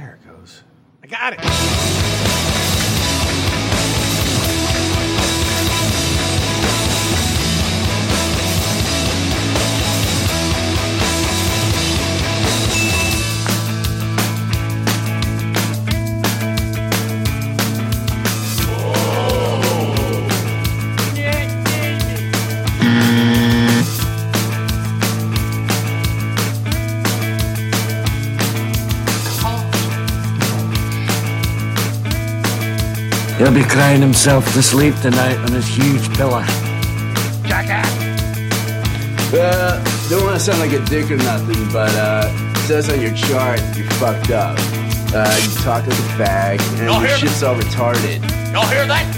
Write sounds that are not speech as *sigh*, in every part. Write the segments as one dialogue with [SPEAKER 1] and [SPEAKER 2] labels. [SPEAKER 1] it goes.
[SPEAKER 2] I got it.
[SPEAKER 1] He'll be crying himself to sleep tonight on his huge pillow.
[SPEAKER 3] Uh, don't want to sound like a dick or nothing, but uh, it says on your chart you're fucked up. Uh, you talk like a fag, and
[SPEAKER 4] Y'all
[SPEAKER 3] your
[SPEAKER 4] hear me?
[SPEAKER 3] shit's all retarded.
[SPEAKER 4] Y'all hear that?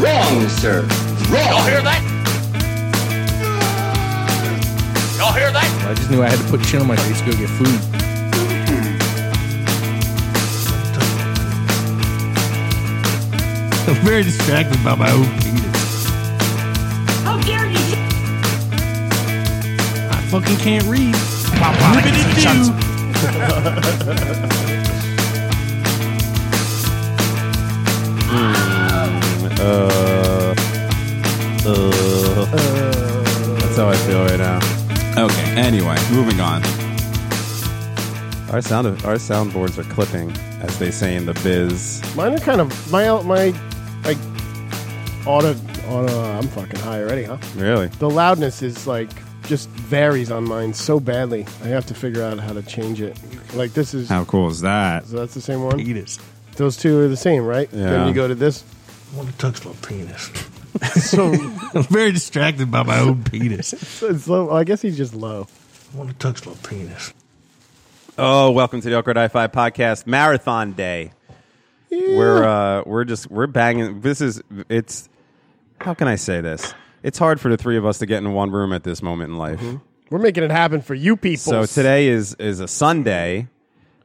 [SPEAKER 3] Wrong, sir.
[SPEAKER 4] Y'all hear that? Y'all hear that?
[SPEAKER 2] I just knew I had to put shit on my face to go get food. I'm very distracted by my own penis.
[SPEAKER 5] How dare you!
[SPEAKER 2] I fucking can't read.
[SPEAKER 6] Uh, uh, that's how I feel right now.
[SPEAKER 7] Okay. Anyway, moving on.
[SPEAKER 6] Our sound, our soundboards are clipping, as they say in the biz.
[SPEAKER 8] Mine are kind of my my like auto auto. I'm fucking high already, huh?
[SPEAKER 6] Really?
[SPEAKER 8] The loudness is like just varies on mine so badly. I have to figure out how to change it. Like this is
[SPEAKER 7] How cool is that?
[SPEAKER 8] so that's the same one.
[SPEAKER 2] Penis.
[SPEAKER 8] Those two are the same, right?
[SPEAKER 6] Yeah.
[SPEAKER 8] Then you go to this.
[SPEAKER 1] Want to touch my penis?
[SPEAKER 8] So
[SPEAKER 2] *laughs* I'm very distracted by my
[SPEAKER 1] *laughs*
[SPEAKER 2] own penis.
[SPEAKER 8] *laughs* it's low. I guess he's just low.
[SPEAKER 1] Want to touch my penis?
[SPEAKER 6] Oh, welcome to the Awkward I Five Podcast Marathon Day. We're uh, we're just we're banging. This is it's. How can I say this? It's hard for the three of us to get in one room at this moment in life.
[SPEAKER 7] Mm-hmm.
[SPEAKER 8] We're making it happen for you people.
[SPEAKER 6] So today is is a Sunday,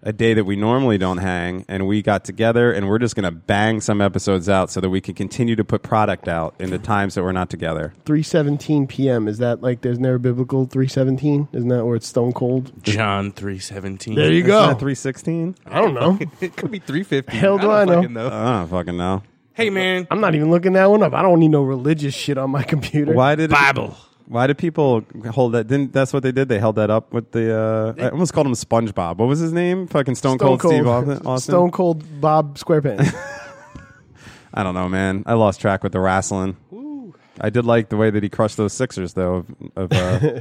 [SPEAKER 6] a day that we normally don't hang, and we got together and we're just gonna bang some episodes out so that we can continue to put product out in the times that we're not together.
[SPEAKER 8] 3:17 p.m. Is that like there's never biblical 3:17? Isn't that where it's stone cold?
[SPEAKER 9] John three seventeen.
[SPEAKER 8] There you go.
[SPEAKER 6] Three sixteen?
[SPEAKER 8] I don't know.
[SPEAKER 9] It could be three fifty.
[SPEAKER 8] Hell do I know.
[SPEAKER 6] I don't Oh, fucking know.
[SPEAKER 9] Hey man,
[SPEAKER 8] I'm not even looking that one up. I don't need no religious shit on my computer.
[SPEAKER 6] Why did
[SPEAKER 9] Bible.
[SPEAKER 6] Why did people hold that? Didn't that's what they did? They held that up with the. Uh, I almost called him SpongeBob. What was his name? Fucking Stone, Cold, Steve
[SPEAKER 8] *laughs*
[SPEAKER 6] Austin. Austin?
[SPEAKER 8] Stone Cold Bob SquarePants.
[SPEAKER 6] *laughs* I don't know, man. I lost track with the wrestling. I did like the way that he crushed those Sixers, though. Of, of uh,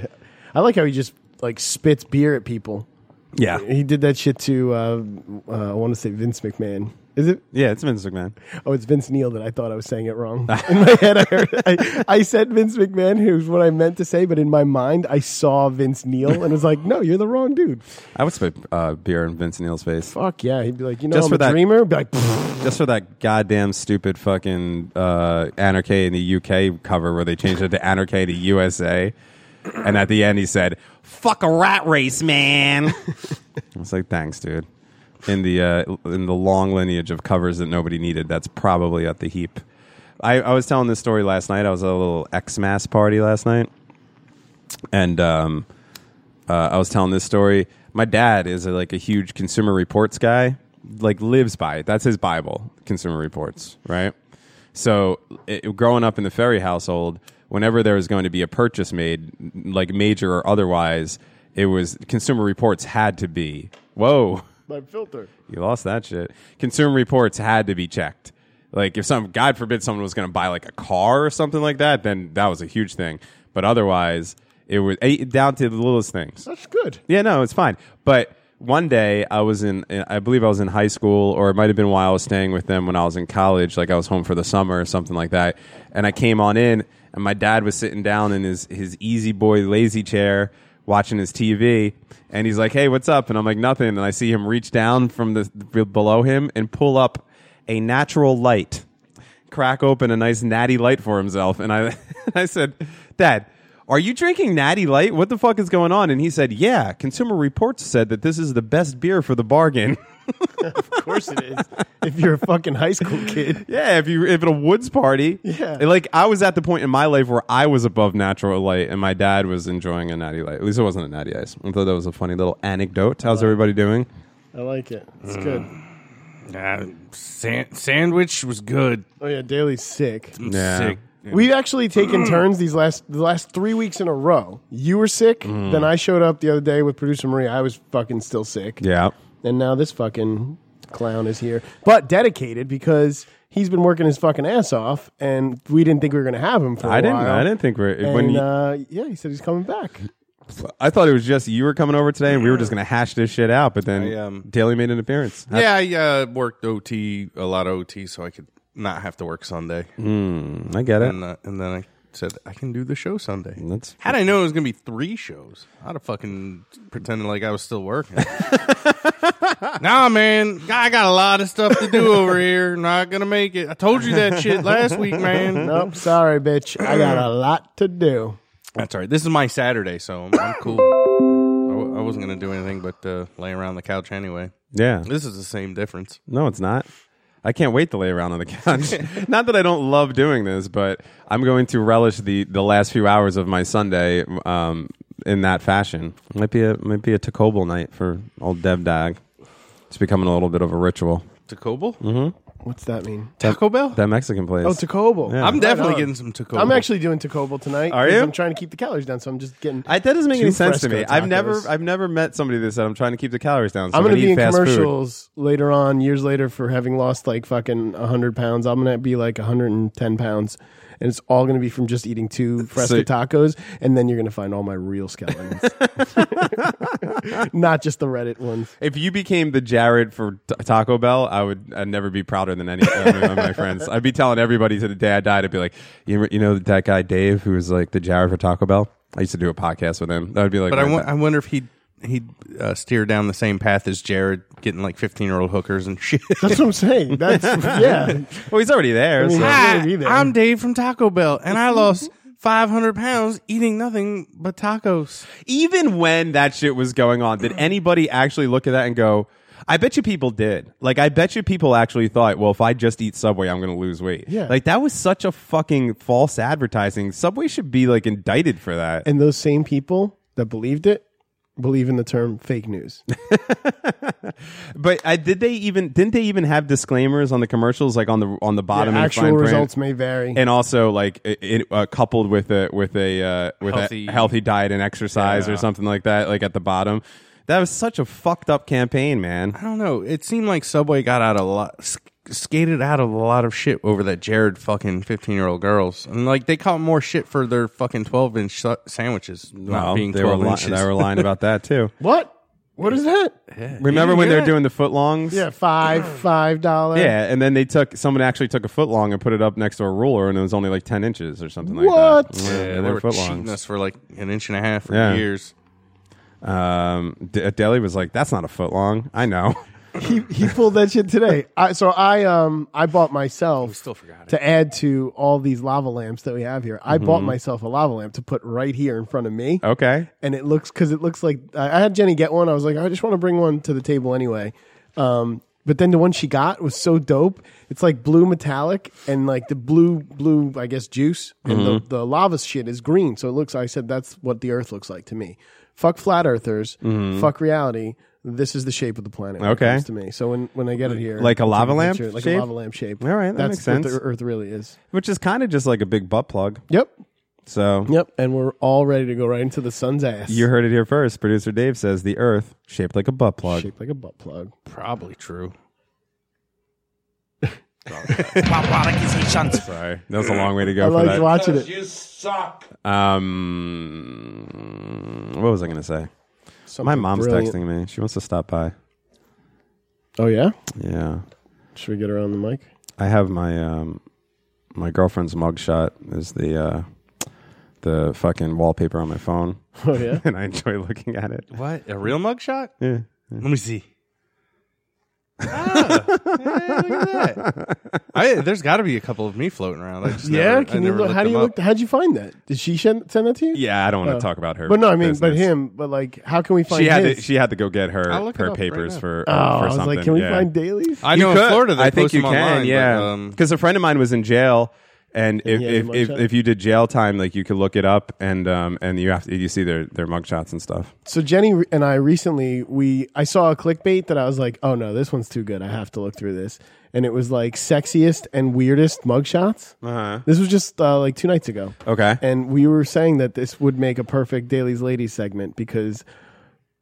[SPEAKER 8] I like how he just like spits beer at people.
[SPEAKER 6] yeah,
[SPEAKER 8] He did that shit to uh, uh, I want to say Vince McMahon. Is it?
[SPEAKER 6] yeah, it's Vince McMahon.
[SPEAKER 8] Oh, it's Vince Neil that I thought I was saying it
[SPEAKER 6] *laughs*
[SPEAKER 8] wrong. in my head, I, heard, I, I said Vince McMahon, who's what I meant to say, but in my mind, I saw Vince Neil and was like, "No, you're the wrong dude."
[SPEAKER 6] I would spit uh, beer in Vince Neil's face
[SPEAKER 8] Fuck yeah, he'd be like, "You know,
[SPEAKER 6] Just
[SPEAKER 8] I'm
[SPEAKER 6] for
[SPEAKER 8] a
[SPEAKER 6] that-
[SPEAKER 8] dreamer." I'd be like, "Pfft,
[SPEAKER 6] just for that goddamn stupid fucking uh, Anarchy in the UK cover where they changed it to Anarchy in the USA. And at the end, he said, "Fuck a rat race, man." *laughs* I was like, "Thanks, dude." In the uh, in the long lineage of covers that nobody needed, that's probably at the heap. I, I was telling this story last night. I was at a little Xmas party last night, and um, uh, I was telling this story. My dad is a, like a huge Consumer Reports guy, like lives by it. That's his Bible, Consumer Reports, right? So, it, growing up in the Ferry household, whenever there was going to be a purchase made, n- like major or otherwise, it was Consumer Reports had to be. Whoa. *laughs*
[SPEAKER 8] my filter."
[SPEAKER 6] You lost that shit. Consumer Reports had to be checked. Like if some God forbid someone was going to buy like a car or something like that, then that was a huge thing. But otherwise, it was eh, down to the littlest things.
[SPEAKER 8] That's good.
[SPEAKER 6] Yeah, no, it's fine. But one day I was in, I believe I was in high school, or it might have been while I was staying with them when I was in college, like I was home for the summer or something like that. And I came on in, and my dad was sitting down in his, his easy boy lazy chair watching his TV. And he's like, hey, what's up? And I'm like, nothing. And I see him reach down from the below him and pull up a natural light crack open a nice natty light for himself. And I, *laughs* I said, Dad, are you drinking natty light? What the fuck is going on? And he said, Yeah, Consumer Reports said that this is the best beer for the bargain. *laughs*
[SPEAKER 8] Of course it is. if you're a fucking high school kid,
[SPEAKER 6] yeah, if you if at a woods party.
[SPEAKER 8] Yeah.
[SPEAKER 6] Like I was at the point in my life where I was above natural light and my dad was enjoying a natty light. At least it wasn't a natty ice. I thought that was a funny little anecdote. How's everybody doing?
[SPEAKER 8] I like it. It's good.
[SPEAKER 6] Mm.
[SPEAKER 9] Uh, san- sandwich was good.
[SPEAKER 8] Oh yeah, Daly's sick.
[SPEAKER 9] I'm
[SPEAKER 6] Yeah.
[SPEAKER 9] sick.
[SPEAKER 8] We've
[SPEAKER 6] *clears throat*
[SPEAKER 8] actually taken turns these last the last three weeks in a row. You were sick,
[SPEAKER 6] Mm.
[SPEAKER 8] then I showed up the other day with producer Maria. I was fucking still sick,
[SPEAKER 6] Yeah.
[SPEAKER 8] and now this fucking clown is here, but dedicated because he's been working his fucking ass off, and we didn't think we were gonna have him for I
[SPEAKER 6] I didn't. I didn't think we're.
[SPEAKER 8] And,
[SPEAKER 6] when you-
[SPEAKER 8] uh, yeah, he said he's coming back.
[SPEAKER 6] I thought it was just you were coming over today, and we were just gonna hash this shit out. But then
[SPEAKER 9] I, um,
[SPEAKER 6] Daly made an appearance.
[SPEAKER 9] Yeah, I uh, worked OT a lot of OT, so I could not have to work Sunday.
[SPEAKER 6] Mm-hmm. I, I get it.
[SPEAKER 9] And, uh, and then I said I can do the show Sunday.
[SPEAKER 6] That's-
[SPEAKER 9] Had I known it was gonna be three shows, I'd have fucking pretended like I was
[SPEAKER 6] *laughs*
[SPEAKER 9] still working. nah, man, I got a lot of stuff to do over here. Not gonna make it. I told you that shit
[SPEAKER 6] *laughs*
[SPEAKER 9] last week, man.
[SPEAKER 8] Nope, sorry, bitch. I got a lot to do.
[SPEAKER 9] That's all right. This is my Saturday, so I'm, I'm cool. I, w- I wasn't gonna do anything but uh, lay around the couch anyway.
[SPEAKER 6] Yeah.
[SPEAKER 9] This is the same difference.
[SPEAKER 6] No, it's not. I can't wait to lay around on the
[SPEAKER 8] *laughs*
[SPEAKER 6] couch. not that I don't love doing this, but I'm going to relish the the last few hours of my Sunday um, in that fashion. Might be a might be a Tacobal night for old Dev Dag. It's becoming a little bit of a ritual.
[SPEAKER 9] Tacobo,
[SPEAKER 6] Mm-hmm.
[SPEAKER 8] What's that mean?
[SPEAKER 9] Taco Bell.
[SPEAKER 6] That Mexican place.
[SPEAKER 8] Oh, Tacobo.
[SPEAKER 6] Yeah.
[SPEAKER 9] I'm definitely
[SPEAKER 8] on.
[SPEAKER 9] getting some Tacobo.
[SPEAKER 8] I'm actually doing Tacobo tonight.
[SPEAKER 6] Are
[SPEAKER 8] 'cause
[SPEAKER 6] you?
[SPEAKER 8] I'm trying to keep the calories down, so I'm just getting.
[SPEAKER 6] I, that doesn't make
[SPEAKER 8] two
[SPEAKER 6] any sense to me.
[SPEAKER 8] Fresco
[SPEAKER 6] I've never
[SPEAKER 8] tacos.
[SPEAKER 6] I've never met somebody that said I'm trying to keep the calories down. So
[SPEAKER 8] I'm
[SPEAKER 6] going to
[SPEAKER 8] be in
[SPEAKER 6] fast food."
[SPEAKER 8] commercials later on, years later, for having lost like fucking 100 pounds. I'm going to be like 110 pounds. And it's all going to be from just eating two fresco
[SPEAKER 6] So-
[SPEAKER 8] tacos. And then you're going to find all my real
[SPEAKER 6] *laughs*
[SPEAKER 8] skeletons. Not just the Reddit ones.
[SPEAKER 6] If you became the Jared for t- Taco Bell, I would I'd never be prouder than any of my friends. I'd be telling everybody to the day I died, I'd be like, you, re- you know that guy Dave who was like the Jared for Taco Bell? I used to do a podcast with him. I'd be like,
[SPEAKER 9] But I,
[SPEAKER 6] "Man,
[SPEAKER 9] wo- I wonder if he'd he'd uh, steer down the same path as Jared, getting like fifteen year old hookers
[SPEAKER 6] *laughs*
[SPEAKER 9] and shit. *laughs*
[SPEAKER 8] That's what I'm saying. That's, yeah.
[SPEAKER 6] well, he's already there.
[SPEAKER 8] mean,
[SPEAKER 6] so-
[SPEAKER 8] how-
[SPEAKER 9] Hi,
[SPEAKER 8] be there.
[SPEAKER 9] I'm Dave from Taco Bell, and
[SPEAKER 6] *laughs*
[SPEAKER 9] I lost five hundred pounds eating nothing but tacos.
[SPEAKER 6] Even when that shit was going on, did anybody actually look at that and go? I bet you people did. Like, I bet you people actually thought, well, if I just eat Subway, I'm going to lose weight.
[SPEAKER 8] Yeah.
[SPEAKER 6] Like, that was such a fucking false advertising. Subway should be, like, indicted for that.
[SPEAKER 8] And those same people that believed it believe in the term fake news.
[SPEAKER 6] But I, did they even didn't they even have disclaimers on the commercials like on the on the bottom in fine
[SPEAKER 8] Actual
[SPEAKER 6] print?
[SPEAKER 8] results may vary.
[SPEAKER 6] and also like it, it, uh, coupled with a with a uh, with
[SPEAKER 9] Healthy-
[SPEAKER 6] a healthy diet and exercise or something like that like at the bottom. That was such a fucked up campaign, man.
[SPEAKER 9] I don't know. It seemed like Subway got out of a lot, sk- skated out of a lot of shit over that Jared fucking 15 year old girls. And like they caught more shit for their fucking 12 inch su- sandwiches not
[SPEAKER 6] Well,
[SPEAKER 9] being
[SPEAKER 6] they were
[SPEAKER 9] 12
[SPEAKER 6] li-
[SPEAKER 9] inches.
[SPEAKER 6] they were lying about that
[SPEAKER 9] *laughs*
[SPEAKER 6] too.
[SPEAKER 8] what? What is that?
[SPEAKER 6] Remember when they
[SPEAKER 9] hear
[SPEAKER 6] were
[SPEAKER 9] that?
[SPEAKER 6] doing the footlongs?
[SPEAKER 8] Yeah, five,
[SPEAKER 9] Mm.
[SPEAKER 8] five dollars.
[SPEAKER 6] Yeah, and then they took someone actually took a footlong and put it up next to a ruler, and it was only like ten inches or something like
[SPEAKER 8] What?
[SPEAKER 6] that.
[SPEAKER 9] Yeah,
[SPEAKER 6] Yeah,
[SPEAKER 9] they
[SPEAKER 6] they're
[SPEAKER 9] were cheating
[SPEAKER 6] footlongs.
[SPEAKER 9] us for like an inch and a half for
[SPEAKER 6] Yeah.
[SPEAKER 9] years.
[SPEAKER 6] Um, D- Deli was like, "That's not a footlong." I know.
[SPEAKER 8] he, he pulled that shit today. I, so I um I bought myself
[SPEAKER 9] still forgot it.
[SPEAKER 8] to add to all these lava lamps that we have here. I bought myself a lava lamp to put right here in front of me,
[SPEAKER 6] Okay.
[SPEAKER 8] and it looks because it looks like I I had Jenny get one. I was like, I just want to bring one to the table anyway. Um, but then the one she got was so dope. It's like blue metallic and like the blue blue I guess juice and the,
[SPEAKER 6] Mm-hmm.
[SPEAKER 8] the lava shit is green. So it looks. I said that's what the Earth looks like to me. Fuck flat earthers. Fuck reality. This is the shape of the planet. when it
[SPEAKER 6] Mm-hmm. Okay.
[SPEAKER 8] comes to me. So when, when I get it here,
[SPEAKER 6] Like a
[SPEAKER 8] I'll take
[SPEAKER 6] lava lamp
[SPEAKER 8] picture, like
[SPEAKER 6] shape?
[SPEAKER 8] a lava lamp shape.
[SPEAKER 6] All right, that makes
[SPEAKER 8] that's what
[SPEAKER 6] sense.
[SPEAKER 8] the Earth really is.
[SPEAKER 6] Which is kind of just like a big butt plug.
[SPEAKER 8] Yep,
[SPEAKER 6] So
[SPEAKER 8] yep. And we're all ready to go right into the sun's ass.
[SPEAKER 6] you heard it here first. Producer Dave says the earth shaped like a butt plug.
[SPEAKER 8] shaped like a butt plug.
[SPEAKER 9] Probably true.
[SPEAKER 6] Sorry. That was a long way to go
[SPEAKER 8] I
[SPEAKER 6] for
[SPEAKER 8] liked
[SPEAKER 6] that.
[SPEAKER 8] watching it.
[SPEAKER 4] You suck.
[SPEAKER 6] Um, what was I going to say? My
[SPEAKER 8] Something
[SPEAKER 6] mom's
[SPEAKER 8] brilliant.
[SPEAKER 6] texting me. She wants to stop by.
[SPEAKER 8] Oh yeah,
[SPEAKER 6] Yeah.
[SPEAKER 8] should we get her on the mic? *laughs*
[SPEAKER 6] I have my um my girlfriend's mugshot is the uh the fucking wallpaper on my phone *laughs*
[SPEAKER 8] Oh yeah,
[SPEAKER 6] and I enjoy looking at it.
[SPEAKER 9] What? A real mugshot?
[SPEAKER 6] Yeah.
[SPEAKER 9] Let me see. Ah, hey, look at that. I, there's got to be a couple of me floating around. I just
[SPEAKER 8] yeah.
[SPEAKER 9] never- I
[SPEAKER 8] Can you
[SPEAKER 9] never
[SPEAKER 8] look?
[SPEAKER 9] looked
[SPEAKER 8] How do
[SPEAKER 9] them
[SPEAKER 8] you
[SPEAKER 9] up.
[SPEAKER 8] look? How'd you find that? Did she send, send that to you?
[SPEAKER 6] Yeah, I don't want to
[SPEAKER 8] Oh.
[SPEAKER 6] talk about her.
[SPEAKER 8] But no, I mean, but
[SPEAKER 6] business.
[SPEAKER 8] him. But like, how can we find?
[SPEAKER 6] She had
[SPEAKER 8] his?
[SPEAKER 6] to, she had to go get her
[SPEAKER 9] I'll look it
[SPEAKER 6] her
[SPEAKER 9] up right
[SPEAKER 6] papers
[SPEAKER 9] now.
[SPEAKER 6] for
[SPEAKER 8] oh,
[SPEAKER 6] for
[SPEAKER 8] I was
[SPEAKER 6] something.
[SPEAKER 8] like, can we
[SPEAKER 6] yeah.
[SPEAKER 8] find dailies?
[SPEAKER 9] I know in Florida they
[SPEAKER 6] I
[SPEAKER 9] post
[SPEAKER 6] think you
[SPEAKER 9] them
[SPEAKER 6] can,
[SPEAKER 9] online, but,
[SPEAKER 6] yeah.
[SPEAKER 9] um,
[SPEAKER 6] Because a friend of mine was in jail, And if,
[SPEAKER 8] he had
[SPEAKER 6] if,
[SPEAKER 8] a
[SPEAKER 6] if,
[SPEAKER 8] mugshot?
[SPEAKER 6] if you did jail time, like you could look it up and um and you have to, you see their their mugshots and stuff.
[SPEAKER 8] So Jenny re- and I recently we I saw a clickbait that I was like, oh no, this one's too good. I have to look through this, and it was like sexiest and weirdest mugshots.
[SPEAKER 6] Uh-huh.
[SPEAKER 8] This was just uh, like two nights ago.
[SPEAKER 6] Okay.
[SPEAKER 8] and we were saying that this would make a perfect Daily's Ladies segment because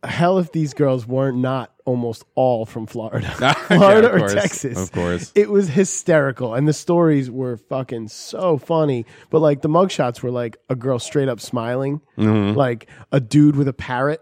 [SPEAKER 8] hell if these girls weren't not almost all from
[SPEAKER 6] *laughs*
[SPEAKER 8] Florida, Florida
[SPEAKER 6] of
[SPEAKER 8] or
[SPEAKER 6] course.
[SPEAKER 8] Texas,
[SPEAKER 6] Of course.
[SPEAKER 8] It was hysterical, and the stories were fucking so funny. But like the mugshots were like a girl straight up smiling,
[SPEAKER 6] Mm-hmm.
[SPEAKER 8] like a dude with a parrot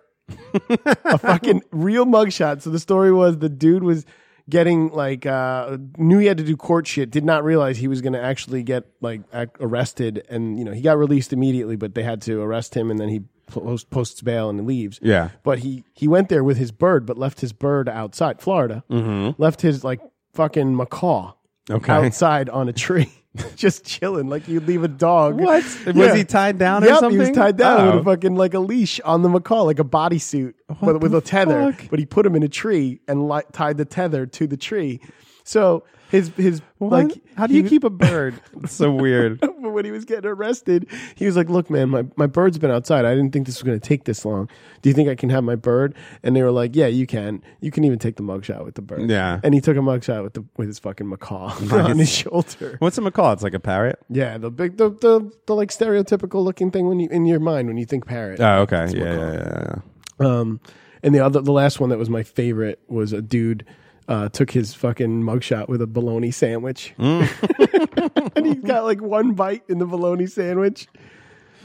[SPEAKER 8] a fucking real mugshot. So the story was the dude was getting like uh knew he had to do court shit did not realize he was going to actually get like ac- arrested and you know he got released immediately but they had to arrest him and then he post, posts bail and leaves
[SPEAKER 6] Yeah.
[SPEAKER 8] but he he went there with his bird but left his bird outside florida mm-hmm. left his like fucking macaw
[SPEAKER 6] Okay.
[SPEAKER 8] outside on a tree *laughs* just chilling like you'd leave a dog
[SPEAKER 6] What? Was he tied down or
[SPEAKER 8] yep, he was
[SPEAKER 6] something?
[SPEAKER 8] tied down with
[SPEAKER 6] Oh.
[SPEAKER 8] a fucking like a leash on the macaw like a bodysuit but with a tether
[SPEAKER 6] fuck?
[SPEAKER 8] but he put him in a tree and li- tied the tether to the tree so his his like
[SPEAKER 6] how do you keep a bird? *laughs* It's so weird.
[SPEAKER 8] *laughs* but when he was getting arrested, he was like, "Look, man, my, my bird's been outside. I didn't think this was going to take this long. Do you think I can have my bird?" And they were like, "Yeah, you can. You can even take the mugshot with the bird."
[SPEAKER 6] Yeah.
[SPEAKER 8] And he took a mugshot with the with his fucking macaw *laughs* on his shoulder.
[SPEAKER 6] What's a macaw? It's like a parrot.
[SPEAKER 8] Yeah, the big the, the the like stereotypical looking thing when you in your mind when you think parrot.
[SPEAKER 6] Oh, okay. Yeah, yeah, yeah, yeah.
[SPEAKER 8] Um, and the other, the last one that was my favorite was a dude uh, took his fucking mugshot with a bologna sandwich,
[SPEAKER 6] Mm.
[SPEAKER 8] *laughs* and he got like one bite in the bologna sandwich.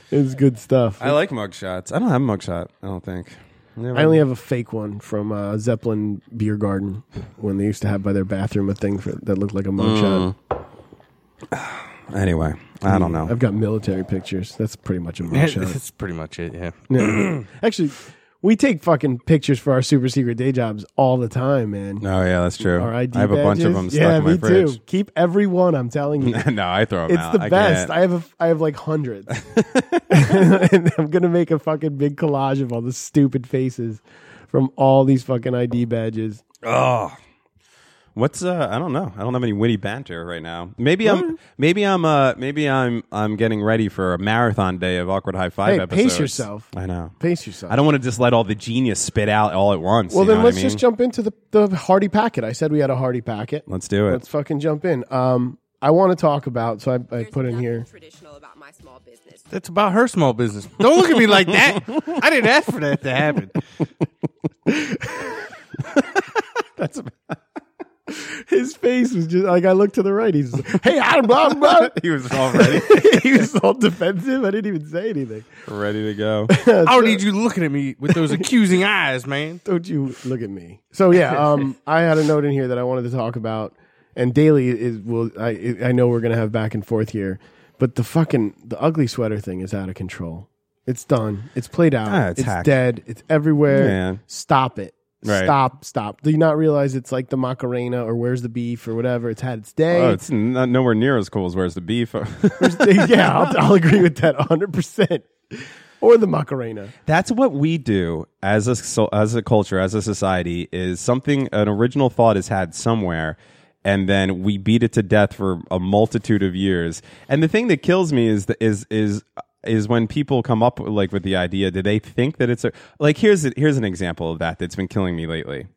[SPEAKER 8] It's good stuff.
[SPEAKER 6] I like mugshots. I don't have a mugshot. I don't think.
[SPEAKER 8] I only have a fake one from uh, Zeppelin Beer Garden when they used to have by their bathroom a thing for, that looked like a
[SPEAKER 6] Mm.
[SPEAKER 8] mugshot.
[SPEAKER 6] Anyway, I don't know.
[SPEAKER 8] I've got military pictures. That's pretty much
[SPEAKER 6] *laughs*
[SPEAKER 8] a mugshot.
[SPEAKER 9] *laughs* That's pretty much it. Yeah.
[SPEAKER 8] Yeah. *clears throat* Actually, we take fucking pictures for our super secret day jobs all the time, man.
[SPEAKER 6] Oh yeah, that's true.
[SPEAKER 8] Our ID
[SPEAKER 6] I have a bunch of
[SPEAKER 8] badges.
[SPEAKER 6] them stuck
[SPEAKER 8] yeah,
[SPEAKER 6] in my
[SPEAKER 8] me
[SPEAKER 6] fridge. *laughs*
[SPEAKER 8] too. Keep every one. I'm telling you,
[SPEAKER 6] no, I throw them
[SPEAKER 8] it's
[SPEAKER 6] out.
[SPEAKER 8] the
[SPEAKER 6] I
[SPEAKER 8] best.
[SPEAKER 6] can't.
[SPEAKER 8] I have a, I have
[SPEAKER 6] *laughs*
[SPEAKER 8] like hundreds, *laughs* and I'm gonna make a fucking big collage of all the stupid faces from all these fucking ID badges.
[SPEAKER 6] Oh. What's uh I don't know. I don't have any witty banter right now. Maybe I'm maybe I'm uh maybe I'm I'm getting ready for a marathon day of awkward high five
[SPEAKER 8] Hey, pace
[SPEAKER 6] episodes.
[SPEAKER 8] yourself.
[SPEAKER 6] I know.
[SPEAKER 8] Pace yourself.
[SPEAKER 6] I don't want to just let all the genius spit out all at once.
[SPEAKER 8] Well,
[SPEAKER 6] you know
[SPEAKER 8] then
[SPEAKER 6] what I
[SPEAKER 8] let's
[SPEAKER 6] mean?
[SPEAKER 8] just jump into the the hardy packet. I said we had a hardy packet.
[SPEAKER 6] Let's do it.
[SPEAKER 8] Let's fucking jump in. Um, I want to talk about. So I, I put in here.
[SPEAKER 10] traditional about my small business.
[SPEAKER 9] That's about her small business. Don't look at me like that. I didn't ask for that to happen.
[SPEAKER 8] His face was just like I looked to the right. He's just like, hey, I blah *laughs* blah.
[SPEAKER 6] *laughs* he was already
[SPEAKER 8] he was all defensive. I didn't even say anything.
[SPEAKER 6] ready to go.
[SPEAKER 9] I don't need you looking at me with those accusing eyes, man.
[SPEAKER 8] Don't you look at me. So yeah, um, I had a note in here that I wanted to talk about, and daily is will I I know we're gonna have back and forth here, but the fucking the ugly sweater thing is out of control. It's done. It's played out.
[SPEAKER 6] Ah, it's hacked.
[SPEAKER 8] dead. It's everywhere.
[SPEAKER 6] Yeah.
[SPEAKER 8] Stop it.
[SPEAKER 6] Right.
[SPEAKER 8] Stop. Stop. Do you not realize it's like the Macarena or Where's the Beef or whatever? It's had its day.
[SPEAKER 6] Oh, it's not, nowhere near as cool as where's the beef. *laughs*
[SPEAKER 8] *laughs* yeah, I'll, I'll agree with that 100. percent Or the Macarena.
[SPEAKER 6] That's what we do as a so- as a culture, as a society, is something an original thought is had somewhere, and then we beat it to death for a multitude of years. And the thing that kills me is the, is is is when people come up like with the idea. Do they think that it's a like? Here's a, here's an example of that that's been killing me lately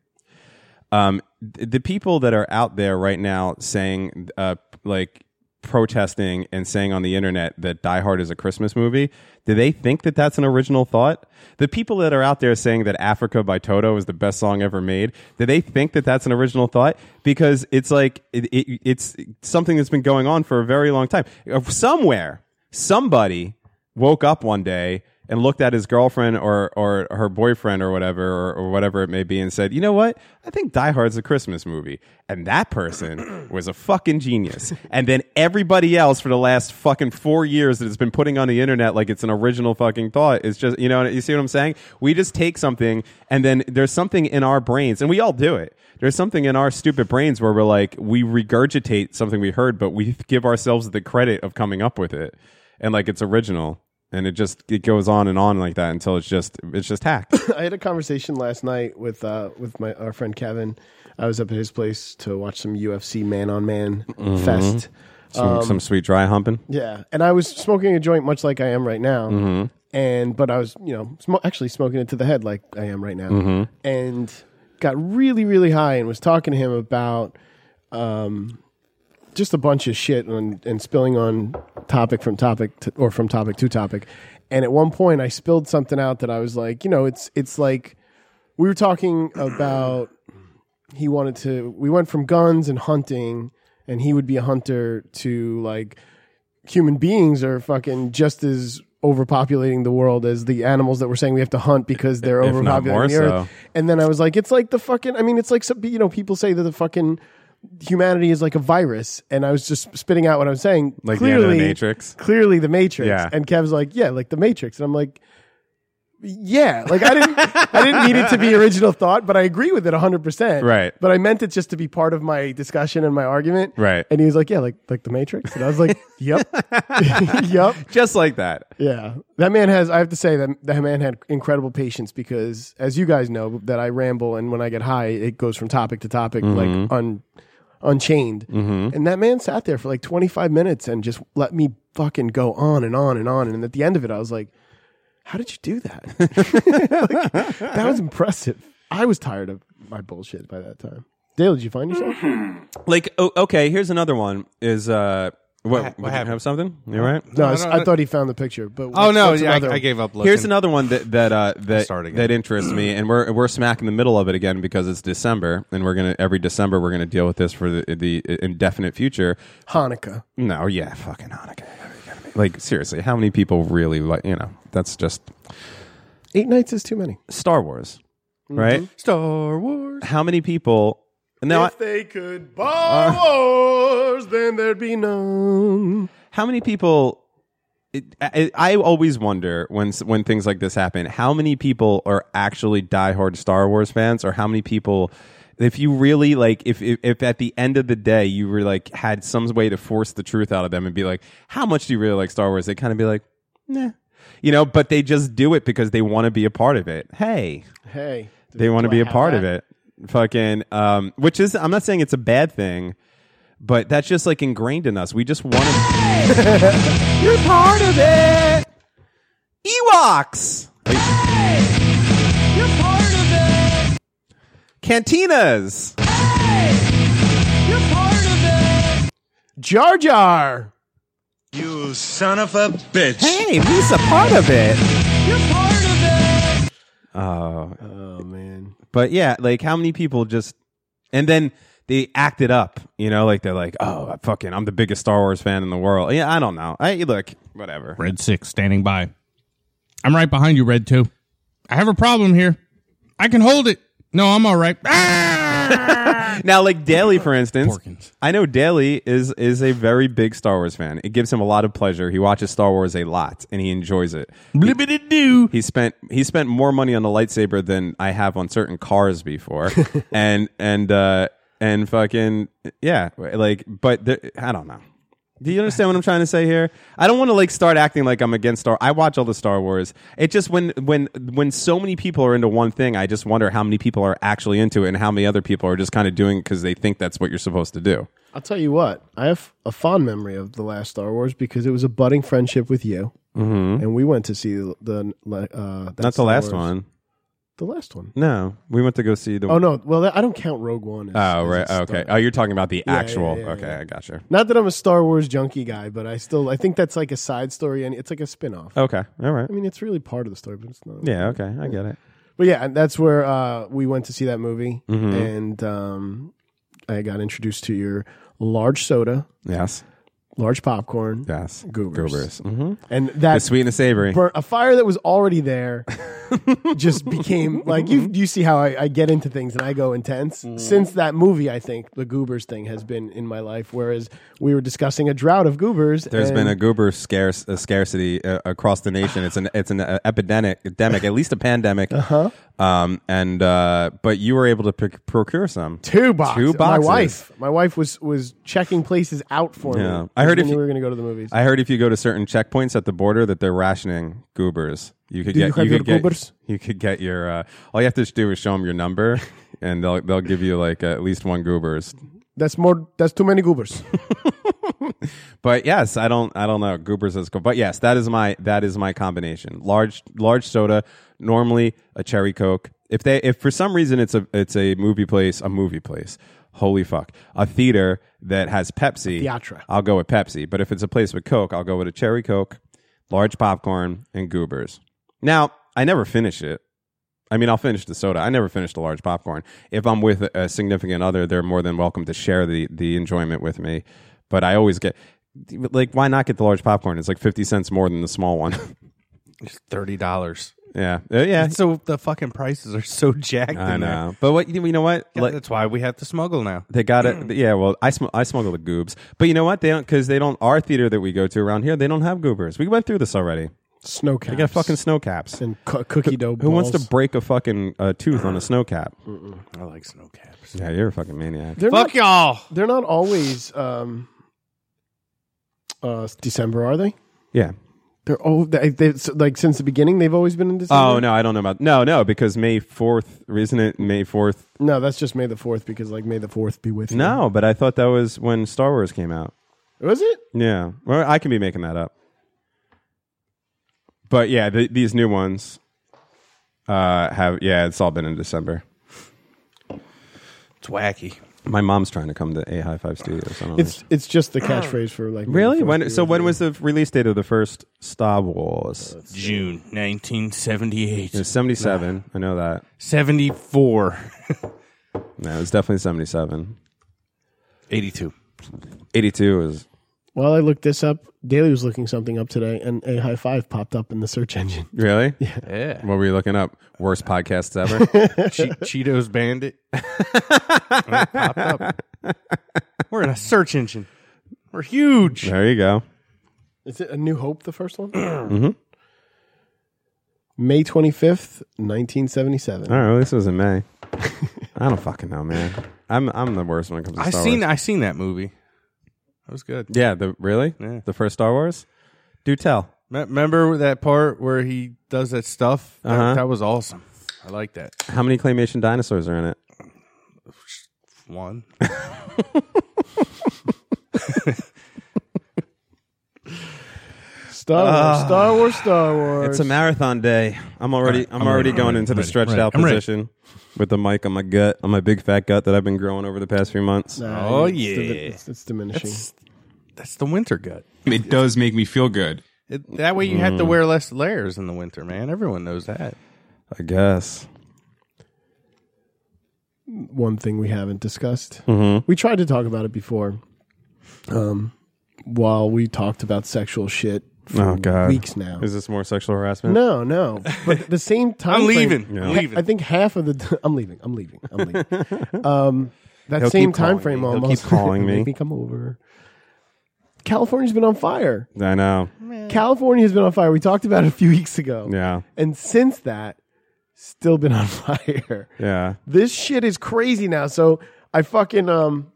[SPEAKER 6] um, th- the people that are out there right now saying, uh, like, protesting and saying on the internet that Die Hard is a Christmas movie, do they think that that's an original thought? The people that are out there saying that Africa by Toto is the best song ever made, do they think that that's an original thought? Because it's like, it, it, it's something that's been going on for a very long time. Uh, Somewhere, somebody woke up one day and looked at his girlfriend or or her boyfriend or whatever or, or whatever it may be and said, "You know what? I think Die Hard's a Christmas movie." And that person was a fucking genius. And then everybody else for the last fucking 4 years that has been putting on the internet like it's an original fucking thought. It's just, you know, you see what I'm saying? We just take something and then there's something in our brains and we all do it. There's something in our stupid brains where we're like we regurgitate something we heard but we give ourselves the credit of coming up with it and like it's original and it just it goes on and on like that until it's just it's just hack
[SPEAKER 8] I had a conversation last night with uh, with my our Mm-hmm. friend Kevin. I was up at his place to watch some UFC Man on Man Fest.
[SPEAKER 6] Some, some sweet dry humping.
[SPEAKER 8] Yeah, and I was smoking a joint much like I am right now, and but I was you know sm- actually smoking it to the head like I am right now, and got really really high and was talking to him about um, just a bunch of shit on, and spilling on topic from topic to, or from topic to topic, and at one point I spilled something out that I was like you know it's it's like we were talking about he wanted to we went from guns and hunting and he would be a hunter to like human beings are fucking just as overpopulating the world as the animals that we're saying we have to hunt because they're
[SPEAKER 6] If not more
[SPEAKER 8] overpopulating the earth.
[SPEAKER 6] so.
[SPEAKER 8] And then I was like, it's like the fucking. I mean, it's like some, you know, people say that the fucking humanity is like a virus, and I was just spitting out what I was saying.
[SPEAKER 6] Like the end of the Matrix?
[SPEAKER 8] Clearly, the Matrix.
[SPEAKER 6] Yeah.
[SPEAKER 8] And Kev's like, yeah, like the Matrix, and I'm like. Yeah, like I didn't, I didn't need it to be original thought, but I agree with it hundred percent.
[SPEAKER 6] Right.
[SPEAKER 8] But I meant it just to be part of my discussion and my argument.
[SPEAKER 6] Right.
[SPEAKER 8] And he was like, "Yeah, like like the Matrix," and I was like, *laughs* "Yep, yep,
[SPEAKER 6] Just like that.
[SPEAKER 8] yeah." That man has. I have to say that that man had incredible patience because, as you guys know, that I ramble and when I get high, it goes from topic to topic, like un, unchained. And that man sat there for like twenty five minutes and just let me fucking go on and on and on. And at the end of it, I was like, "How did you do that? *laughs* Like, that was impressive." I was tired of my bullshit by that time. Dale, did you find yourself?
[SPEAKER 9] Mm-hmm.
[SPEAKER 6] Like, oh, okay, here's another one. Is uh, what, what, you
[SPEAKER 9] happened?
[SPEAKER 6] have something? You all right?
[SPEAKER 8] No, I,
[SPEAKER 9] No,
[SPEAKER 8] s-
[SPEAKER 9] no,
[SPEAKER 8] I
[SPEAKER 9] no.
[SPEAKER 8] thought he found the picture, but
[SPEAKER 9] Oh
[SPEAKER 8] what's-
[SPEAKER 9] no,
[SPEAKER 8] what's
[SPEAKER 9] yeah,
[SPEAKER 8] another
[SPEAKER 9] I, I
[SPEAKER 8] one?
[SPEAKER 9] gave up. Looking.
[SPEAKER 6] Here's another one that that uh, that
[SPEAKER 9] Start again.
[SPEAKER 6] that interests me, and we're we're smack in the middle of it again because it's December, and we're gonna every December we're gonna deal with this for the, the indefinite future.
[SPEAKER 8] Hanukkah.
[SPEAKER 6] No, yeah, fucking Hanukkah. Like seriously, how many people really like you know? That's just
[SPEAKER 8] Eight nights is too many.
[SPEAKER 6] Star Wars, right?
[SPEAKER 9] Star Wars.
[SPEAKER 6] How many people? Now, Uh,
[SPEAKER 8] if they could buy wars, then there'd be none.
[SPEAKER 6] how many people? It, I, I always wonder when s- when things like this happen, how many people are actually diehard Star Wars fans, or how many people, if you really like, if if, if at the end of the day you were like had some way to force the truth out of them and be like, how much do you really like Star Wars? They kind of be like, nah, you know, but they just do it because they want to be a part of it. Hey,
[SPEAKER 8] Hey,
[SPEAKER 6] they want to
[SPEAKER 8] do
[SPEAKER 6] be
[SPEAKER 8] I
[SPEAKER 6] a
[SPEAKER 8] have
[SPEAKER 6] part of
[SPEAKER 8] that?
[SPEAKER 6] it fucking um which is i'm not saying it's a bad thing but that's just like ingrained in us we just want to *laughs* you're part of it ewoks you're part of it cantinas you're part of it
[SPEAKER 8] Jar Jar.
[SPEAKER 1] You son of a bitch.
[SPEAKER 6] hey lisa part of it you're part of it
[SPEAKER 8] Oh man,
[SPEAKER 6] But yeah, like how many people just and then they act it up, you know, like they're like, "Oh, I fucking, I'm the biggest Star Wars fan in the world." Yeah, I don't know. I look, whatever.
[SPEAKER 7] Red six standing by. I'm right behind you, Red two.
[SPEAKER 9] I have a problem here. I can hold it. No, I'm all right. Ah!
[SPEAKER 6] Now, like Daly, for instance,
[SPEAKER 9] Porkins.
[SPEAKER 6] I know Daly is is a very big Star Wars fan. It gives him a lot of pleasure. He watches Star Wars a lot and he enjoys it.
[SPEAKER 9] Blibbity doo.
[SPEAKER 6] He spent he spent more money on the lightsaber than I have on certain cars *laughs* before, and and uh and fucking yeah, like but there, I don't know. Do you understand what I'm trying to say here? I don't want to like start acting like I'm against Star. I watch all the Star Wars. It just when when when so many people are into one thing, I just wonder how many people are actually into it and how many other people are just kind of doing it because they think that's what you're supposed to do.
[SPEAKER 8] I'll tell you what. I have a fond memory of the last Star Wars because it was a budding friendship with you, mm-hmm. and we went to see the, the uh, that's
[SPEAKER 6] Not the last one.
[SPEAKER 8] The last one.
[SPEAKER 6] No, we went to go see the.
[SPEAKER 8] Oh no, well that, I don't count Rogue One. As,
[SPEAKER 6] Oh
[SPEAKER 8] as
[SPEAKER 6] right.
[SPEAKER 8] a Star-
[SPEAKER 6] Okay. Oh, you're talking about the
[SPEAKER 8] yeah,
[SPEAKER 6] actual.
[SPEAKER 8] yeah,
[SPEAKER 6] okay,
[SPEAKER 8] yeah.
[SPEAKER 6] I gotcha.
[SPEAKER 8] Not that I'm a Star Wars junkie guy, but I still I think that's like a side story and it's like a spin off.
[SPEAKER 6] Okay. All right.
[SPEAKER 8] I mean, it's really part of the story, but it's not.
[SPEAKER 6] Yeah, okay, I get it.
[SPEAKER 8] But yeah, and that's where uh, we went to see that movie,
[SPEAKER 6] Mm-hmm.
[SPEAKER 8] and um, I got introduced to your large soda,
[SPEAKER 6] Yes,
[SPEAKER 8] large popcorn,
[SPEAKER 6] yes,
[SPEAKER 8] Goobers.
[SPEAKER 6] hmm
[SPEAKER 8] and
[SPEAKER 6] The
[SPEAKER 8] that
[SPEAKER 6] sweet and the savory.
[SPEAKER 8] burnt, a fire that was already there *laughs* just became like you. You see how I, I get into things and I go intense.
[SPEAKER 6] Mm-hmm.
[SPEAKER 8] Since that movie, I think the goobers thing has been in my life. Whereas we were discussing a drought of goobers.
[SPEAKER 6] There's
[SPEAKER 8] and
[SPEAKER 6] been a goober scarce a scarcity uh, across the nation. It's an it's an uh, epidemic, epidemic, at least a pandemic. Uh-huh. Um, and uh, but you were able to proc- procure some
[SPEAKER 8] Two boxes.
[SPEAKER 6] Two boxes.
[SPEAKER 8] My wife, my wife was was checking places out for
[SPEAKER 6] Yeah.
[SPEAKER 8] me.
[SPEAKER 6] I heard
[SPEAKER 8] when
[SPEAKER 6] if you-
[SPEAKER 8] we were going to go to the movies.
[SPEAKER 6] I heard if you go to certain checkpoints at the border that they're rationing goobers. You could
[SPEAKER 8] Do you
[SPEAKER 6] get
[SPEAKER 8] have your
[SPEAKER 6] could get
[SPEAKER 8] goobers?
[SPEAKER 6] you could get your uh, all you have to do is show them your
[SPEAKER 8] *laughs*
[SPEAKER 6] number and they'll they'll give you like at least one goobers.
[SPEAKER 8] That's more. That's too many goobers.
[SPEAKER 6] But yes, I don't I don't know. Goober says Coke. But yes, that is my that is my combination. Large large soda, normally a cherry coke. If they if for some reason it's a it's a movie place, a movie place. Holy fuck. A theater that has Pepsi.
[SPEAKER 8] theatra.
[SPEAKER 6] I'll go with Pepsi. But if it's a place with Coke, I'll go with a cherry Coke, large popcorn, and goobers. Now, I never finish it. I mean, I'll finish the soda. I never finish the large popcorn. If I'm with a significant other, they're more than welcome to share the the enjoyment with me. But I always get like, why not get the large popcorn? It's like fifty cents more than the small one. *laughs*
[SPEAKER 9] It's thirty dollars.
[SPEAKER 6] yeah, Uh, yeah.
[SPEAKER 9] So the fucking prices are so jacked.
[SPEAKER 6] I
[SPEAKER 9] in there.
[SPEAKER 6] know. But what you know what?
[SPEAKER 9] Yeah,
[SPEAKER 6] Like-
[SPEAKER 9] that's why we have to smuggle now.
[SPEAKER 6] They got it. Yeah, well, I sm- I smuggle the goobs, but you know what? They don't because they don't. Our theater that we go to around here, they don't have goobers. We went through this already.
[SPEAKER 8] Snow caps.
[SPEAKER 6] They got fucking *laughs* snow caps.
[SPEAKER 8] and cu- cookie dough.
[SPEAKER 6] Who wants to
[SPEAKER 8] balls.
[SPEAKER 6] break a fucking uh, tooth on a snow cap?
[SPEAKER 9] I like snow caps.
[SPEAKER 6] Yeah, you're a fucking maniac.
[SPEAKER 8] They're
[SPEAKER 9] Fuck
[SPEAKER 8] not,
[SPEAKER 9] y'all.
[SPEAKER 8] They're not always um, uh, December, are they?
[SPEAKER 6] Yeah.
[SPEAKER 8] They're oh, they, they, it's like since the beginning, they've always been in December.
[SPEAKER 6] Oh no, I don't know about no, no, because May fourth, isn't it May fourth?
[SPEAKER 8] no, that's just May the Fourth because like May the Fourth be with
[SPEAKER 6] Oh.
[SPEAKER 8] you.
[SPEAKER 6] No, but I thought that was when Star Wars came out.
[SPEAKER 8] was it?
[SPEAKER 6] Yeah, well, I can be making that up. But yeah, th these new ones uh, have yeah, it's all been in December.
[SPEAKER 9] It's wacky.
[SPEAKER 6] My mom's trying to come to a High Five Studios. I don't know.
[SPEAKER 8] It's it's just the catchphrase for like May the
[SPEAKER 6] really
[SPEAKER 8] 4th
[SPEAKER 6] when.
[SPEAKER 8] be
[SPEAKER 6] So
[SPEAKER 8] with
[SPEAKER 6] when
[SPEAKER 8] you.
[SPEAKER 6] was the release date of the first Star Wars?
[SPEAKER 9] June
[SPEAKER 6] It
[SPEAKER 9] 1978.
[SPEAKER 6] was seventy seven. I know that.
[SPEAKER 9] 74.
[SPEAKER 6] No, it was definitely seventy seven.
[SPEAKER 9] 82.
[SPEAKER 6] Eighty two is
[SPEAKER 8] While I looked this up, Daly was looking something up today, and a high five popped up in the search engine.
[SPEAKER 6] really.
[SPEAKER 9] Yeah.
[SPEAKER 6] What were you looking up? Worst podcasts ever.
[SPEAKER 9] che- *laughs* Cheetos *laughs* Bandit. And it popped up. We're in a search engine. We're huge.
[SPEAKER 6] *laughs* there you go.
[SPEAKER 8] Is it a New Hope? The first
[SPEAKER 6] *clears throat*
[SPEAKER 8] one. mm-hmm. May twenty fifth, nineteen seventy
[SPEAKER 6] All
[SPEAKER 8] seven.
[SPEAKER 6] right, well, this was in May. I don't fucking know, man. I'm I'm the worst when it comes to
[SPEAKER 9] I
[SPEAKER 6] Star
[SPEAKER 9] seen
[SPEAKER 6] Wars.
[SPEAKER 9] I seen that movie. That was good.
[SPEAKER 6] Yeah, the really
[SPEAKER 9] Yeah.
[SPEAKER 6] the first Star Wars. Do tell.
[SPEAKER 9] Me- Remember that part where he does that stuff? That,
[SPEAKER 6] Uh-huh.
[SPEAKER 9] that was awesome. I like that.
[SPEAKER 6] How many claymation dinosaurs are in it?
[SPEAKER 9] One.
[SPEAKER 8] Star Wars, Star Wars, Star Wars.
[SPEAKER 6] Ah. It's a marathon day. I'm already I'm, already
[SPEAKER 7] ready,
[SPEAKER 6] going
[SPEAKER 7] I'm
[SPEAKER 6] into the
[SPEAKER 7] ready,
[SPEAKER 6] stretched
[SPEAKER 7] ready.
[SPEAKER 6] out
[SPEAKER 7] I'm ready.
[SPEAKER 6] position with the mic on my gut, on my big fat gut that I've been growing over the past few months.
[SPEAKER 8] Nah,
[SPEAKER 9] Oh,
[SPEAKER 8] it's
[SPEAKER 9] yeah.
[SPEAKER 8] it's, it's diminishing.
[SPEAKER 9] That's the winter gut.
[SPEAKER 2] It does make me feel good.
[SPEAKER 9] It, that way you have to wear less layers in the winter, man. Everyone knows that.
[SPEAKER 6] I guess.
[SPEAKER 8] One thing we haven't discussed.
[SPEAKER 6] Mm-hmm.
[SPEAKER 8] We tried to talk about it before. Um, while we talked about sexual shit for
[SPEAKER 6] Oh god.
[SPEAKER 8] weeks now.
[SPEAKER 6] Is this more sexual harassment?
[SPEAKER 8] No, no. But at
[SPEAKER 6] *laughs*
[SPEAKER 8] the same time,
[SPEAKER 9] I'm leaving.
[SPEAKER 6] Yeah.
[SPEAKER 9] I'm
[SPEAKER 6] I-
[SPEAKER 9] leaving.
[SPEAKER 8] I think half of the. I'm leaving. I'm leaving. I'm leaving. Um,
[SPEAKER 6] *laughs*
[SPEAKER 8] that
[SPEAKER 6] He'll
[SPEAKER 8] same
[SPEAKER 6] keep calling
[SPEAKER 8] time frame
[SPEAKER 6] me. He'll
[SPEAKER 8] almost.
[SPEAKER 6] keep
[SPEAKER 8] *laughs*
[SPEAKER 6] calling me.
[SPEAKER 8] Make me come over. California's been on fire.
[SPEAKER 6] I know.
[SPEAKER 8] California has been on fire. We talked about it a few weeks ago.
[SPEAKER 6] Yeah.
[SPEAKER 8] And since that, still been on *laughs* fire.
[SPEAKER 6] Yeah.
[SPEAKER 8] This shit is crazy now. So I fucking um,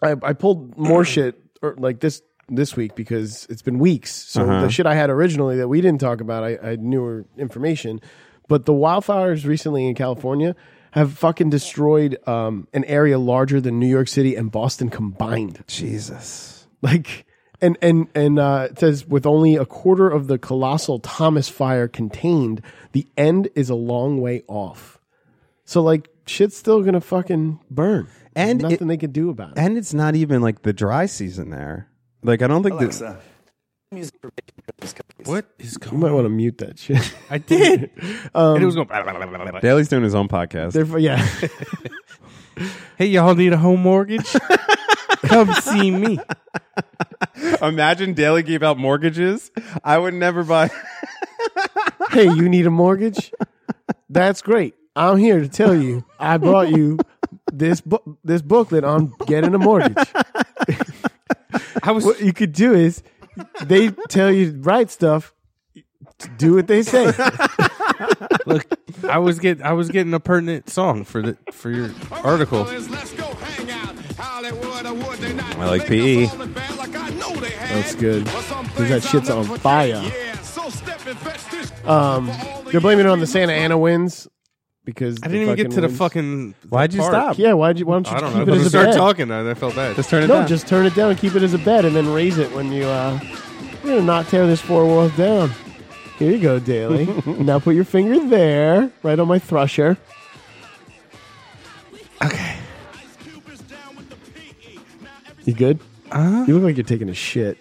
[SPEAKER 8] I I pulled more shit or like this this week because it's been weeks. So the shit I had originally that we didn't talk about, I, I newer information. But the wildfires recently in California have fucking destroyed um, an area larger than New York City and Boston combined
[SPEAKER 6] Jesus.
[SPEAKER 8] like and and and uh, it says with only a quarter of the colossal Thomas fire contained, the end is a long way off. So like shit's still gonna fucking burn,
[SPEAKER 6] And
[SPEAKER 8] There's
[SPEAKER 6] it-
[SPEAKER 8] nothing they can do about it.
[SPEAKER 6] And it's not even like the dry season there. Like I don't think that-
[SPEAKER 9] what is
[SPEAKER 8] you
[SPEAKER 9] going
[SPEAKER 8] might want to mute that shit.
[SPEAKER 9] I did. and it was going.
[SPEAKER 6] Daly's doing his own podcast.
[SPEAKER 8] Therefore, *laughs* yeah,
[SPEAKER 9] Hey, y'all need a home *laughs* mortgage? Come see me.
[SPEAKER 6] Imagine Daly gave out mortgages. I would never buy.
[SPEAKER 8] hey, you need a mortgage? That's great. I'm here to tell you, I brought you this bu- this booklet on getting a mortgage.
[SPEAKER 9] I was.
[SPEAKER 8] what you could do is they tell you to write stuff, do what they say.
[SPEAKER 9] Look, I was get I was getting a pertinent song for the for your article.
[SPEAKER 6] *laughs* I like E. PE.
[SPEAKER 8] That's good. Because that shit's on fire. Um, they're blaming it on the Santa Ana winds. because
[SPEAKER 9] I didn't even get to the
[SPEAKER 8] wings-
[SPEAKER 9] fucking.
[SPEAKER 6] Why'd you
[SPEAKER 9] part.
[SPEAKER 6] stop?
[SPEAKER 8] Yeah, why'd you? Why don't you
[SPEAKER 9] I don't
[SPEAKER 8] keep
[SPEAKER 9] know.
[SPEAKER 8] it
[SPEAKER 9] You
[SPEAKER 8] as a
[SPEAKER 9] start
[SPEAKER 8] bed?
[SPEAKER 9] talking, and I felt bad.
[SPEAKER 6] Just turn it
[SPEAKER 8] no,
[SPEAKER 6] down.
[SPEAKER 8] just turn it down and keep it as a bed, and then raise it when you. uh You're gonna not tear this four wall down. Here you go,
[SPEAKER 6] *laughs*
[SPEAKER 8] Daly. now put your finger there, right on my thrusher. Okay. You good?
[SPEAKER 6] Uh-huh.
[SPEAKER 8] You look like you're taking a shit.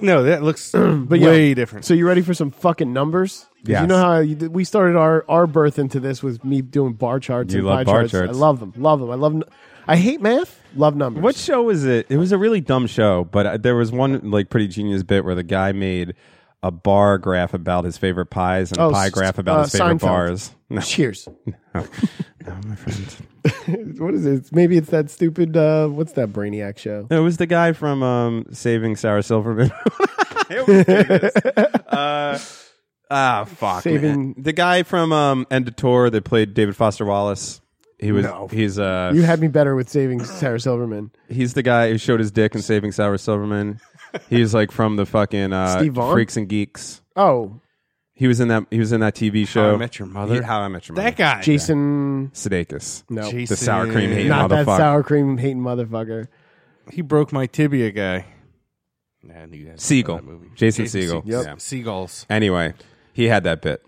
[SPEAKER 9] no, that *clears throat* looks
[SPEAKER 8] But yeah,
[SPEAKER 9] way different.
[SPEAKER 8] So you ready for some fucking numbers? 'Cause
[SPEAKER 6] Yes.
[SPEAKER 8] You know how you did, we started our, our birth into this with me doing bar charts.
[SPEAKER 6] You
[SPEAKER 8] and
[SPEAKER 6] love
[SPEAKER 8] pie
[SPEAKER 6] bar
[SPEAKER 8] charts.
[SPEAKER 6] charts.
[SPEAKER 8] I love them. Love them. I love. n- I hate math. Love numbers.
[SPEAKER 6] What show was it? It was a really dumb show, but uh, there was one like pretty genius bit where the guy made a bar graph about his favorite pies and
[SPEAKER 8] Oh,
[SPEAKER 6] a pie
[SPEAKER 8] s-
[SPEAKER 6] graph about
[SPEAKER 8] uh,
[SPEAKER 6] his favorite
[SPEAKER 8] Seinfeld.
[SPEAKER 6] bars. *laughs* No,
[SPEAKER 8] Cheers. *laughs*
[SPEAKER 6] no, Oh, my friend.
[SPEAKER 8] What is it? Maybe it's that stupid. Uh, what's that
[SPEAKER 6] *laughs*
[SPEAKER 8] Brainiac show?
[SPEAKER 6] No, it was the guy from um, Saving Sarah Silverman. *laughs* It was genius. *laughs* uh, ah, fuck.
[SPEAKER 8] Saving-
[SPEAKER 6] man. the guy from um, End of Tour that played David Foster Wallace. He was. He's uh.
[SPEAKER 8] You had me better with saving Sarah Silverman.
[SPEAKER 6] he's the guy who showed his dick in Saving Sarah
[SPEAKER 9] *laughs*
[SPEAKER 6] Silverman. he's like from the fucking uh,
[SPEAKER 8] Steve Vaughn?
[SPEAKER 6] Freaks and Geeks.
[SPEAKER 8] Oh,
[SPEAKER 6] He was in that. He was in that TV show.
[SPEAKER 9] How I Met Your Mother?
[SPEAKER 6] He- How I Met Your Mother.
[SPEAKER 9] that guy,
[SPEAKER 8] Jason.
[SPEAKER 6] Sudeikis.
[SPEAKER 8] No,
[SPEAKER 9] Jason-
[SPEAKER 6] The sour cream hating
[SPEAKER 8] not that
[SPEAKER 6] motherfucker.
[SPEAKER 8] sour cream hating motherfucker.
[SPEAKER 9] He broke my tibia, guy. Nah, I knew that.
[SPEAKER 6] Siegel.
[SPEAKER 9] that movie.
[SPEAKER 6] Jason Siegel.
[SPEAKER 9] Siegel.
[SPEAKER 6] Yep.
[SPEAKER 9] Seagulls.
[SPEAKER 6] Anyway, he had that bit.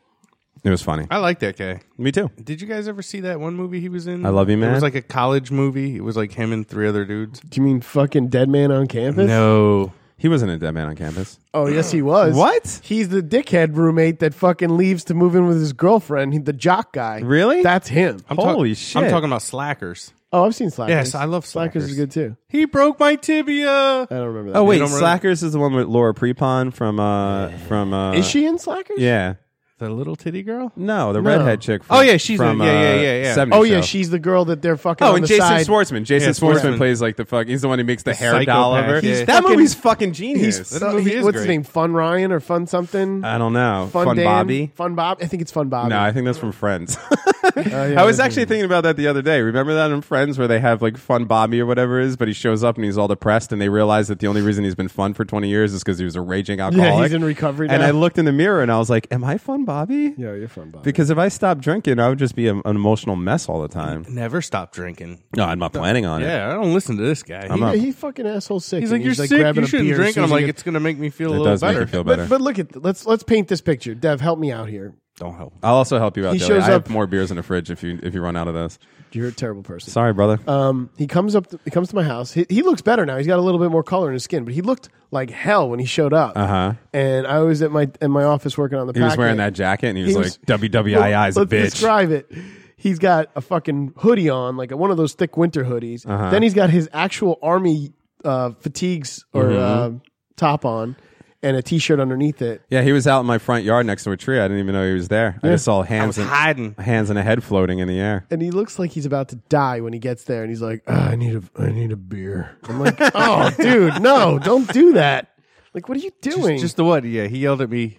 [SPEAKER 6] It was funny.
[SPEAKER 9] I like that guy.
[SPEAKER 6] Me too.
[SPEAKER 9] Did you guys ever see that one movie he was in?
[SPEAKER 6] I Love You, Man?
[SPEAKER 9] It was like a college movie. It was like him and three other dudes.
[SPEAKER 8] Do you mean fucking dead man on campus?
[SPEAKER 9] No,
[SPEAKER 6] He wasn't a dead man on campus.
[SPEAKER 8] Oh yes, he was.
[SPEAKER 6] What?
[SPEAKER 8] He's the dickhead roommate that fucking leaves to move in with his girlfriend. He, the jock guy.
[SPEAKER 6] Really?
[SPEAKER 8] That's him.
[SPEAKER 9] I'm talk-
[SPEAKER 6] Holy shit.
[SPEAKER 9] I'm talking about Slackers.
[SPEAKER 8] Oh, I've seen Slackers.
[SPEAKER 9] Yes, I love
[SPEAKER 8] Slackers.
[SPEAKER 9] Slackers.
[SPEAKER 8] is good too.
[SPEAKER 9] He broke my tibia.
[SPEAKER 8] I don't remember that.
[SPEAKER 6] Oh wait,
[SPEAKER 9] don't remember-
[SPEAKER 6] Slackers is the one with Laura Prepon from uh from uh
[SPEAKER 8] is she in Slackers?
[SPEAKER 6] Yeah.
[SPEAKER 9] The little titty girl.
[SPEAKER 6] No, the
[SPEAKER 8] No.
[SPEAKER 6] redhead chick. From,
[SPEAKER 9] Oh, yeah, she's
[SPEAKER 6] from
[SPEAKER 9] in- yeah, yeah,
[SPEAKER 6] uh,
[SPEAKER 9] yeah, yeah.
[SPEAKER 6] 70
[SPEAKER 8] Oh yeah,
[SPEAKER 6] show.
[SPEAKER 8] she's the girl that they're fucking.
[SPEAKER 6] Oh,
[SPEAKER 8] on
[SPEAKER 6] and
[SPEAKER 8] the
[SPEAKER 6] Jason
[SPEAKER 8] side.
[SPEAKER 6] Schwartzman. Jason
[SPEAKER 9] Yeah,
[SPEAKER 6] Schwartzman
[SPEAKER 9] Schwartzman.
[SPEAKER 6] plays like the fuck. He's the one who makes the, hair
[SPEAKER 9] psychopath.
[SPEAKER 6] doll over.
[SPEAKER 9] He's
[SPEAKER 6] that
[SPEAKER 8] fucking-
[SPEAKER 6] movie's fucking genius.
[SPEAKER 8] He's,
[SPEAKER 9] That
[SPEAKER 8] so-
[SPEAKER 9] movie
[SPEAKER 8] he-
[SPEAKER 9] is
[SPEAKER 8] what's his
[SPEAKER 9] great.
[SPEAKER 8] name? Fun Ryan or Fun something?
[SPEAKER 6] I don't know.
[SPEAKER 8] Fun, Dan?
[SPEAKER 6] Bobby.
[SPEAKER 8] Fun Bob. I think it's Fun Bob.
[SPEAKER 6] No, I think that's from Friends.
[SPEAKER 8] *laughs* yeah,
[SPEAKER 6] I was
[SPEAKER 8] that's
[SPEAKER 6] actually thinking about that the other day. Remember that in Friends where they have like fun Bobby or whatever it is, but he shows up and he's all depressed, and they realize that the only reason he's been fun for 20 years is because he was a raging alcoholic.
[SPEAKER 8] in recovery
[SPEAKER 6] And
[SPEAKER 8] now.
[SPEAKER 6] I looked in the mirror and I was like, Am I fun Bobby?
[SPEAKER 8] yeah, you're Fun Bob.
[SPEAKER 6] Because if I stopped drinking, I would just be a- an emotional mess all the time.
[SPEAKER 9] Never stop drinking.
[SPEAKER 6] No, I'm not planning on it.
[SPEAKER 9] Yeah, I don't listen to this guy.
[SPEAKER 6] I'm
[SPEAKER 9] He-
[SPEAKER 6] not-
[SPEAKER 8] he, he fucking asshole sick.
[SPEAKER 9] he's
[SPEAKER 8] and
[SPEAKER 9] like, you're sick.
[SPEAKER 8] grabbing
[SPEAKER 9] You
[SPEAKER 8] a
[SPEAKER 9] shouldn't
[SPEAKER 8] beer as
[SPEAKER 9] drink.
[SPEAKER 8] soon
[SPEAKER 9] And I'm
[SPEAKER 8] as
[SPEAKER 9] like,
[SPEAKER 8] you
[SPEAKER 9] it's gonna make me feel a
[SPEAKER 6] It
[SPEAKER 9] little
[SPEAKER 6] does
[SPEAKER 9] better.
[SPEAKER 6] make you feel
[SPEAKER 8] get-
[SPEAKER 6] better.
[SPEAKER 8] But, but look at let's let's paint this picture. Dev, help me out here.
[SPEAKER 9] don't help.
[SPEAKER 6] I'll also help you out.
[SPEAKER 8] He
[SPEAKER 6] Joey.
[SPEAKER 8] shows
[SPEAKER 6] I have
[SPEAKER 8] up-
[SPEAKER 6] more beers in the fridge if you if you run out of those.
[SPEAKER 8] You're a terrible person.
[SPEAKER 6] Sorry, brother.
[SPEAKER 8] Um, he comes up. he comes to my house. He, he looks better now. He's got a little bit more color in his skin, but he looked like hell when he showed up. Uh
[SPEAKER 6] Uh-huh.
[SPEAKER 8] And I was at my in my office working on the.
[SPEAKER 6] he was wearing that
[SPEAKER 8] packet.
[SPEAKER 6] jacket and he was,
[SPEAKER 8] He was-
[SPEAKER 6] like, WWII is a
[SPEAKER 8] Let's
[SPEAKER 6] bitch.
[SPEAKER 8] Describe it. He's got a fucking hoodie on, like one of those thick winter hoodies.
[SPEAKER 9] Uh-huh.
[SPEAKER 8] Then he's got his actual army uh, fatigues or
[SPEAKER 9] Mm-hmm.
[SPEAKER 8] uh, top on, and a t-shirt underneath it.
[SPEAKER 6] Yeah, he was out in my front yard next to a tree. I didn't even know he was there. I just saw hands
[SPEAKER 9] was
[SPEAKER 6] and
[SPEAKER 9] hiding.
[SPEAKER 6] hands and a head floating in the air.
[SPEAKER 8] and he looks like he's about to die when he gets there and he's like "Ah, i need a i need a beer i'm like oh dude no don't do that like what are you doing
[SPEAKER 9] Just the what? Yeah, he yelled at me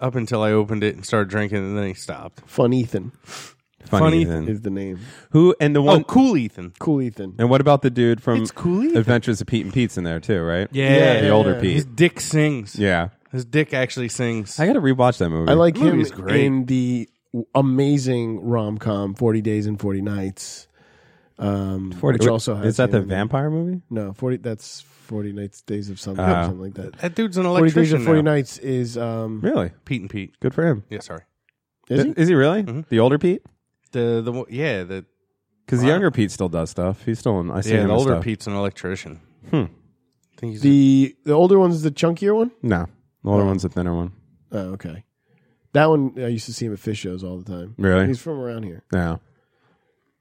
[SPEAKER 9] up until I opened it and started drinking, and then he stopped.
[SPEAKER 8] fun ethan
[SPEAKER 6] Funny,
[SPEAKER 9] Funny.
[SPEAKER 6] Ethan.
[SPEAKER 8] is the name
[SPEAKER 6] Who and the one
[SPEAKER 9] Oh, cool, Ethan.
[SPEAKER 8] cool ethan
[SPEAKER 6] and what about the dude from
[SPEAKER 9] It's cool, Ethan.
[SPEAKER 6] Adventures of Pete and Pete's in there too, right?
[SPEAKER 8] Yeah,
[SPEAKER 6] the
[SPEAKER 8] yeah,
[SPEAKER 6] older
[SPEAKER 8] yeah.
[SPEAKER 6] Pete.
[SPEAKER 9] His dick sings.
[SPEAKER 6] yeah,
[SPEAKER 9] His dick actually sings.
[SPEAKER 6] I got to rewatch that movie.
[SPEAKER 8] i like
[SPEAKER 9] The
[SPEAKER 8] him
[SPEAKER 9] movie's great.
[SPEAKER 8] in the amazing rom-com 40 days and 40 nights um 40, which also has
[SPEAKER 6] is that the
[SPEAKER 8] him in it.
[SPEAKER 6] vampire movie?
[SPEAKER 8] no 40 that's 40 nights days of something or
[SPEAKER 6] Ah.
[SPEAKER 8] something like that
[SPEAKER 9] that dude's an
[SPEAKER 8] 40 days
[SPEAKER 9] electrician.
[SPEAKER 8] and 40
[SPEAKER 9] now.
[SPEAKER 8] nights is um
[SPEAKER 6] Really
[SPEAKER 9] Pete and Pete.
[SPEAKER 6] good for him.
[SPEAKER 9] Yeah, sorry.
[SPEAKER 8] is
[SPEAKER 6] Th-
[SPEAKER 8] it?
[SPEAKER 6] really the older Pete?
[SPEAKER 9] The the one- yeah the
[SPEAKER 6] Because the younger Pete still does stuff. He's still in. I see
[SPEAKER 9] yeah
[SPEAKER 6] him
[SPEAKER 9] the
[SPEAKER 6] in
[SPEAKER 9] older
[SPEAKER 6] stuff.
[SPEAKER 9] Pete's an electrician. Hmm. think he's
[SPEAKER 8] the the older one's the chunkier one
[SPEAKER 6] No, the older one's the thinner one.
[SPEAKER 8] Oh, okay. That one I used to see him at fish shows all the time.
[SPEAKER 6] Really?
[SPEAKER 8] He's from around here.
[SPEAKER 6] Yeah.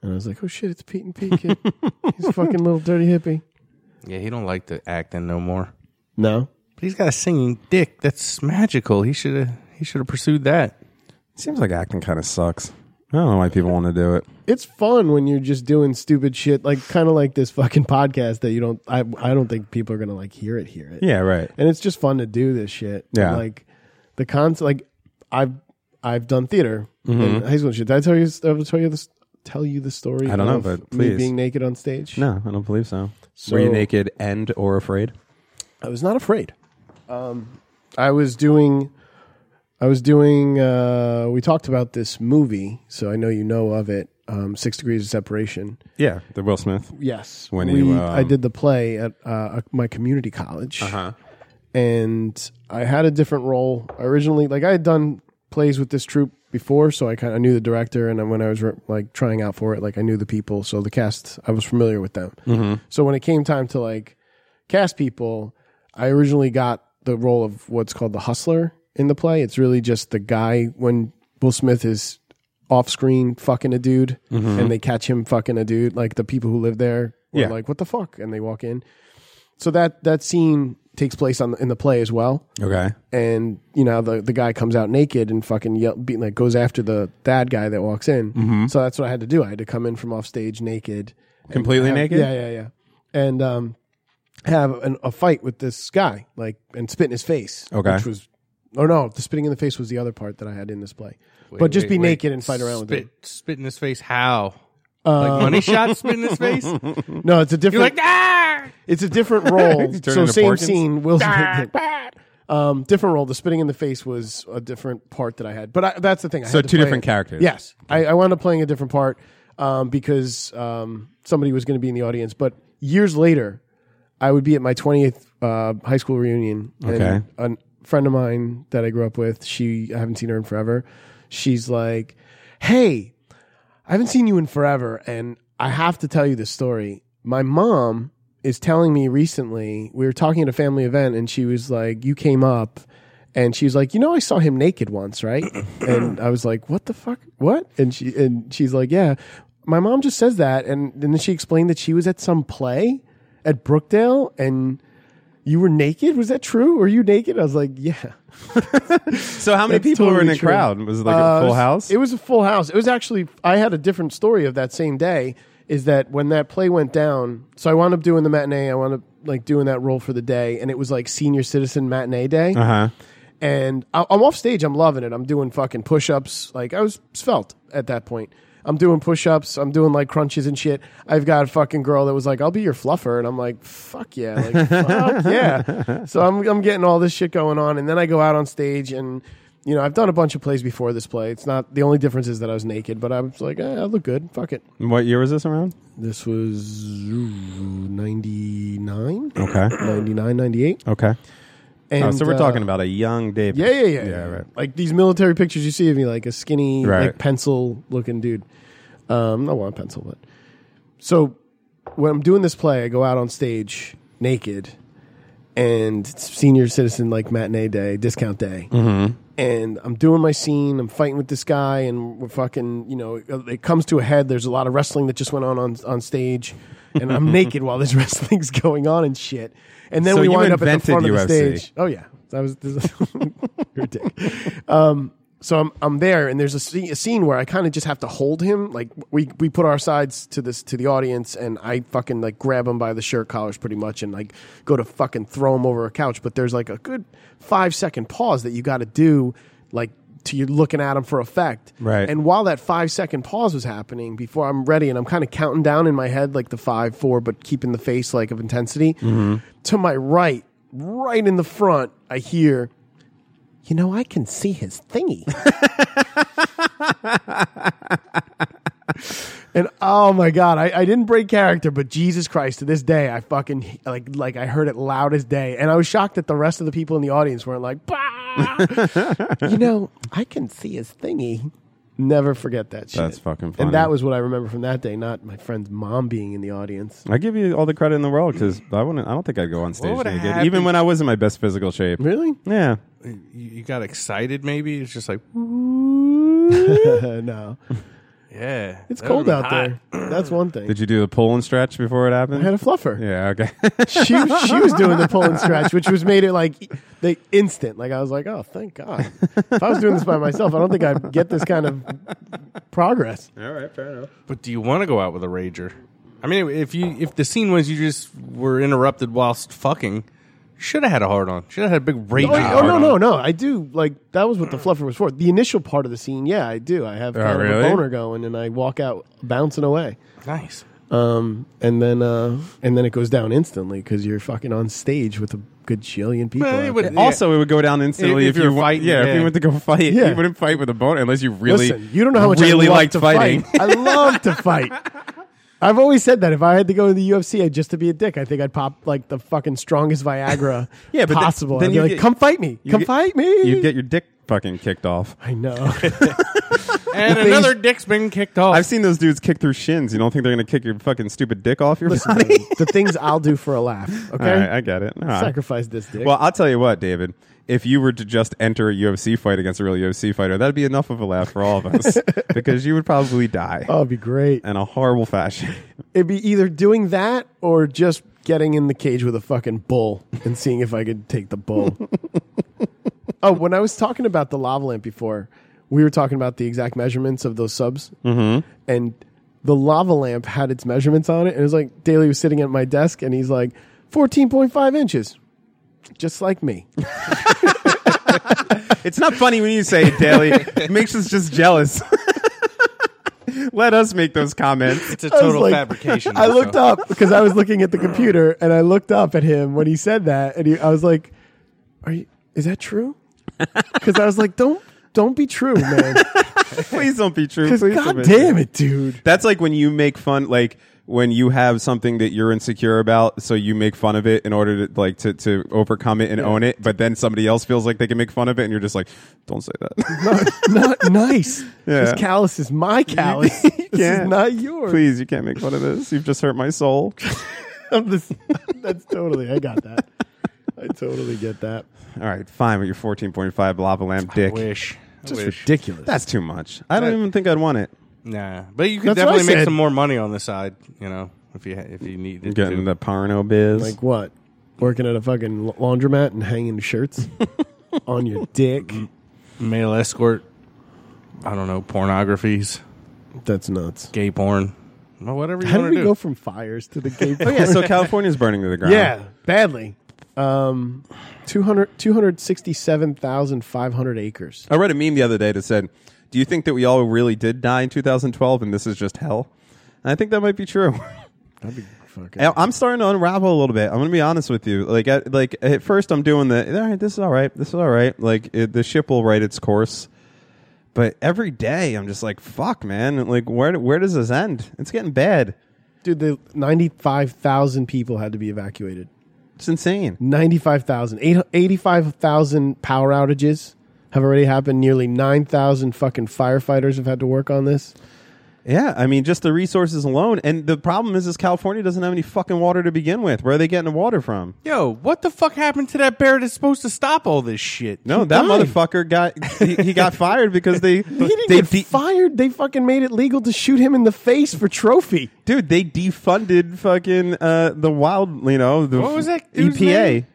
[SPEAKER 8] And I was like, Oh shit, it's Pete and
[SPEAKER 6] *laughs*
[SPEAKER 8] Pete kid. He's a fucking little dirty hippie.
[SPEAKER 9] yeah he don't like the acting no more.
[SPEAKER 8] No.
[SPEAKER 9] But he's got a singing dick. That's magical. He should have he should have pursued that.
[SPEAKER 6] Seems like acting kind of sucks. I don't know why people want to do it.
[SPEAKER 8] It's fun when you're just doing stupid shit, like kinda like this fucking podcast that you don't I I don't think people are gonna like hear it, hear it.
[SPEAKER 6] Yeah, right.
[SPEAKER 8] And it's just fun to do this shit.
[SPEAKER 6] Yeah.
[SPEAKER 8] Like the concept like I've I've done theater
[SPEAKER 6] Mm-hmm.
[SPEAKER 8] in high school and shit. Did I tell you did I tell you this tell you the story
[SPEAKER 6] I don't know,
[SPEAKER 8] of
[SPEAKER 6] but
[SPEAKER 8] me
[SPEAKER 6] please.
[SPEAKER 8] being naked on stage?
[SPEAKER 6] No, I don't believe so. Were you
[SPEAKER 8] So-
[SPEAKER 6] naked and or afraid?
[SPEAKER 8] I was not afraid. Um, I was doing I was doing. Uh, we talked about this movie, so I know you know of it. Um, Six Degrees of Separation.
[SPEAKER 6] Yeah, the Will Smith.
[SPEAKER 8] Yes,
[SPEAKER 6] When
[SPEAKER 8] we,
[SPEAKER 6] you,
[SPEAKER 8] I
[SPEAKER 6] um,
[SPEAKER 8] did the play at uh, my community college, uh-huh. and I had a different role originally. Like I had done plays with this troupe before, so I kind of knew the director, and then when I was re- like trying out for it, like I knew the people, so the cast I was familiar with them.
[SPEAKER 6] Mm-hmm.
[SPEAKER 8] So when it came time to like cast people, I originally got the role of what's called the hustler in the play. It's really just the guy when Will Smith is off screen fucking a dude and they catch him fucking a dude. Like the people who live there were
[SPEAKER 6] Yeah.
[SPEAKER 8] like, what the fuck? And they walk in. So that that scene takes place on the, in the play as well.
[SPEAKER 6] Okay.
[SPEAKER 8] And you know the the guy comes out naked and fucking yell, be, like goes after the that guy that walks in. So that's what I had to do. I had to come in from off stage naked
[SPEAKER 6] Completely
[SPEAKER 8] have-
[SPEAKER 6] naked?
[SPEAKER 8] Yeah, yeah, yeah. And um, have an, a fight with this guy, like, and spit in his face.
[SPEAKER 6] Okay.
[SPEAKER 8] Which was, oh no, the spitting in the face was the other part that I had in this play. but just
[SPEAKER 9] Wait,
[SPEAKER 8] be
[SPEAKER 9] wait.
[SPEAKER 8] naked and fight around Um.
[SPEAKER 9] spit, Spit in his face. How? like money shot
[SPEAKER 8] *laughs*
[SPEAKER 9] spit in his face? You're
[SPEAKER 8] with him. No, it's a different.
[SPEAKER 9] like, ah!
[SPEAKER 8] It's
[SPEAKER 6] *laughs*
[SPEAKER 8] a different role.
[SPEAKER 6] He's turning
[SPEAKER 8] so
[SPEAKER 6] into
[SPEAKER 8] same
[SPEAKER 6] Porkins.
[SPEAKER 8] scene. Will *laughs* Smith. um, different role. The spitting in the face was a different part that I had. But I, that's the thing. I
[SPEAKER 6] So
[SPEAKER 8] had to
[SPEAKER 6] two
[SPEAKER 8] play
[SPEAKER 6] different
[SPEAKER 8] it.
[SPEAKER 6] characters.
[SPEAKER 8] Yes, I, I wound up playing a different part um, because um, somebody was going to be in the audience. But years later, I would be at my twentieth uh, high school reunion.
[SPEAKER 6] Okay.
[SPEAKER 8] And a friend of mine that I grew up with, she I haven't seen her in forever. She's like, "Hey, I haven't seen you in forever, and I have to tell you this story. My mom is telling me recently, we were talking at a family event, and she was like, You came up, and she was like, You know, I saw him naked once, right? and I was like, What the fuck? What? And she and she's like, Yeah. My mom just says that, and, and then she explained that she was at some play at Brookdale and you were naked. Was that true? Were you naked? I was like, Yeah.
[SPEAKER 6] So how many
[SPEAKER 8] That's
[SPEAKER 6] people were in
[SPEAKER 8] totally
[SPEAKER 6] the
[SPEAKER 8] true.
[SPEAKER 6] crowd? Was it like
[SPEAKER 8] Uh,
[SPEAKER 6] a full house?
[SPEAKER 8] It was a full house. It was actually I had a different story of that same day. Is that when that play went down? So I wound up doing the matinee. I wound up like doing that role for the day, and it was like senior citizen matinee day.
[SPEAKER 6] uh-huh.
[SPEAKER 8] And I, I'm off stage. I'm loving it. I'm doing fucking push ups. Like I was svelte at that point. I'm doing push ups. I'm doing like crunches and shit. I've got a fucking girl that was like, "I'll be your fluffer," and I'm like, "Fuck yeah, like,
[SPEAKER 6] *laughs*
[SPEAKER 8] fuck yeah." So I'm I'm getting all this shit going on, and then I go out on stage and. You know, I've done a bunch of plays before this play. It's not the only difference is that I was naked, but I was like, eh, I look good. Fuck it.
[SPEAKER 6] And What year was this around?
[SPEAKER 8] This was ooh, 99,
[SPEAKER 6] Okay.
[SPEAKER 8] 99, 98.
[SPEAKER 6] Okay.
[SPEAKER 8] And,
[SPEAKER 6] oh, so we're
[SPEAKER 8] uh,
[SPEAKER 6] talking about a young David.
[SPEAKER 8] yeah, yeah, yeah.
[SPEAKER 6] Yeah, right.
[SPEAKER 8] Like these military pictures you see of me, like a skinny,
[SPEAKER 6] Right.
[SPEAKER 8] like pencil looking dude. Um, not one pencil, but so when I'm doing this play, I go out on stage naked, and it's senior citizen like matinee day, discount day,
[SPEAKER 6] Mm-hmm.
[SPEAKER 8] and I'm doing my scene. I'm fighting with this guy, and we're fucking. You know, it comes to a head. There's a lot of wrestling that just went on on, on stage,
[SPEAKER 6] *laughs*
[SPEAKER 8] and I'm naked while this *laughs* wrestling's going on and shit. And then
[SPEAKER 6] So
[SPEAKER 8] we
[SPEAKER 6] you
[SPEAKER 8] wind up at the
[SPEAKER 6] invented
[SPEAKER 8] front of the
[SPEAKER 6] UFC.
[SPEAKER 8] stage. Oh yeah, that was this is- you're a dick. Um, so I'm I'm there, and there's a, sce- a scene where I kind of just have to hold him. Like we we put our sides to this to the audience, and I fucking like grab him by the shirt collars pretty much, and like go to fucking throw him over a couch. But there's like a good five second pause that you got to do, like to you looking at him for effect.
[SPEAKER 6] Right.
[SPEAKER 8] And while that five second pause was happening, before I'm ready, and I'm kind of counting down in my head like the five four, but keeping the face like of intensity. To my right, right in the front, I hear you know, I can see his thingy. *laughs* and oh my god, I, I didn't break character, but Jesus Christ, to this day, I fucking like like I heard it loud as day, and I was shocked that the rest of the people in the audience weren't like, "Bah!" *laughs* you know, I can see his thingy. Never forget that shit.
[SPEAKER 6] That's fucking funny.
[SPEAKER 8] And that was what I remember from that day, not my friend's mom being in the audience.
[SPEAKER 6] I give you all the credit in the world because I wouldn't. I don't think I'd go on stage
[SPEAKER 9] would have
[SPEAKER 6] naked,
[SPEAKER 9] happened-
[SPEAKER 6] even when I was in my best physical shape.
[SPEAKER 8] Really?
[SPEAKER 6] Yeah.
[SPEAKER 9] You you got excited, maybe? It's just like,
[SPEAKER 8] *laughs* no.
[SPEAKER 9] yeah.
[SPEAKER 8] It's
[SPEAKER 6] *laughs*
[SPEAKER 9] that
[SPEAKER 8] cold
[SPEAKER 9] would've
[SPEAKER 8] out
[SPEAKER 9] been hot.
[SPEAKER 8] there. That's one thing.
[SPEAKER 6] Did you do the pull and stretch before it
[SPEAKER 8] I had
[SPEAKER 6] happened?
[SPEAKER 8] a fluffer.
[SPEAKER 6] Yeah. Okay.
[SPEAKER 8] she, she was doing the pull and stretch, which was made it like the instant. Like I was like, oh, thank God. If I was doing this by myself, I don't think I'd get this kind of progress.
[SPEAKER 6] all right. Fair enough.
[SPEAKER 9] But do you want to go out with a rager? I mean, if you if the scene was you just were interrupted whilst fucking, should have had a hard on. Should have had a big rager.
[SPEAKER 8] Oh, oh
[SPEAKER 9] hard
[SPEAKER 8] no,
[SPEAKER 9] on.
[SPEAKER 8] no, no! I do like that was what the fluffer was for. The initial Oh, part of the scene, yeah, I do. I have kind of
[SPEAKER 6] really?
[SPEAKER 8] a boner going, and I walk out bouncing away.
[SPEAKER 9] Nice.
[SPEAKER 8] Um, and then uh, and then it goes down instantly because you're fucking on stage with a good jillion people.
[SPEAKER 9] Well, it
[SPEAKER 8] out
[SPEAKER 9] would-
[SPEAKER 8] there.
[SPEAKER 6] Also, it would go down instantly
[SPEAKER 9] If-
[SPEAKER 6] if,
[SPEAKER 9] if
[SPEAKER 6] you
[SPEAKER 9] you're
[SPEAKER 6] wa-
[SPEAKER 9] fighting,
[SPEAKER 6] Yeah, if
[SPEAKER 9] yeah.
[SPEAKER 6] you went to go fight,
[SPEAKER 8] Yeah.
[SPEAKER 6] you wouldn't fight with a boner unless you really.
[SPEAKER 8] Listen, you don't know how much
[SPEAKER 6] really
[SPEAKER 8] I love
[SPEAKER 6] liked
[SPEAKER 8] to *laughs*
[SPEAKER 6] fighting.
[SPEAKER 8] Fight. I love to
[SPEAKER 6] *laughs*
[SPEAKER 8] fight. I've always said that if I had to go to the UFC I'd just to be a dick, I think I'd pop like the fucking strongest Viagra
[SPEAKER 6] *laughs* Yeah, but then-
[SPEAKER 8] possible.
[SPEAKER 6] then
[SPEAKER 8] I'd
[SPEAKER 6] you
[SPEAKER 8] be like,
[SPEAKER 6] get-
[SPEAKER 8] "Come fight me,
[SPEAKER 6] You
[SPEAKER 8] come
[SPEAKER 6] get-
[SPEAKER 8] fight me."
[SPEAKER 6] You get your dick fucking kicked off.
[SPEAKER 8] I
[SPEAKER 6] *laughs*
[SPEAKER 8] know.
[SPEAKER 9] And another dick's been kicked off.
[SPEAKER 6] I've seen those dudes kick through shins. You don't think they're gonna kick your fucking stupid dick off your
[SPEAKER 8] Listen,
[SPEAKER 6] body?
[SPEAKER 8] man, *laughs* the things I'll do for a laugh. Okay,
[SPEAKER 6] All right, I get it. All right.
[SPEAKER 8] sacrifice this dick.
[SPEAKER 6] Well, I'll tell you what, David. If you were to just enter a UFC fight against a real UFC fighter, that'd be enough of a laugh for all of
[SPEAKER 8] *laughs*
[SPEAKER 6] us because you would probably die
[SPEAKER 8] oh, it'd be great.
[SPEAKER 6] in a horrible fashion.
[SPEAKER 8] It'd be either doing that or just getting in the cage with a fucking bull and seeing if I could take the bull. oh, when I was talking about the lava lamp before, we were talking about the exact measurements of those subs. Mm-hmm. And the lava lamp had its measurements on it. And it was like, Daly was sitting at my desk and he's like, 14.5 inches. Just like me.
[SPEAKER 6] It's not funny when you say it daily. It makes us just jealous. *laughs* Let us make those comments.
[SPEAKER 9] it's a
[SPEAKER 8] I was
[SPEAKER 9] total
[SPEAKER 8] like-
[SPEAKER 9] fabrication.
[SPEAKER 8] I looked up because I was looking at the computer and I looked up at him when he said that, and he, I was like, "Are you? Is
[SPEAKER 6] *laughs*
[SPEAKER 8] that true?" Because I was like, "Don't, don't be true, man."
[SPEAKER 6] *laughs* Please don't be true.
[SPEAKER 8] Because
[SPEAKER 6] Please don't
[SPEAKER 8] God
[SPEAKER 6] be
[SPEAKER 8] damn
[SPEAKER 6] true.
[SPEAKER 8] it, dude.
[SPEAKER 6] That's like when you make fun, like when you have something that you're insecure about, so you make fun of it in order to like to, to overcome it and own it. But then somebody else feels like they can make fun of it, and you're just like, don't say that.
[SPEAKER 8] Not,
[SPEAKER 6] *laughs*
[SPEAKER 8] not nice.
[SPEAKER 6] Yeah.
[SPEAKER 8] This callus is my
[SPEAKER 6] *laughs*
[SPEAKER 8] callus.
[SPEAKER 6] You
[SPEAKER 8] *laughs* this is
[SPEAKER 6] can't.
[SPEAKER 8] not yours.
[SPEAKER 6] Please, you can't make fun of this. You've just hurt my soul.
[SPEAKER 8] I'm this- *laughs* that's totally. I got that. I totally get that.
[SPEAKER 6] All right, fine with your 14.5 lava lamp dick.
[SPEAKER 9] Wish. I
[SPEAKER 8] Just
[SPEAKER 9] wish.
[SPEAKER 8] ridiculous.
[SPEAKER 6] That's too much. I don't even think I'd want it.
[SPEAKER 9] Nah, but you could
[SPEAKER 8] That's what I
[SPEAKER 9] definitely make
[SPEAKER 8] said.
[SPEAKER 9] some more money on the side. You know, if you ha- if you needed
[SPEAKER 6] Getting
[SPEAKER 9] to.
[SPEAKER 6] the porno biz.
[SPEAKER 8] like what? Working at a fucking la- laundromat and
[SPEAKER 6] *laughs*
[SPEAKER 8] hanging shirts on your dick.
[SPEAKER 9] male escort. I don't know pornographies,
[SPEAKER 8] That's nuts.
[SPEAKER 9] gay porn, well, whatever you
[SPEAKER 8] How
[SPEAKER 9] want
[SPEAKER 8] did
[SPEAKER 9] to
[SPEAKER 8] we
[SPEAKER 9] do.
[SPEAKER 8] go from fires
[SPEAKER 6] *laughs*
[SPEAKER 8] to the gay?
[SPEAKER 6] oh yeah, so California's burning to the ground.
[SPEAKER 8] Yeah, badly. Um, 200 267,500 acres.
[SPEAKER 6] I read a meme the other day that said, "Do you think that we all really did die in 2012 and this is just hell?" And I think that might be true.
[SPEAKER 8] *laughs* That'd be fucking.
[SPEAKER 6] I- I'm starting to unravel a little bit. I'm going to be honest with you. Like, at, like at first, I'm doing the all right. This is all right. This is all right. Like it, the ship will write its course. But every day, I'm just like, "Fuck, man!" Like, where where does this end? It's getting bad.
[SPEAKER 8] Dude, the 95,000 people had to be evacuated.
[SPEAKER 6] It's insane.
[SPEAKER 8] 95,000. Eight- 85,000 power outages have already happened. Nearly 9,000 fucking firefighters have had to work on this.
[SPEAKER 6] Yeah, I mean, just the resources alone. And the problem is, is California doesn't have any fucking water to begin with. Where are they getting the water from?
[SPEAKER 9] Yo, what the fuck happened to that bear that's supposed to stop all this shit?
[SPEAKER 6] No, that
[SPEAKER 8] died.
[SPEAKER 6] motherfucker got he, he got fired because they
[SPEAKER 8] He didn't
[SPEAKER 6] they
[SPEAKER 8] get
[SPEAKER 6] de-
[SPEAKER 8] fired. They fucking made it legal to shoot him in the face for trophy.
[SPEAKER 6] dude they defunded fucking uh the wild you know the E
[SPEAKER 9] What was that dude's
[SPEAKER 6] EPA
[SPEAKER 9] name?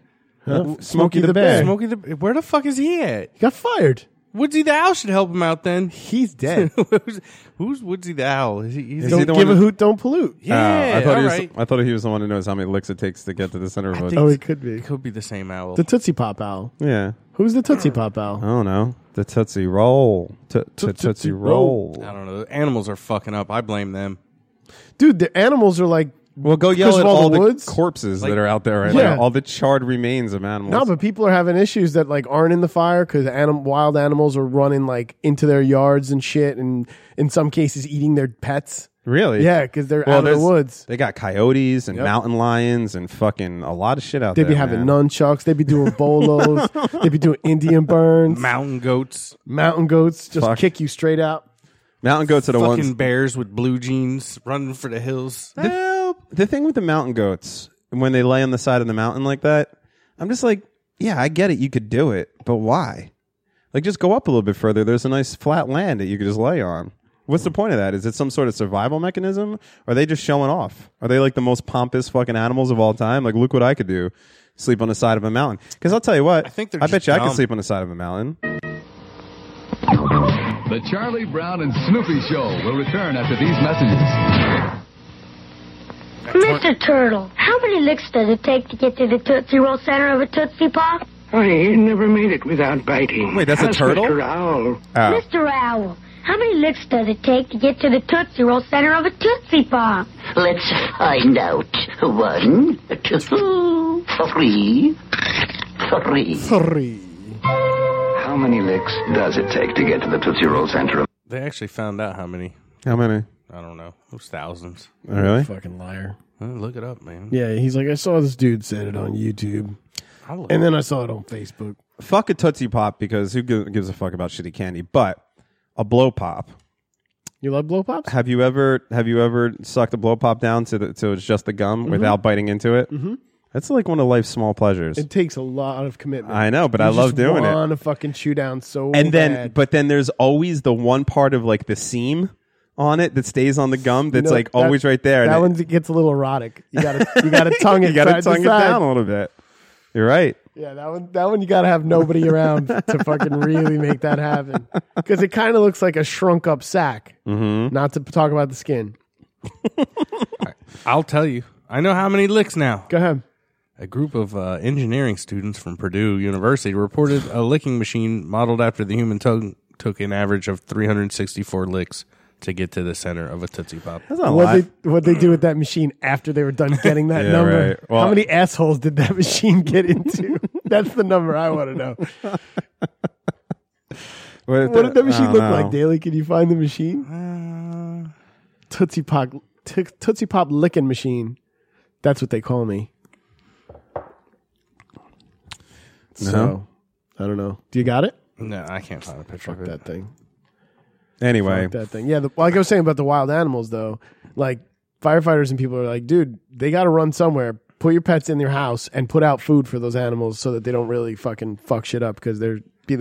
[SPEAKER 6] Smokey,
[SPEAKER 8] Smokey
[SPEAKER 6] the,
[SPEAKER 8] the
[SPEAKER 6] Bear.
[SPEAKER 8] Bear.
[SPEAKER 9] Smokey the where the fuck is he at?
[SPEAKER 8] He got fired.
[SPEAKER 9] Woodsy the Owl should help him out then.
[SPEAKER 8] He's dead.
[SPEAKER 9] *laughs* who's, who's Woodsy the Owl? Is he, he's
[SPEAKER 6] he
[SPEAKER 8] Don't
[SPEAKER 6] the
[SPEAKER 8] give
[SPEAKER 6] one-
[SPEAKER 8] a hoot, don't pollute.
[SPEAKER 6] Oh,
[SPEAKER 9] yeah,
[SPEAKER 6] I thought
[SPEAKER 9] all
[SPEAKER 6] he was.
[SPEAKER 9] right.
[SPEAKER 6] I thought he was the one who knows how many licks it takes to get to the center of a.
[SPEAKER 8] Oh, he could be.
[SPEAKER 9] It could be the same owl.
[SPEAKER 8] The Tootsie Pop Owl.
[SPEAKER 6] Yeah,
[SPEAKER 8] Who's the Tootsie Pop Owl?
[SPEAKER 6] I don't know. The tootsie roll, Toot- toot-
[SPEAKER 8] Tootsie
[SPEAKER 6] tootsie
[SPEAKER 8] Roll.
[SPEAKER 9] I
[SPEAKER 6] roll.
[SPEAKER 9] don't know. Animals are fucking up. I blame them.
[SPEAKER 8] dude, the animals are like
[SPEAKER 6] Well, go yell
[SPEAKER 8] Because
[SPEAKER 6] at
[SPEAKER 8] of all
[SPEAKER 6] all
[SPEAKER 8] the
[SPEAKER 6] the,
[SPEAKER 8] woods?
[SPEAKER 6] corpses that are out there right
[SPEAKER 8] Yeah.
[SPEAKER 6] now. All the charred remains of animals.
[SPEAKER 8] no, but people are having issues that like aren't in the fire because anim- wild animals are running like into their yards and shit, and in some cases eating their pets.
[SPEAKER 6] really,
[SPEAKER 8] Yeah, because they're out of
[SPEAKER 6] there's-
[SPEAKER 8] the woods.
[SPEAKER 6] They got coyotes and
[SPEAKER 8] Yep.
[SPEAKER 6] mountain lions and fucking a lot of shit out
[SPEAKER 8] They
[SPEAKER 6] there.
[SPEAKER 8] be having
[SPEAKER 6] man.
[SPEAKER 8] nunchucks. They be
[SPEAKER 6] *laughs*
[SPEAKER 8] doing bolos. they be doing Indian burns.
[SPEAKER 9] Mountain goats,
[SPEAKER 8] Mountain goats just
[SPEAKER 6] Fuck.
[SPEAKER 8] kick you straight out.
[SPEAKER 6] Mountain goats are the
[SPEAKER 9] fucking
[SPEAKER 6] ones.
[SPEAKER 9] bears with blue jeans running for the hills.
[SPEAKER 6] The, the thing with the mountain goats, when they lay on the side of the mountain like that, I'm just like, yeah, I get it. You could do it, but why? Like, just go up a little bit further. There's a nice flat land that you could just lay on. What's the point of that? Is it some sort of survival mechanism? Are they just showing off? Are they like the most pompous fucking animals of all time? Like, look what I could do. Sleep on the side of a mountain. Because I'll tell you what, I,
[SPEAKER 9] think they're
[SPEAKER 6] I bet
[SPEAKER 9] just
[SPEAKER 6] you I
[SPEAKER 9] dumb.
[SPEAKER 6] could sleep on the side of a mountain.
[SPEAKER 11] The Charlie Brown and Snoopy Show will return after these messages.
[SPEAKER 5] Mr. Turtle, how many licks does it take to get to the Tootsie Roll Center of a Tootsie Pop?
[SPEAKER 11] I never made it without biting.
[SPEAKER 6] Wait, that's a turtle?
[SPEAKER 11] Owl.
[SPEAKER 6] Oh.
[SPEAKER 5] Mr. Owl, How many licks does it take to get to the Tootsie Roll center of a Tootsie Pop?
[SPEAKER 12] Let's find out. One, two, three, three.
[SPEAKER 8] Three.
[SPEAKER 11] How many licks does it take to get to the Tootsie Roll Center of
[SPEAKER 9] They actually found out how many.
[SPEAKER 6] How many?
[SPEAKER 9] I don't know. It was thousands. Uh,
[SPEAKER 6] Oh, really?
[SPEAKER 8] Fucking liar.
[SPEAKER 9] Look it up, man.
[SPEAKER 8] Yeah, he's like, I saw this dude said it on YouTube. And then I saw it on Facebook.
[SPEAKER 6] Fuck a Tootsie Pop because who gi- gives a fuck about shitty candy? But a blow pop.
[SPEAKER 8] You love blow pops?
[SPEAKER 6] Have you ever have you ever sucked a blow pop down to the, so it's just the gum
[SPEAKER 8] Mm-hmm.
[SPEAKER 6] without biting into it?
[SPEAKER 8] Mhm.
[SPEAKER 6] That's like one of life's small pleasures.
[SPEAKER 8] It takes a lot of commitment.
[SPEAKER 6] I know, but I love doing it.
[SPEAKER 8] On a fucking chew down so
[SPEAKER 6] and then
[SPEAKER 8] bad.
[SPEAKER 6] but then there's always the one part of like the seam on it that stays on the gum that's
[SPEAKER 8] You know,
[SPEAKER 6] like
[SPEAKER 8] that-
[SPEAKER 6] always right there.
[SPEAKER 8] That
[SPEAKER 6] And
[SPEAKER 8] one gets a little erotic. You gotta you gotta tongue
[SPEAKER 6] *laughs*
[SPEAKER 8] it.
[SPEAKER 6] you gotta
[SPEAKER 8] side
[SPEAKER 6] tongue it
[SPEAKER 8] to side.
[SPEAKER 6] down a little bit. You're right.
[SPEAKER 8] Yeah, that one that one you gotta have nobody around to fucking really make that happen. Because it kind of looks like a shrunk up sack.
[SPEAKER 9] Mm-hmm.
[SPEAKER 8] Not to p- talk about the skin.
[SPEAKER 9] I'll tell you. I know how many licks now.
[SPEAKER 8] Go ahead.
[SPEAKER 9] A group of uh, engineering students from Purdue University reported a licking machine modeled after the human tongue took an average of 364 licks to get to the center of a Tootsie Pop.
[SPEAKER 8] what they what they do with that machine after they were done getting
[SPEAKER 6] *laughs*
[SPEAKER 8] that
[SPEAKER 9] Yeah,
[SPEAKER 8] number?
[SPEAKER 9] right. Well-
[SPEAKER 8] How many assholes did that *laughs* machine get into? That's the number I want to know. What did that machine look like, Daly? Can you find the machine? Tootsie Pop, T- Tootsie Pop licking machine. That's what they call me. So
[SPEAKER 6] No.
[SPEAKER 8] I don't know. Do you got it?
[SPEAKER 9] No, I can't find a picture of it.
[SPEAKER 8] That thing.
[SPEAKER 6] Anyway,
[SPEAKER 8] Fuck that thing. Yeah, the, like I was saying about the wild animals, though, like firefighters and people are like, dude, they got to run somewhere. Put your pets in your house and put out food for those animals so that they don't really fucking fuck shit up because they're they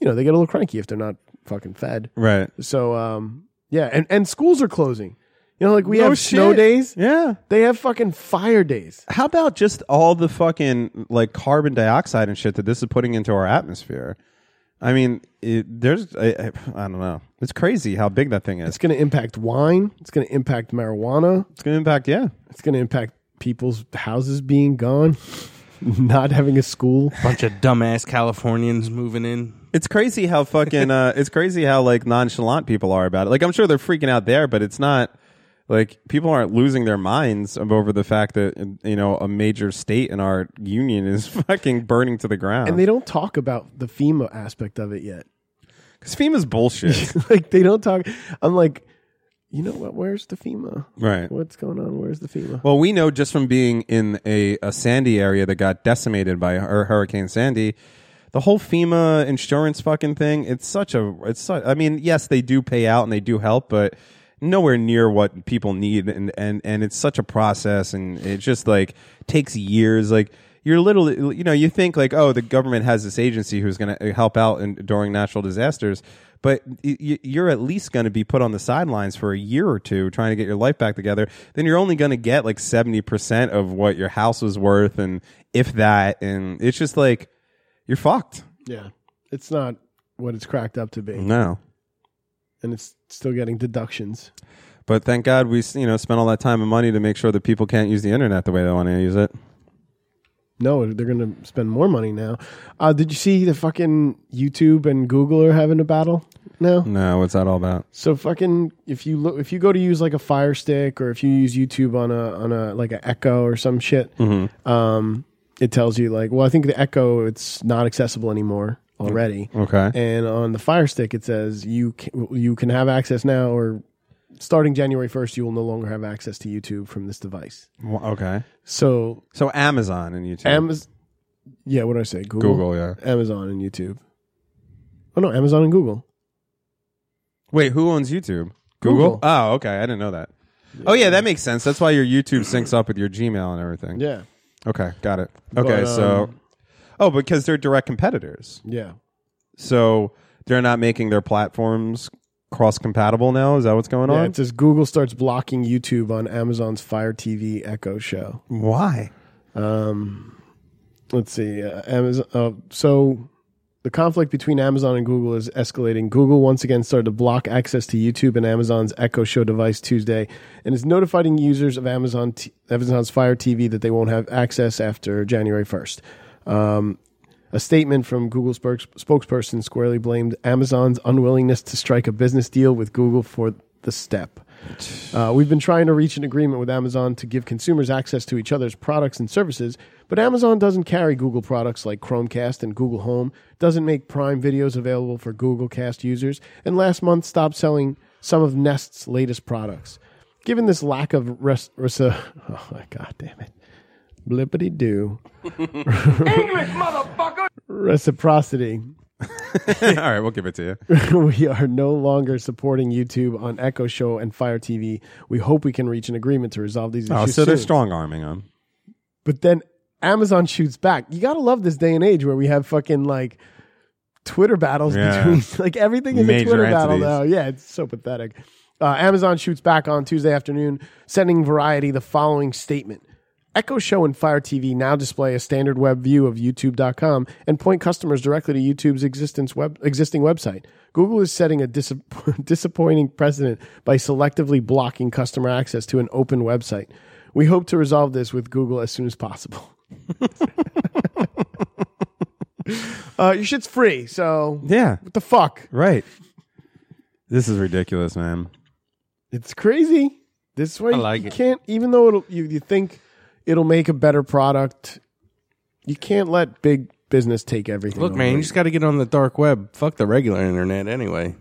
[SPEAKER 8] you know they get a little cranky if they're not fucking fed.
[SPEAKER 6] Right.
[SPEAKER 8] So um yeah, and and schools are closing. You know, like we
[SPEAKER 6] No
[SPEAKER 8] have snow
[SPEAKER 6] shit.
[SPEAKER 8] days.
[SPEAKER 6] Yeah,
[SPEAKER 8] they have fucking fire days.
[SPEAKER 6] How about just all the fucking like carbon dioxide and shit that this is putting into our atmosphere? I mean, it, there's I, I, I don't know. It's crazy how big that thing is.
[SPEAKER 8] It's going to impact wine. It's going to impact marijuana.
[SPEAKER 6] It's going to impact yeah.
[SPEAKER 8] It's going to impact people's houses being gone, *laughs* not having a school.
[SPEAKER 9] Bunch of dumbass Californians moving in.
[SPEAKER 6] It's crazy how fucking uh, it's crazy how like nonchalant people are about it. Like I'm sure they're freaking out there, but it's not like people aren't losing their minds over the fact that you know a major state in our union is *laughs* fucking burning to the ground.
[SPEAKER 8] And they don't talk about the FEMA aspect of it yet. *laughs*
[SPEAKER 6] Because FEMA's bullshit.
[SPEAKER 8] like they don't talk. I'm like, you know what? Where's the FEMA?
[SPEAKER 6] Right.
[SPEAKER 8] What's going on? Where's the FEMA?
[SPEAKER 6] Well, we know just from being in a, a sandy area that got decimated by Hur- Hurricane Sandy, the whole FEMA insurance fucking thing. It's such a. It's. Such, I mean, yes, they do pay out and they do help, but nowhere near what people need, and and and it's such a process, and it just like takes years, like. You're literally, you know, you think like, oh, the government has this agency who's going to help out in, during natural disasters, but y- y- you're at least going to be put on the sidelines for a year or two trying to get your life back together. Then you're only going to get like 70% of what your house was worth, and if that. And it's just like, you're fucked.
[SPEAKER 8] Yeah, it's not what it's cracked up to be.
[SPEAKER 6] No.
[SPEAKER 8] and it's still getting deductions.
[SPEAKER 6] But thank God we, s- you know, spent all that time and money to make sure that people can't use the internet the way they want to use it.
[SPEAKER 8] No, they're going to spend more money now. Uh, did you see the fucking YouTube and Google are having a battle now?
[SPEAKER 6] No, what's that all about?
[SPEAKER 8] So fucking if you look if you go to use like a Fire Stick or if you use YouTube on a on a like a Echo or some shit,
[SPEAKER 6] Mhm.
[SPEAKER 8] um, it tells you like, well, I think the Echo it's not accessible anymore already.
[SPEAKER 6] Okay.
[SPEAKER 8] And on the Fire Stick, it says you can, you can have access now, or starting January first, you will no longer have access to YouTube from this device.
[SPEAKER 6] Wha- Okay.
[SPEAKER 8] So,
[SPEAKER 6] so Amazon and YouTube.
[SPEAKER 8] Amazon. Yeah, what did I say? Google.
[SPEAKER 6] Google, yeah.
[SPEAKER 8] Amazon and YouTube. Oh no, Amazon and Google.
[SPEAKER 6] Wait, who owns YouTube?
[SPEAKER 8] Google.
[SPEAKER 6] Oh, okay. I didn't know that. Oh, yeah, that makes sense. That's why your YouTube syncs up with your Gmail and everything.
[SPEAKER 8] Yeah.
[SPEAKER 6] Okay, got it.
[SPEAKER 8] But,
[SPEAKER 6] Okay, so.
[SPEAKER 8] um,
[SPEAKER 6] Oh, because they're direct competitors.
[SPEAKER 8] Yeah.
[SPEAKER 6] So they're not making their platforms cross compatible now? Is that what's going
[SPEAKER 8] Yeah,
[SPEAKER 6] on?
[SPEAKER 8] it says Google starts blocking YouTube on Amazon's Fire TV Echo show.
[SPEAKER 6] Why?
[SPEAKER 8] Um, let's see. Uh, Amazon. Uh, so the conflict between Amazon and Google is escalating. Google once again started to block access to YouTube and Amazon's Echo Show device Tuesday, and is notifying users of Amazon t- Amazon's Fire TV that they won't have access after January first. Um, A statement from Google spokes- spokesperson squarely blamed Amazon's unwillingness to strike a business deal with Google for the step. Uh, we've been trying to reach an agreement with Amazon to give consumers access to each other's products and services, but Amazon doesn't carry Google products like Chromecast and Google Home, doesn't make Prime videos available for Google Cast users, and last month stopped selling some of Nest's latest products. Given this lack of res- res- uh, *laughs* oh my god damn it, blippity do
[SPEAKER 4] English, motherfucker!
[SPEAKER 8] reciprocity,
[SPEAKER 6] *laughs* All right, we'll give it
[SPEAKER 8] *laughs*
[SPEAKER 6] to you.
[SPEAKER 8] we are no longer supporting YouTube on Echo Show and Fire TV. We hope we can reach an agreement to resolve these issues.
[SPEAKER 6] Oh, so they're
[SPEAKER 8] soon.
[SPEAKER 6] strong arming them.
[SPEAKER 8] But then Amazon shoots back. You gotta love this day and age where we have fucking like Twitter battles
[SPEAKER 6] Yeah.
[SPEAKER 8] between *laughs* like everything is a
[SPEAKER 6] Major
[SPEAKER 8] Twitter battle
[SPEAKER 6] entities.
[SPEAKER 8] now. Yeah, it's so pathetic. Uh, Amazon shoots back on Tuesday afternoon, sending Variety the following statement. Echo Show and Fire TV now display a standard web view of YouTube.com and point customers directly to YouTube's existence web, existing website. Google is setting a dis- *laughs* disappointing precedent by selectively blocking customer access to an open website. We hope to resolve this with Google as soon as possible. *laughs* uh, your shit's free, so
[SPEAKER 6] yeah.
[SPEAKER 8] What the fuck?
[SPEAKER 6] Right. This is ridiculous, man.
[SPEAKER 8] It's crazy. This way
[SPEAKER 6] I like
[SPEAKER 8] you
[SPEAKER 6] it.
[SPEAKER 8] can't even though it'll, you you think it'll make a better product, you can't let big business take everything.
[SPEAKER 9] Look,
[SPEAKER 8] over.
[SPEAKER 9] man, you just got to get on the dark web. Fuck the regular internet anyway.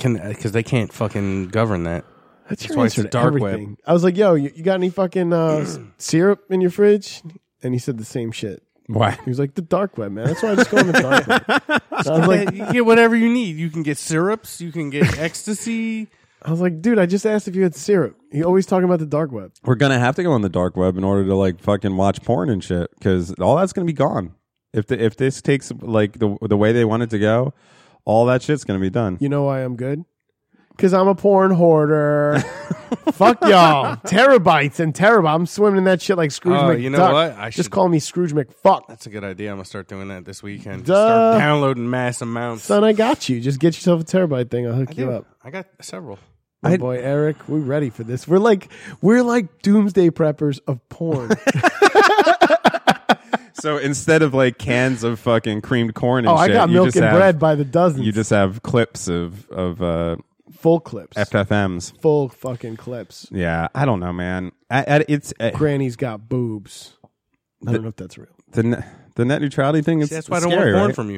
[SPEAKER 9] Can because they can't fucking govern that.
[SPEAKER 8] That's, your
[SPEAKER 9] why it's
[SPEAKER 8] answer
[SPEAKER 9] the
[SPEAKER 8] to everything. I was like, "Yo, you, you got any fucking uh, s- *clears throat* syrup in your fridge?" And he said the same shit.
[SPEAKER 6] Why?
[SPEAKER 8] He was like, "The dark web, man. That's why I just go on the dark web."
[SPEAKER 9] *laughs* web.
[SPEAKER 8] I was like,
[SPEAKER 9] you get whatever you need. You can get syrups. You can get ecstasy.
[SPEAKER 8] I was like, "Dude, I just asked if you had syrup. You always talking about the dark web."
[SPEAKER 6] We're gonna have to go on the dark web in order to like fucking watch porn and shit because all that's gonna be gone. If the, if this takes like the the way they want it to go, all that shit's gonna be done.
[SPEAKER 8] You know why I'm good? Because I'm a porn
[SPEAKER 9] *laughs*
[SPEAKER 8] hoarder. Fuck y'all. Terabytes and terabytes. I'm swimming in that shit like Scrooge
[SPEAKER 9] Oh,
[SPEAKER 8] McDuck.
[SPEAKER 9] you know what? I
[SPEAKER 8] Just
[SPEAKER 9] should-
[SPEAKER 8] call me Scrooge McFuck.
[SPEAKER 9] That's a good idea. I'm gonna start doing that this weekend. Just
[SPEAKER 8] Duh.
[SPEAKER 9] Start downloading mass amounts.
[SPEAKER 8] Son, I got you. Just get yourself a terabyte thing. I'll hook you up.
[SPEAKER 9] I got several.
[SPEAKER 8] My boy Eric, we're ready for this. We're like we're like doomsday preppers of
[SPEAKER 9] *laughs*
[SPEAKER 8] porn.
[SPEAKER 6] So instead of like cans of fucking creamed corn and
[SPEAKER 8] oh, I
[SPEAKER 6] shit,
[SPEAKER 8] got
[SPEAKER 6] you
[SPEAKER 8] milk
[SPEAKER 6] just
[SPEAKER 8] and
[SPEAKER 6] have-
[SPEAKER 8] bread by the dozen.
[SPEAKER 6] You just have clips of of uh,
[SPEAKER 8] full clips,
[SPEAKER 6] FFMs.
[SPEAKER 8] full fucking clips.
[SPEAKER 6] Yeah, I don't know, man. I, I, it's uh,
[SPEAKER 8] Granny's got boobs. I don't know if that's real.
[SPEAKER 6] the ne- the net neutrality thing. Is
[SPEAKER 9] See, that's why I don't
[SPEAKER 6] scary,
[SPEAKER 9] want porn
[SPEAKER 6] right?
[SPEAKER 9] from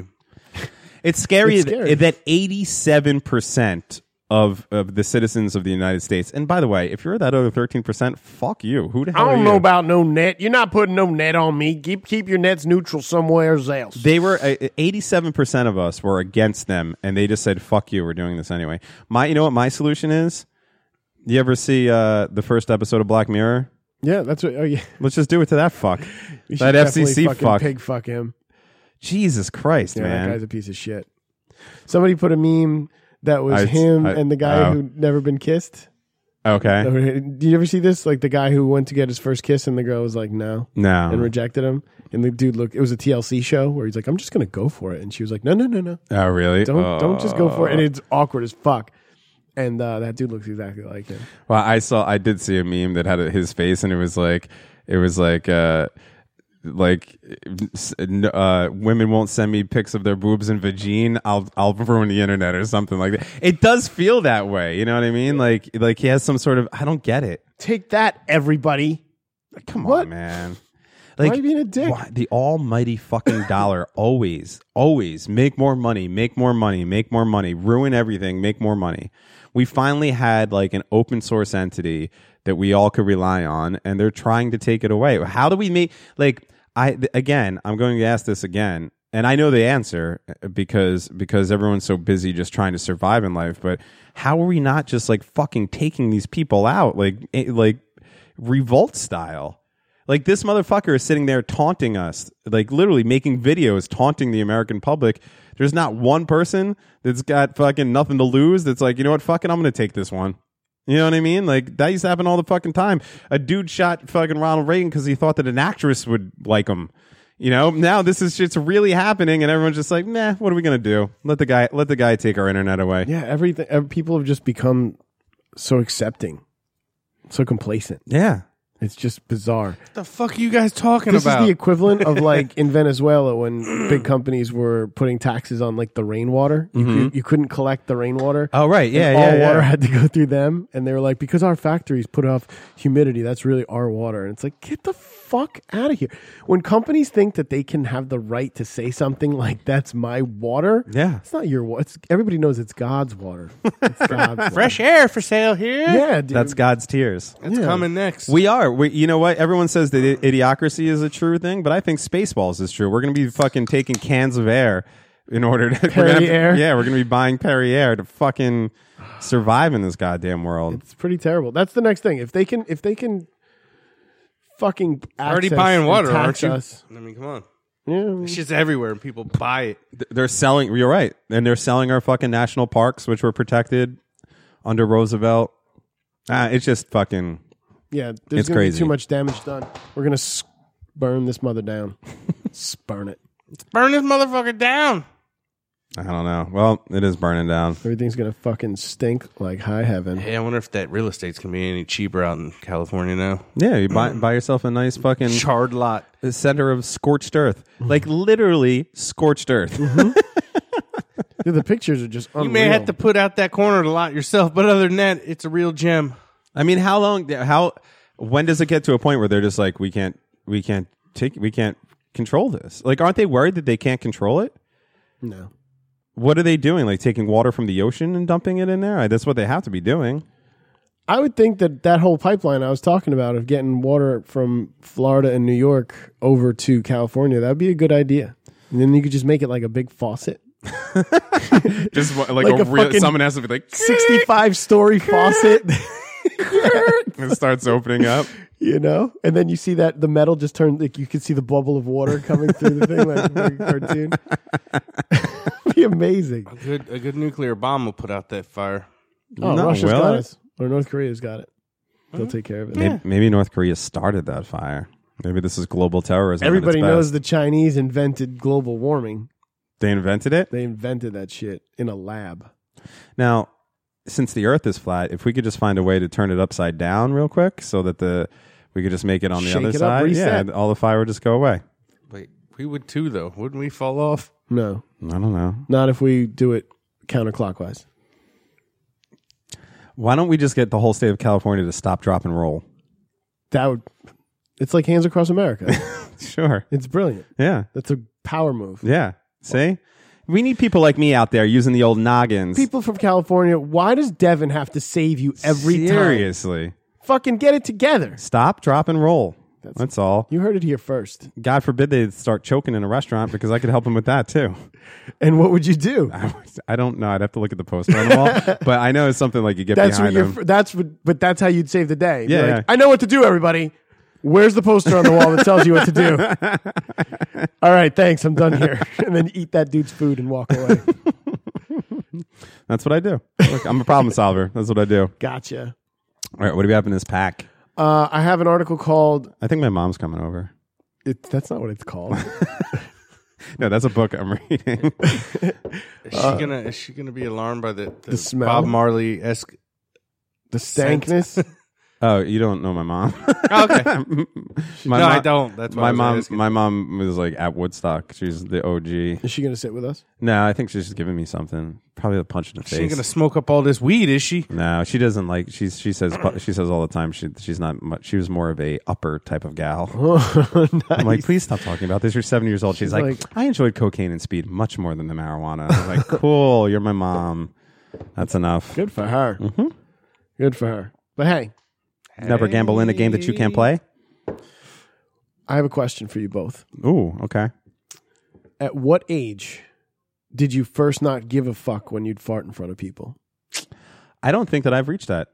[SPEAKER 9] you.
[SPEAKER 6] It's scary,
[SPEAKER 9] It's scary.
[SPEAKER 6] That, eighty seven percent of of the citizens of the United States. And by the way, if you're that other thirteen percent, fuck you. Who the
[SPEAKER 8] I
[SPEAKER 6] hell
[SPEAKER 8] don't
[SPEAKER 6] are
[SPEAKER 8] know
[SPEAKER 6] you?
[SPEAKER 8] about no net. You're not putting no net on me. Keep keep your nets neutral somewhere else.
[SPEAKER 6] They were eh, eighty-seven percent of us were against them, and they just said, "Fuck you, we're doing this anyway." My, you know what my solution is? You ever see uh, the first episode of Black Mirror?
[SPEAKER 8] Yeah, that's what. Oh yeah, *laughs*
[SPEAKER 6] Let's just do it to that fuck,
[SPEAKER 8] You should
[SPEAKER 6] that
[SPEAKER 8] definitely
[SPEAKER 6] FCC
[SPEAKER 8] fucking
[SPEAKER 6] fuck.
[SPEAKER 8] pig fuck him.
[SPEAKER 6] Jesus Christ,
[SPEAKER 8] Yeah,
[SPEAKER 6] man!
[SPEAKER 8] that guy's a piece of shit. Somebody put a meme that was
[SPEAKER 6] I-
[SPEAKER 8] him
[SPEAKER 6] I-
[SPEAKER 8] and the guy
[SPEAKER 6] oh.
[SPEAKER 8] who'd never been kissed. *laughs*
[SPEAKER 6] okay,
[SPEAKER 8] Did you ever see this? Like the guy who went to get his first kiss and the girl was like, "No,
[SPEAKER 6] No.
[SPEAKER 8] and rejected him. And the dude looked. It was a TLC show where he's like, "I'm just gonna go for it," and she was like, "No, no, no, no,
[SPEAKER 6] oh really?
[SPEAKER 8] don't don't just go for it." And
[SPEAKER 6] Oh.
[SPEAKER 8] it's awkward as fuck. And uh, that dude looks exactly like him.
[SPEAKER 6] Well, I saw I did see a meme that had his face, and it was like it was like uh like s- n- uh women won't send me pics of their boobs and vagine. I'll I'll ruin the internet or something like that. It does feel that way, you know what I mean? Like like he has some sort of I don't get it.
[SPEAKER 8] Take that, everybody!
[SPEAKER 6] Come
[SPEAKER 8] what?
[SPEAKER 6] on, man.
[SPEAKER 8] why are you being a dick?
[SPEAKER 6] why- the almighty
[SPEAKER 8] *coughs*
[SPEAKER 6] fucking dollar always, always make more money, make more money, make more money, ruin everything, make more money. We finally had like an open source entity that we all could rely on, and they're trying to take it away. How do we make like I th- again? I'm going to ask this again, and I know the answer uh, because because everyone's so busy just trying to survive in life. But how are we not just like fucking taking these people out like eh, like revolt style? Like this motherfucker is sitting there taunting us, like literally making videos taunting the American public. There's not one person that's got fucking nothing to lose that's like, you know what, fucking, I'm gonna take this one. You know what I mean? Like that used to happen all the fucking time. A dude shot fucking Ronald Reagan because he thought that an actress would like him. You know, now this is shit's really happening, and everyone's just like, "Nah, what are we gonna do? Let the guy, let the guy take our internet away."
[SPEAKER 8] Yeah, everything. ev- People have just become so accepting, so complacent.
[SPEAKER 6] Yeah.
[SPEAKER 8] It's just bizarre.
[SPEAKER 9] What the fuck are you guys talking
[SPEAKER 8] this
[SPEAKER 9] about?
[SPEAKER 8] is the equivalent
[SPEAKER 6] *laughs*
[SPEAKER 8] of like in Venezuela when big companies were putting taxes on like the rainwater. You,
[SPEAKER 6] Mhm.
[SPEAKER 8] could, you couldn't collect the rainwater.
[SPEAKER 6] Oh, right.
[SPEAKER 8] and
[SPEAKER 6] Yeah,
[SPEAKER 8] all
[SPEAKER 6] yeah,
[SPEAKER 8] water *laughs*
[SPEAKER 6] yeah.
[SPEAKER 8] had to go through them, and they were like, because our factories put off humidity, that's really our water. And it's like, get the fuck out of here. When companies think that they can have the right to say something like that's my water,
[SPEAKER 6] yeah,
[SPEAKER 8] it's not your water. Everybody knows it's God's water.
[SPEAKER 6] *laughs*
[SPEAKER 8] It's God's water.
[SPEAKER 9] Fresh air for sale here. *laughs*
[SPEAKER 8] Yeah, dude.
[SPEAKER 6] That's God's tears.
[SPEAKER 9] That's coming next.
[SPEAKER 6] We are. We, you know what? Everyone says that i- idiocracy is a true thing, but I think Spaceballs is true. We're going to be fucking taking cans of air in order to. *laughs* we're gonna have to-
[SPEAKER 8] Perrier?
[SPEAKER 6] Yeah, we're going to be buying Perrier to fucking survive in this goddamn world.
[SPEAKER 8] It's pretty terrible. That's the next thing. If they can, if they can, fucking
[SPEAKER 9] Already
[SPEAKER 8] access
[SPEAKER 9] buying
[SPEAKER 8] and
[SPEAKER 9] water,
[SPEAKER 8] tax
[SPEAKER 9] aren't you?
[SPEAKER 8] us.
[SPEAKER 9] I mean, come on.
[SPEAKER 8] Yeah,
[SPEAKER 9] It's just everywhere, and people buy it.
[SPEAKER 6] Th- They're selling. You're right, and they're selling our fucking national parks, which were protected under Roosevelt. Ah, it's just fucking.
[SPEAKER 8] Yeah, there's
[SPEAKER 6] It's
[SPEAKER 8] gonna
[SPEAKER 6] crazy.
[SPEAKER 8] be too much damage done. We're gonna s- burn this mother down.
[SPEAKER 6] *laughs*
[SPEAKER 8] Spurn it.
[SPEAKER 9] Burn this motherfucker down.
[SPEAKER 6] I don't know. Well, it is burning down.
[SPEAKER 8] Everything's gonna fucking stink like high heaven.
[SPEAKER 9] Hey, I wonder if that real estate's gonna be any cheaper out in California now.
[SPEAKER 6] Yeah, you buy buy yourself a nice fucking
[SPEAKER 9] charred lot,
[SPEAKER 6] the center of scorched earth, like literally scorched earth. *laughs*
[SPEAKER 8] Dude, the pictures are just unreal.
[SPEAKER 9] You may have to put out that corner a lot yourself, but other than that, it's a real gem.
[SPEAKER 6] I mean, how long? How when does it get to a point where they're just like, we can't, we can't take, we can't control this? Like, aren't they worried that they can't control it?
[SPEAKER 8] No.
[SPEAKER 6] What are they doing? Like taking water from the ocean and dumping it in there? I- That's what they have to be doing.
[SPEAKER 8] I would think that that whole pipeline I was talking about of getting water from Florida and New York over to California that would be a good idea. And then you could just make it like a big faucet.
[SPEAKER 6] Just like, *laughs*
[SPEAKER 8] Like a a real- fucking someone
[SPEAKER 6] has to be like
[SPEAKER 8] 65 story faucet.
[SPEAKER 6] it starts opening up.
[SPEAKER 8] *laughs* you know and then you see that the metal just turned like you can see the bubble of water coming through the thing like a cartoon *laughs* be amazing
[SPEAKER 9] A good, a good nuclear bomb will put out that fire.
[SPEAKER 8] oh
[SPEAKER 6] Not
[SPEAKER 8] russia's
[SPEAKER 6] well.
[SPEAKER 8] got it or north korea's got it they'll take care of
[SPEAKER 6] *laughs*
[SPEAKER 8] it
[SPEAKER 6] Maybe, maybe North Korea started that fire. Maybe this is global terrorism. at its
[SPEAKER 8] everybody
[SPEAKER 6] best.
[SPEAKER 8] knows the chinese invented global warming
[SPEAKER 6] they invented it.
[SPEAKER 8] they invented that shit in a lab
[SPEAKER 6] Now, since the Earth is flat, if we could just find a way to turn it upside down real quick, so that the we could just make it on the
[SPEAKER 8] Shake
[SPEAKER 6] other
[SPEAKER 8] it up,
[SPEAKER 6] side, yeah,
[SPEAKER 8] reset.
[SPEAKER 6] and all the fire would just go away.
[SPEAKER 9] Wait, we would too, though. Wouldn't we fall off?
[SPEAKER 8] no
[SPEAKER 6] I don't know.
[SPEAKER 8] not if we do it counterclockwise
[SPEAKER 6] Why don't we just get the whole state of California to stop, drop, and roll?
[SPEAKER 8] that would it's like hands
[SPEAKER 6] *laughs*
[SPEAKER 8] across america
[SPEAKER 6] Sure.
[SPEAKER 8] it's brilliant
[SPEAKER 6] Yeah.
[SPEAKER 8] that's a power move
[SPEAKER 6] Yeah. See, we need people like me out there using the old noggins.
[SPEAKER 8] people from california why does devin have to save you every time
[SPEAKER 6] seriously
[SPEAKER 8] fucking get it together.
[SPEAKER 6] stop, drop, and roll. That's, all.
[SPEAKER 8] You heard it here first.
[SPEAKER 6] God forbid they start choking in a restaurant because I could help them with that too. *laughs*
[SPEAKER 8] And what would you do?
[SPEAKER 6] I, was- I don't know. I'd have to look at the poster on the wall,
[SPEAKER 8] *laughs*
[SPEAKER 6] but I know it's something like you get
[SPEAKER 8] That's what
[SPEAKER 6] behind
[SPEAKER 8] you're,
[SPEAKER 6] them.
[SPEAKER 8] that's what, but that's how you'd save the day. Be
[SPEAKER 6] Yeah,
[SPEAKER 8] like,
[SPEAKER 6] yeah.
[SPEAKER 8] I know what to do, everybody. Where's the poster on the wall that tells you what to do?
[SPEAKER 6] *laughs*
[SPEAKER 8] All right, thanks. I'm done here. *laughs* And then eat that dude's food and
[SPEAKER 6] *laughs*
[SPEAKER 8] walk away.
[SPEAKER 6] That's what I do. Look, I'm a problem solver. That's what I do.
[SPEAKER 8] Gotcha.
[SPEAKER 6] All right, what do we have in this pack?
[SPEAKER 8] Uh, I have an article called.
[SPEAKER 6] I think my mom's coming over.
[SPEAKER 8] It, that's not what
[SPEAKER 6] *laughs*
[SPEAKER 8] it's called.
[SPEAKER 6] No, that's a book I'm reading. *laughs*
[SPEAKER 9] Is
[SPEAKER 6] Uh,
[SPEAKER 9] she gonna? Is she gonna be alarmed by the, the,
[SPEAKER 8] smell?
[SPEAKER 9] Bob Marley esque?
[SPEAKER 8] The stankness.
[SPEAKER 6] oh, you don't know my mom.
[SPEAKER 9] Oh, okay,
[SPEAKER 6] *laughs* My
[SPEAKER 9] no,
[SPEAKER 6] mo-
[SPEAKER 9] I don't. That's why
[SPEAKER 6] my
[SPEAKER 9] I was
[SPEAKER 6] mom.
[SPEAKER 9] asking.
[SPEAKER 6] My mom was like at Woodstock. She's the OG.
[SPEAKER 8] Is she going to sit
[SPEAKER 6] *laughs*
[SPEAKER 8] with us?
[SPEAKER 6] No, I think she's just giving me something. Probably a punch in the
[SPEAKER 9] she
[SPEAKER 6] face.
[SPEAKER 9] ain't gonna smoke up all this weed, is she?
[SPEAKER 6] no, she doesn't like. She's she says she says all the time. She she's not much. She was more of a upper type of *laughs* gal. I'm like, please stop talking about this. You're seven years old. Oh, She's, like, I enjoyed cocaine and speed much more than the marijuana. I'm like, *laughs* cool. You're my mom. That's enough.
[SPEAKER 8] Good for her.
[SPEAKER 6] Mm-hmm.
[SPEAKER 8] Good for her. But hey,
[SPEAKER 6] Never gamble in a game that you can't play.
[SPEAKER 8] I have a question for you both.
[SPEAKER 6] Ooh, okay.
[SPEAKER 8] At what age did you first not give a fuck when you'd fart in front of people?
[SPEAKER 6] I don't think that I've reached that.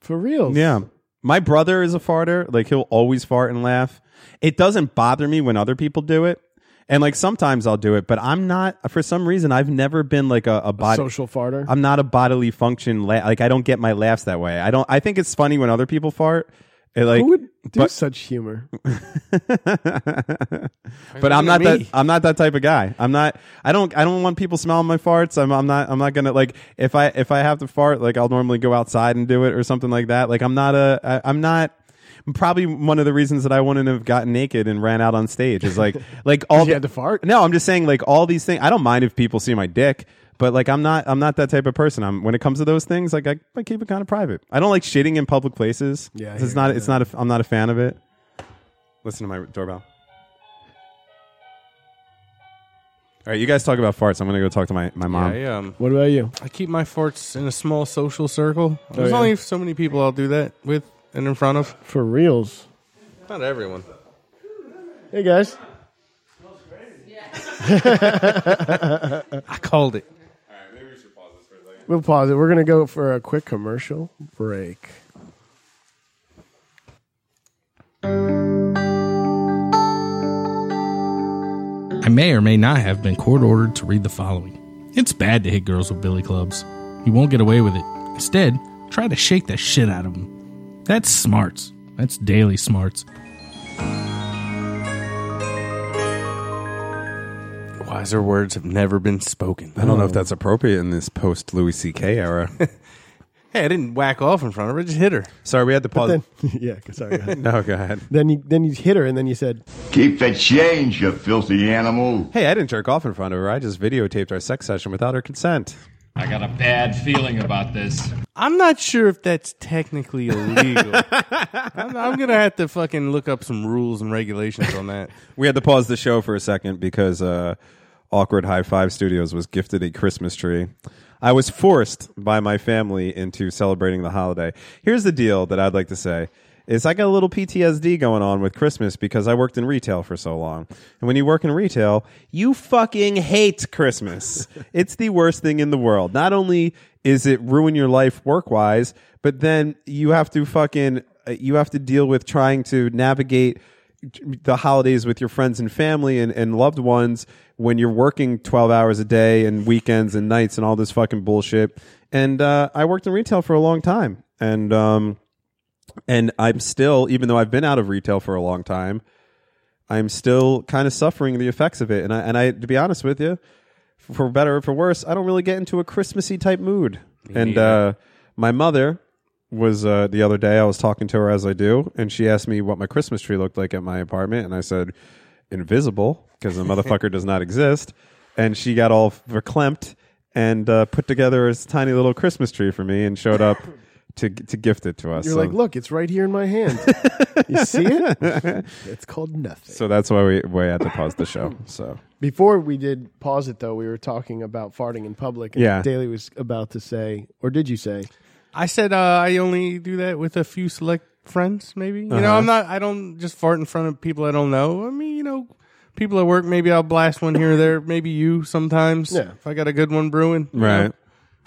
[SPEAKER 8] For real?
[SPEAKER 6] Yeah. My brother is a farter. Like he'll always fart and laugh. It doesn't bother me when other people do it. And like sometimes I'll do it, but I'm not for some reason I've never been like a, a body
[SPEAKER 8] Social farter.
[SPEAKER 6] I'm not a bodily function la- like I don't get my laughs that way. I don't I think it's funny when other people fart. It like
[SPEAKER 8] Who would do
[SPEAKER 6] but-
[SPEAKER 8] such humor?
[SPEAKER 6] but I'm not
[SPEAKER 9] looking at
[SPEAKER 6] that
[SPEAKER 9] me?
[SPEAKER 6] I'm not that type of guy. I'm not I don't I don't want people smelling my farts. I'm I'm not I'm not gonna like if I if I have to fart like I'll normally go outside and do it or something like that. Like I'm not a I, I'm not. probably one of the reasons that I wouldn't have gotten naked and ran out on stage is like like all you had to fart. No, I'm just saying like all these things. I don't mind if people see my dick, but like I'm not I'm not that type of person. I'm when it comes to those things, like I, I keep it kind of private. I don't like shitting in public places.
[SPEAKER 8] Yeah, I
[SPEAKER 6] it's
[SPEAKER 8] hear
[SPEAKER 6] not
[SPEAKER 8] you.
[SPEAKER 6] it's not a, I'm not a fan of it. Listen to my doorbell. All right, you guys talk about farts. I'm gonna go talk to my my mom.
[SPEAKER 9] Yeah, I, um,
[SPEAKER 8] what about you?
[SPEAKER 9] I keep my farts in a small social circle.
[SPEAKER 6] Oh,
[SPEAKER 9] There's
[SPEAKER 6] yeah.
[SPEAKER 9] only so many people I'll do that with and in front of.
[SPEAKER 8] For reals.
[SPEAKER 9] Not everyone.
[SPEAKER 8] Hey guys.
[SPEAKER 9] I called it.
[SPEAKER 8] We'll pause it. We're gonna go for a quick commercial break. *laughs*
[SPEAKER 7] I may or may not have been court ordered to read the following. It's bad to hit girls with billy clubs. You won't get away with it. Instead, try to shake the shit out of them. That's smarts. That's daily smarts.
[SPEAKER 9] Wiser words have never been spoken.
[SPEAKER 6] I don't know if that's appropriate in this post Louis C.K. era.
[SPEAKER 9] Hey, I didn't whack off in front of her. I just hit her.
[SPEAKER 6] Sorry, we had to
[SPEAKER 8] But then, yeah, sorry. go
[SPEAKER 6] *laughs*
[SPEAKER 8] ahead.
[SPEAKER 6] no, go ahead.
[SPEAKER 8] Then you then you hit her and then you said
[SPEAKER 6] Keep the change, you filthy animal. Hey, I didn't jerk off in front of her. I just videotaped our sex session without her consent.
[SPEAKER 13] I got a bad feeling about this.
[SPEAKER 9] I'm not sure if that's technically *laughs* illegal. I'm, I'm gonna have to fucking look up some rules and regulations on that.
[SPEAKER 6] We had to pause the show for a second because uh, Awkward High Five Studios was gifted a Christmas tree. I was forced by my family into celebrating the holiday. Here's the deal that I'd like to say. is I got a little PTSD going on with Christmas because I worked in retail for so long. And when you work in retail, you fucking hate Christmas. it's the worst thing in the world. Not only is it ruin your life work wise, but then you have to fucking, uh, you have to deal with trying to navigate the holidays with your friends and family and, and loved ones when you're working 12 hours a day and weekends and nights and all this fucking bullshit. And uh, I worked in retail for a long time. And, um, and I'm still, even though I've been out of retail for a long time, I'm still kind of suffering the effects of it. And I, and I, to be honest with you, for better or for worse, I don't really get into a Christmassy type mood. And uh, my mother was uh, the other day. I was talking to her as I do, and she asked me what my Christmas tree looked like at my apartment, and I said invisible because the motherfucker does not exist. And she got all verklempt and uh, put together this tiny little Christmas tree for me and showed
[SPEAKER 8] *laughs*
[SPEAKER 6] up to to gift it to us.
[SPEAKER 8] you're
[SPEAKER 6] So-
[SPEAKER 8] like, look, it's right here in
[SPEAKER 6] *laughs*
[SPEAKER 8] my hand. you see it? It's called nothing.
[SPEAKER 6] so that's why we we had to pause the show. So.
[SPEAKER 8] Before we did pause it though, we were talking about farting in public. And
[SPEAKER 6] Yeah.
[SPEAKER 8] Daly was about to say, or did you say?
[SPEAKER 9] I said uh, I only do that with a few select friends, maybe. You know,
[SPEAKER 8] Uh-huh.
[SPEAKER 9] I'm not. I don't just fart in front of people I don't know. I mean, you know, people at work. Maybe I'll blast one here or there. Maybe you sometimes.
[SPEAKER 8] Yeah.
[SPEAKER 9] If I got a good one brewing. you know.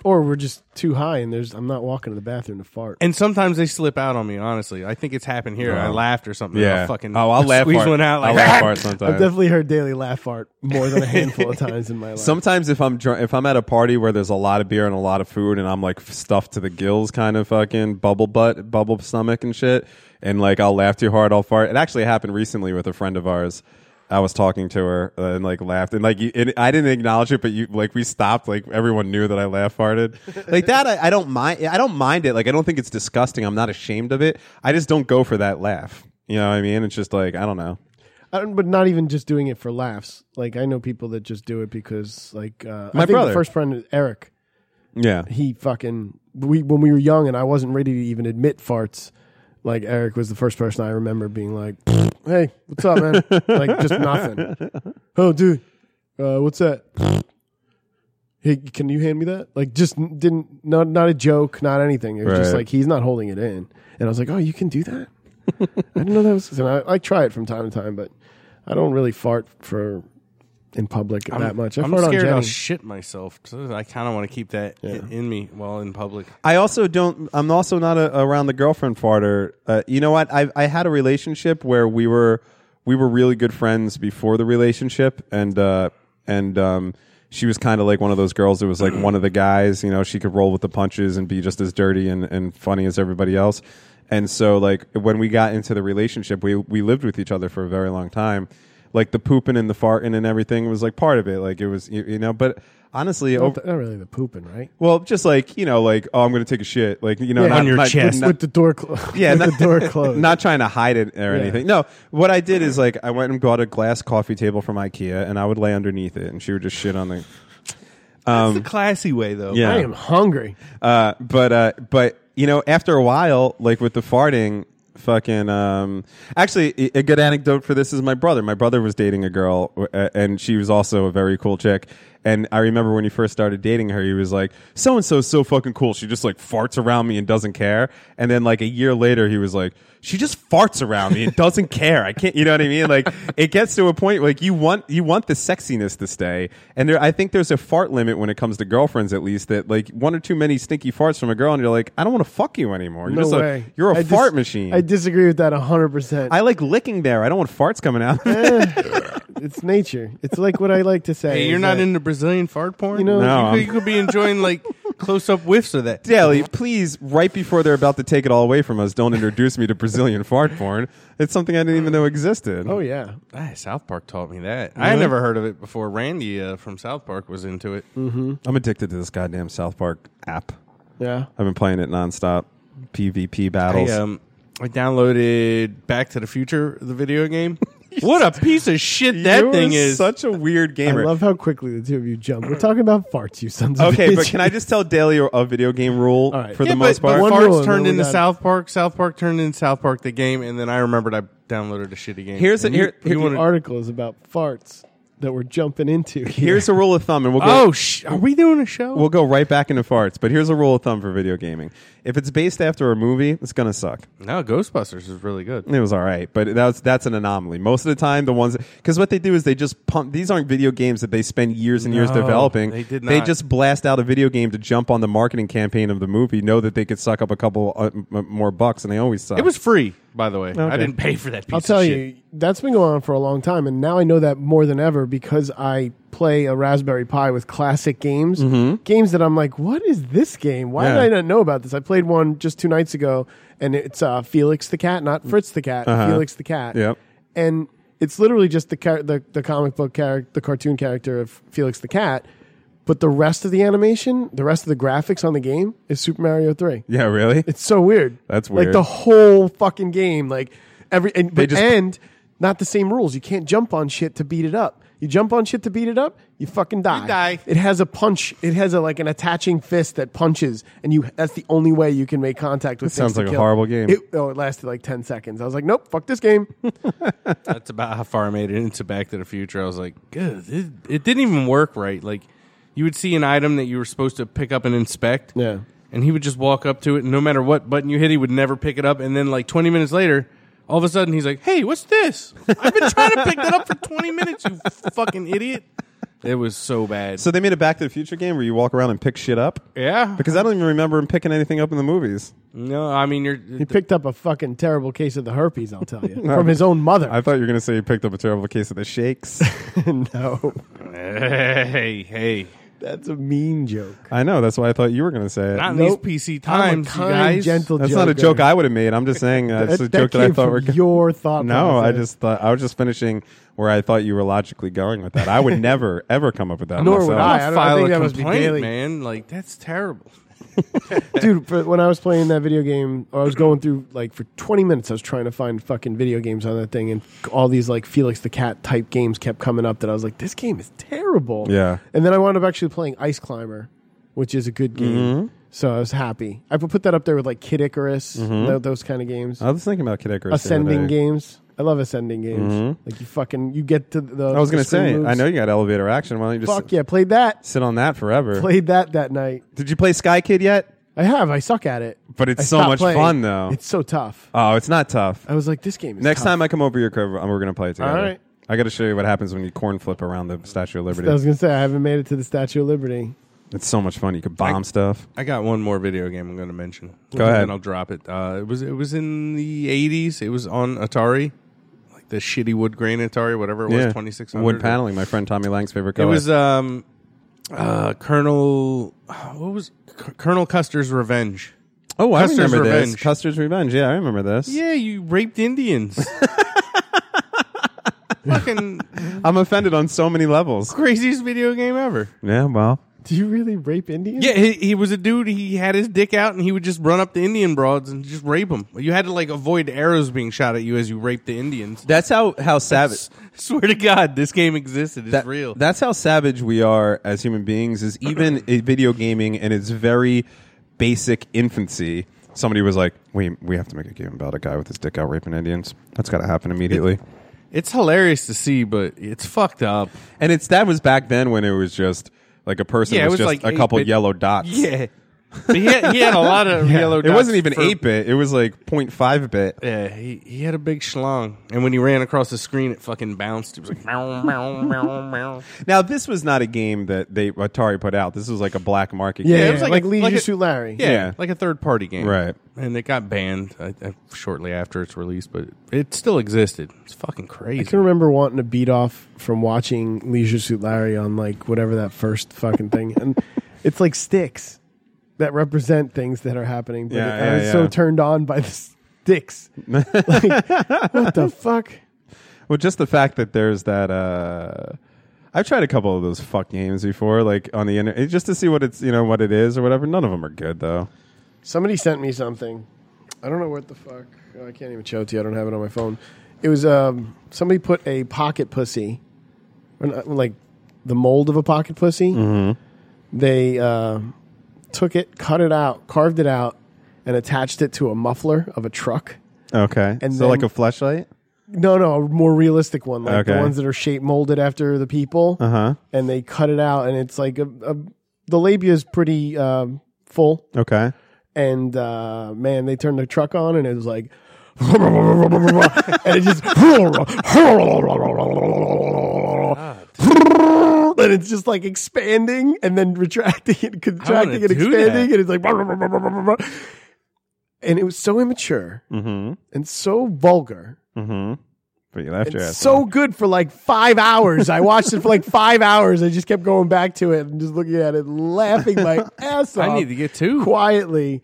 [SPEAKER 8] Or we're just too high and there's I'm not walking to the bathroom to fart.
[SPEAKER 9] And sometimes they slip out on me. Honestly, I think it's happened here. I
[SPEAKER 8] Oh.
[SPEAKER 9] laughed or something.
[SPEAKER 6] Yeah.
[SPEAKER 9] I'll fucking
[SPEAKER 6] Oh, I'll laugh
[SPEAKER 9] squeeze
[SPEAKER 6] fart.
[SPEAKER 9] one out. Like
[SPEAKER 6] I'll laugh fart
[SPEAKER 9] *laughs*
[SPEAKER 6] sometimes.
[SPEAKER 8] I've definitely heard Daly laugh fart more than a
[SPEAKER 6] *laughs*
[SPEAKER 8] handful of times in my life.
[SPEAKER 6] Sometimes if I'm drunk, if I'm at a party where there's a lot of beer and a lot of food, and I'm like stuffed to the gills, kind of fucking bubble butt, bubble stomach and shit, and like I'll laugh too hard, I'll fart. It actually happened recently with a friend of ours. I was talking to her uh, and like laughed and like you, it, I didn't acknowledge it, but you like we stopped. Like everyone knew that I laugh farted. Like that, I, I don't mind. I don't mind it. Like I don't think it's disgusting. I'm not ashamed of it. I just don't go for that laugh. You know what I mean? It's just like I don't know.
[SPEAKER 8] I don't- but not even just doing it for laughs. Like I know people that just do it because, like, uh,
[SPEAKER 6] My
[SPEAKER 8] I think
[SPEAKER 6] brother.
[SPEAKER 8] the first friend Eric.
[SPEAKER 6] Yeah.
[SPEAKER 8] he fucking we when we were young and I wasn't ready to even admit farts. Like Eric was the first person I remember being like, "Hey, what's up,
[SPEAKER 9] *laughs*
[SPEAKER 8] man?" like just nothing. Oh, dude, uh, what's that? hey, can you hand me that? Like, just n- didn't not not a joke, not anything. It was just
[SPEAKER 6] Right.
[SPEAKER 8] like he's not holding it in, and I was like, "Oh, you can do that." I didn't know that was. And I, I try it from time to time, but I don't really fart for in public that much. I
[SPEAKER 9] I'm
[SPEAKER 8] fart on
[SPEAKER 9] scared I'll
[SPEAKER 8] Jenny.
[SPEAKER 9] shit myself. So I kind of want to keep that i- in me while in public.
[SPEAKER 6] I also don't. I'm also not a, around the girlfriend farter. Uh, you know what? I I had a relationship where we were we were really good friends before the relationship, and uh, and um, she was kind of like one of those girls that was like one of the guys. You know, she could roll with the punches and be just as dirty and, and funny as everybody else. And so, like when we got into the relationship, we we lived with each other for a very long time, like the pooping and the farting and everything was like part of it. Like it was, you, you know. But honestly,
[SPEAKER 8] Not,
[SPEAKER 6] over,
[SPEAKER 8] the- not really the pooping, right?
[SPEAKER 6] well, just like you know, like oh, I'm going to take a shit, like you know,
[SPEAKER 8] Yeah.
[SPEAKER 6] not-
[SPEAKER 8] On your
[SPEAKER 6] not-
[SPEAKER 8] chest.
[SPEAKER 6] not-
[SPEAKER 8] *laughs* With the door clo-
[SPEAKER 6] *laughs* yeah,
[SPEAKER 8] with
[SPEAKER 6] not,
[SPEAKER 8] the door closed.
[SPEAKER 6] *laughs* not trying to hide it or
[SPEAKER 8] Yeah.
[SPEAKER 6] anything. No, what I did is like I went and bought a glass coffee table from IKEA, and I would lay underneath it, and she would just shit on the. Um,
[SPEAKER 9] That's the classy way, though.
[SPEAKER 6] Yeah.
[SPEAKER 8] I am hungry.
[SPEAKER 6] uh, but uh, but you know, after a while, like with the farting, fucking. Um, actually, a- a good anecdote for this is my brother. My brother was dating a girl, uh, and she was also a very cool chick. And I remember when he first started dating her, he was like, "So and so is so fucking cool. She just like farts around me and doesn't care." And then like a year later, he was like, "She just farts around me and doesn't care. I can't." You know what I mean? Like it gets to a point like you want you want the sexiness to stay, and there I think there's a fart limit when it comes to girlfriends at least that like one or too many stinky farts from a girl, and you're like, I don't want to fuck you anymore. You're
[SPEAKER 8] no
[SPEAKER 6] just a-
[SPEAKER 8] way.
[SPEAKER 6] you're a
[SPEAKER 8] I dis-
[SPEAKER 6] fart machine.
[SPEAKER 8] I disagree with that 100%.
[SPEAKER 6] I like licking there. I don't want farts coming out. *laughs*
[SPEAKER 8] it's nature. It's like what I like to say.
[SPEAKER 9] Hey, you're
[SPEAKER 8] is
[SPEAKER 9] not
[SPEAKER 8] that-
[SPEAKER 9] into Brazilian fart porn.
[SPEAKER 8] You know-
[SPEAKER 9] you,
[SPEAKER 6] No,
[SPEAKER 9] could-
[SPEAKER 6] I'm-
[SPEAKER 9] you could be enjoying like close-up whiffs of that.
[SPEAKER 6] Daly, please, right before they're about to take it all away from us, don't introduce me to Brazilian fart porn. It's something I didn't even know existed.
[SPEAKER 8] Oh, yeah.
[SPEAKER 9] Ah, South Park taught me that. I had
[SPEAKER 6] Really?
[SPEAKER 9] never heard of it before. Randy uh, from South Park was into it.
[SPEAKER 6] I'm addicted to this goddamn South Park app.
[SPEAKER 8] Yeah.
[SPEAKER 6] I've been playing it nonstop. PvP battles.
[SPEAKER 9] I, um, I downloaded Back to the Future, the video *laughs* game. what a piece of shit that
[SPEAKER 6] You're
[SPEAKER 9] thing is!
[SPEAKER 6] Such a weird gamer.
[SPEAKER 8] I love how quickly the two of you jump. We're talking about farts, you sons
[SPEAKER 6] *laughs*
[SPEAKER 8] of *laughs*
[SPEAKER 6] okay, but
[SPEAKER 8] bitches.
[SPEAKER 6] can I just tell Daly a video game rule
[SPEAKER 8] All right.
[SPEAKER 6] for
[SPEAKER 9] yeah,
[SPEAKER 6] the
[SPEAKER 9] but,
[SPEAKER 6] most
[SPEAKER 9] but
[SPEAKER 6] part?
[SPEAKER 8] One
[SPEAKER 9] farts
[SPEAKER 8] rule, and
[SPEAKER 9] turned
[SPEAKER 8] then we
[SPEAKER 9] into
[SPEAKER 8] got-
[SPEAKER 9] South Park. South Park turned into South Park the game, and then I remembered I downloaded a shitty game.
[SPEAKER 6] Here's a-
[SPEAKER 9] And you-
[SPEAKER 6] here-
[SPEAKER 9] you
[SPEAKER 6] here-
[SPEAKER 9] wanted-
[SPEAKER 8] article is about farts that we're jumping into.
[SPEAKER 6] Here's a rule of thumb, and we'll go.
[SPEAKER 9] oh, sh- are we doing a show?
[SPEAKER 6] We'll go right back into farts, but here's a rule of thumb for video gaming. If it's based after a movie, it's gonna suck.
[SPEAKER 9] no, Ghostbusters is really good.
[SPEAKER 6] It was all right, but that's that's an anomaly. Most of the time, the ones because what they do is they just pump. These aren't video games that they spend years and years
[SPEAKER 9] No,
[SPEAKER 6] developing.
[SPEAKER 9] they did
[SPEAKER 6] They
[SPEAKER 9] not.
[SPEAKER 6] just blast out a video game to jump on the marketing campaign of the movie, know that they could suck up a couple uh, m- m- more bucks, and they always suck.
[SPEAKER 9] It was free, by the way. I
[SPEAKER 6] Okay.
[SPEAKER 9] didn't pay for that. Piece
[SPEAKER 8] I'll tell
[SPEAKER 9] of
[SPEAKER 8] you,
[SPEAKER 9] shit.
[SPEAKER 8] that's been going on for a long time, and now I know that more than ever because I play a Raspberry Pi with classic games, games that I'm like, what is this game? Why
[SPEAKER 6] Mm-hmm. Yeah.
[SPEAKER 8] did I not know about this? I played one just two nights ago, and it's uh, Felix the Cat, not Fritz the Cat,
[SPEAKER 6] Uh-huh.
[SPEAKER 8] Felix the Cat.
[SPEAKER 6] Yep.
[SPEAKER 8] And it's literally just the char- the, the comic book character, the cartoon character of Felix the Cat, but the rest of the animation, the rest of the graphics on the game is Super Mario Three.
[SPEAKER 6] yeah, really.
[SPEAKER 8] It's so weird.
[SPEAKER 6] That's
[SPEAKER 8] Like
[SPEAKER 6] weird.
[SPEAKER 8] the whole fucking game, like every and
[SPEAKER 6] They
[SPEAKER 8] but,
[SPEAKER 6] just-
[SPEAKER 8] and not the same rules. You can't jump on shit to beat it up. You jump on shit to beat it up, you fucking die.
[SPEAKER 9] die.
[SPEAKER 8] It has a punch. It has a like an attaching fist that punches, and you. That's the only way you can make contact with.
[SPEAKER 6] That sounds
[SPEAKER 8] things to
[SPEAKER 6] like a
[SPEAKER 8] kill.
[SPEAKER 6] horrible game.
[SPEAKER 8] It, oh, it lasted like ten seconds. I was like, nope, fuck
[SPEAKER 6] *laughs*
[SPEAKER 8] this game.
[SPEAKER 9] That's about how far I made it into Back to the Future. I was like, good. It, it didn't even work right. Like, you would see an item that you were supposed to pick up and inspect.
[SPEAKER 8] Yeah.
[SPEAKER 9] And he would just walk up to it, and no matter what button you hit, he would never pick it up. And then, like, 20 minutes later, all of a sudden, he's like, hey, what's this? I've been trying to pick that up for 20 minutes, you fucking idiot. It was so bad.
[SPEAKER 6] So they made a Back to the Future game where you walk around and pick shit up.
[SPEAKER 9] yeah.
[SPEAKER 6] Because I don't even remember him picking anything up in the movies.
[SPEAKER 9] no, I mean, you're.
[SPEAKER 8] He picked up a fucking terrible case of the herpes.
[SPEAKER 6] *laughs*
[SPEAKER 8] I'll tell you from his own mother.
[SPEAKER 6] I thought you were going to say he picked up a terrible case of the
[SPEAKER 9] *laughs*
[SPEAKER 6] shakes.
[SPEAKER 8] *laughs* no,
[SPEAKER 9] hey, hey.
[SPEAKER 8] that's a mean joke.
[SPEAKER 6] I know. That's why I thought you were going to say it.
[SPEAKER 9] Not
[SPEAKER 8] Nope.
[SPEAKER 9] in these PC
[SPEAKER 8] I'm a
[SPEAKER 9] times, you
[SPEAKER 8] kind,
[SPEAKER 9] guys.
[SPEAKER 8] gentle
[SPEAKER 6] That's
[SPEAKER 8] joke.
[SPEAKER 6] not a joke
[SPEAKER 8] Eric.
[SPEAKER 6] I would have made. I'm just saying uh, it's a joke that I
[SPEAKER 8] came
[SPEAKER 6] thought
[SPEAKER 8] from
[SPEAKER 6] we're going
[SPEAKER 8] your thought.
[SPEAKER 6] No, I
[SPEAKER 8] process.
[SPEAKER 6] just thought I was just finishing where I thought you were logically going with that. I
[SPEAKER 8] *laughs*
[SPEAKER 6] would never ever come up with that.
[SPEAKER 8] Nor
[SPEAKER 6] myself.
[SPEAKER 8] would I
[SPEAKER 9] I,
[SPEAKER 8] don't- I
[SPEAKER 9] file
[SPEAKER 8] think
[SPEAKER 9] a
[SPEAKER 8] that must be
[SPEAKER 9] complaint,
[SPEAKER 8] daily.
[SPEAKER 9] man. Like, that's terrible.
[SPEAKER 8] *laughs* dude. For, when I was playing that video game, I was going through like for twenty minutes. I was trying to find fucking video games on that thing, and all these like Felix the Cat type games kept coming up. That I was like, this game is terrible.
[SPEAKER 6] Yeah.
[SPEAKER 8] And then I wound up actually playing Ice Climber, which is a good game.
[SPEAKER 6] Mm-hmm.
[SPEAKER 8] So I was happy. I would put that up there with like Kid Icarus, tho- those kind of games,
[SPEAKER 6] Mm-hmm. I was thinking about Kid Icarus. the other
[SPEAKER 8] ascending
[SPEAKER 6] day.
[SPEAKER 8] games. I love ascending games. Like you fucking you get to the.
[SPEAKER 6] I was going
[SPEAKER 8] the
[SPEAKER 6] to
[SPEAKER 8] screen
[SPEAKER 6] say. I
[SPEAKER 8] moves.
[SPEAKER 6] know you got elevator action. Why don't you just
[SPEAKER 8] Fuck yeah, played that.
[SPEAKER 6] sit on that forever?
[SPEAKER 8] Played that that night.
[SPEAKER 6] Did you play Sky Kid yet?
[SPEAKER 8] I have. I suck at it.
[SPEAKER 6] But it's
[SPEAKER 8] I
[SPEAKER 6] so
[SPEAKER 8] stopped
[SPEAKER 6] much
[SPEAKER 8] playing.
[SPEAKER 6] fun, though.
[SPEAKER 8] It's so tough.
[SPEAKER 6] Oh, it's not tough.
[SPEAKER 8] I was like, this game is
[SPEAKER 6] Next
[SPEAKER 8] tough.
[SPEAKER 6] time I come over your crib, we're going to play it together.
[SPEAKER 8] All right.
[SPEAKER 6] I got to show you what happens when you corn flip around the Statue of Liberty.
[SPEAKER 8] I was gonna say I haven't made it to the Statue of Liberty.
[SPEAKER 6] it's so much fun. You could bomb stuff.
[SPEAKER 9] I got one more video game I'm going to mention.
[SPEAKER 6] Go ahead.
[SPEAKER 9] And I'll drop it. Uh, it was it was in the 80s. It was on Atari, like the shitty wood grain Atari, whatever it was,
[SPEAKER 6] yeah.
[SPEAKER 9] 2600.
[SPEAKER 6] Wood paneling. My friend Tommy Lang's favorite
[SPEAKER 9] It
[SPEAKER 6] color.
[SPEAKER 9] was um, uh, Colonel. What was C- Colonel Custer's Revenge?
[SPEAKER 6] oh, I
[SPEAKER 9] Custer's
[SPEAKER 6] remember
[SPEAKER 9] Revenge.
[SPEAKER 6] this.
[SPEAKER 9] *laughs*
[SPEAKER 6] Custer's Revenge. Yeah, I remember this.
[SPEAKER 9] Yeah, you raped Indians. fucking
[SPEAKER 6] I'm offended on so many levels.
[SPEAKER 9] craziest video game ever.
[SPEAKER 6] Yeah, well,
[SPEAKER 8] Do you really rape Indians?
[SPEAKER 9] Yeah, he, he was a dude. He had his dick out, and he would just run up to Indian broads and just rape them. You had to like avoid arrows being shot at you as you raped the Indians.
[SPEAKER 6] That's how how savage.
[SPEAKER 9] *laughs* swear to God, this game existed. It's
[SPEAKER 6] That-
[SPEAKER 9] real.
[SPEAKER 6] That's how savage we are as human beings. Is
[SPEAKER 9] *clears throat*
[SPEAKER 6] even in video gaming in its very basic infancy. Somebody was like, "We we have to make a game about a guy with his dick out raping Indians. That's got to happen immediately."
[SPEAKER 9] It's hilarious to see, but it's fucked up.
[SPEAKER 6] And it's that was back then when it was just like a person
[SPEAKER 9] Yeah, it
[SPEAKER 6] was,
[SPEAKER 9] was
[SPEAKER 6] just
[SPEAKER 9] like
[SPEAKER 6] a couple
[SPEAKER 9] 8-bit.
[SPEAKER 6] yellow dots.
[SPEAKER 9] Yeah. But he had, he had a lot
[SPEAKER 6] *laughs*
[SPEAKER 9] of
[SPEAKER 6] Yeah.
[SPEAKER 9] *laughs* yellow
[SPEAKER 6] It
[SPEAKER 9] dots.
[SPEAKER 6] wasn't even
[SPEAKER 9] for-
[SPEAKER 6] eight bit. It was like 0.5 bit.
[SPEAKER 9] Yeah, he, he had a big schlong. And when he ran across the screen, it fucking bounced. It was like, meow, meow, meow, meow.
[SPEAKER 6] Now this was not a game that they Atari put out. This was like a black market.
[SPEAKER 8] Yeah,
[SPEAKER 6] game.
[SPEAKER 8] it was like, Leisure
[SPEAKER 9] a-
[SPEAKER 8] Suit Larry.
[SPEAKER 9] Yeah,
[SPEAKER 6] Yeah.
[SPEAKER 9] like a third party game.
[SPEAKER 6] Right.
[SPEAKER 9] And it got banned I, I, shortly after its release, but it still existed. It's fucking
[SPEAKER 8] I
[SPEAKER 9] crazy.
[SPEAKER 8] can remember wanting to beat off from watching Leisure Suit Larry on like whatever that first fucking
[SPEAKER 6] *laughs*
[SPEAKER 8] thing, and it's like sticks that represent things that are happening. But
[SPEAKER 6] Yeah,
[SPEAKER 8] I
[SPEAKER 6] yeah,
[SPEAKER 8] was
[SPEAKER 6] yeah.
[SPEAKER 8] so turned on by the
[SPEAKER 6] *laughs*
[SPEAKER 8] sticks. like, what the fuck?
[SPEAKER 6] Well, just the fact that there's that. Uh, I've tried a couple of those fuck games before, like on the internet, just to see what it's you know what it is or whatever. None of them are good though.
[SPEAKER 8] Somebody sent me something. I don't know what the fuck. Oh, I can't even show it to you. I don't have it on my phone. It was um, somebody put a pocket pussy, or not- like the mold of a pocket pussy. They uh, took it, cut it out, carved it out, and attached it to a muffler of a truck.
[SPEAKER 6] Okay,
[SPEAKER 8] And
[SPEAKER 6] so like
[SPEAKER 8] then-
[SPEAKER 6] a flashlight.
[SPEAKER 8] No, no, a more realistic one, like the
[SPEAKER 6] Okay.
[SPEAKER 8] ones that are shape molded after the people.
[SPEAKER 6] Uh huh.
[SPEAKER 8] And they cut it out, and it's like a, a the labia is pretty um, full
[SPEAKER 6] Okay.
[SPEAKER 8] and uh, man, they turned the truck on, and it was like, *laughs* and it just, *laughs* and it's just like expanding and then retracting and contracting and
[SPEAKER 9] do
[SPEAKER 8] expanding, and it's like, and it was so immature
[SPEAKER 9] Mm-hmm.
[SPEAKER 6] Mm
[SPEAKER 8] and so vulgar.
[SPEAKER 6] hmm. Mm hmm. But you left your
[SPEAKER 8] And
[SPEAKER 6] ass.
[SPEAKER 8] so good for like five hours. I watched it for like five hours. I just kept going back to it and just looking at it, and laughing my ass off
[SPEAKER 9] *laughs* I need to get two.
[SPEAKER 8] quietly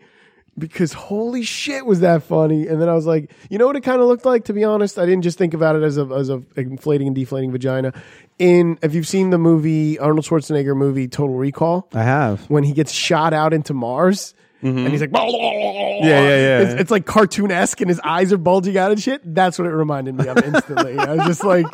[SPEAKER 8] because holy shit was that funny and then i was like you know what it kind of looked like to be honest i didn't just think about it as a as a inflating and deflating vagina in if you've seen the movie arnold schwarzenegger movie total recall
[SPEAKER 6] I have.
[SPEAKER 8] when he gets shot out into mars and he's like
[SPEAKER 6] Yeah, yeah, yeah.
[SPEAKER 8] it's, it's like cartoon-esque and his eyes are bulging out and shit that's what it reminded me of instantly i was just like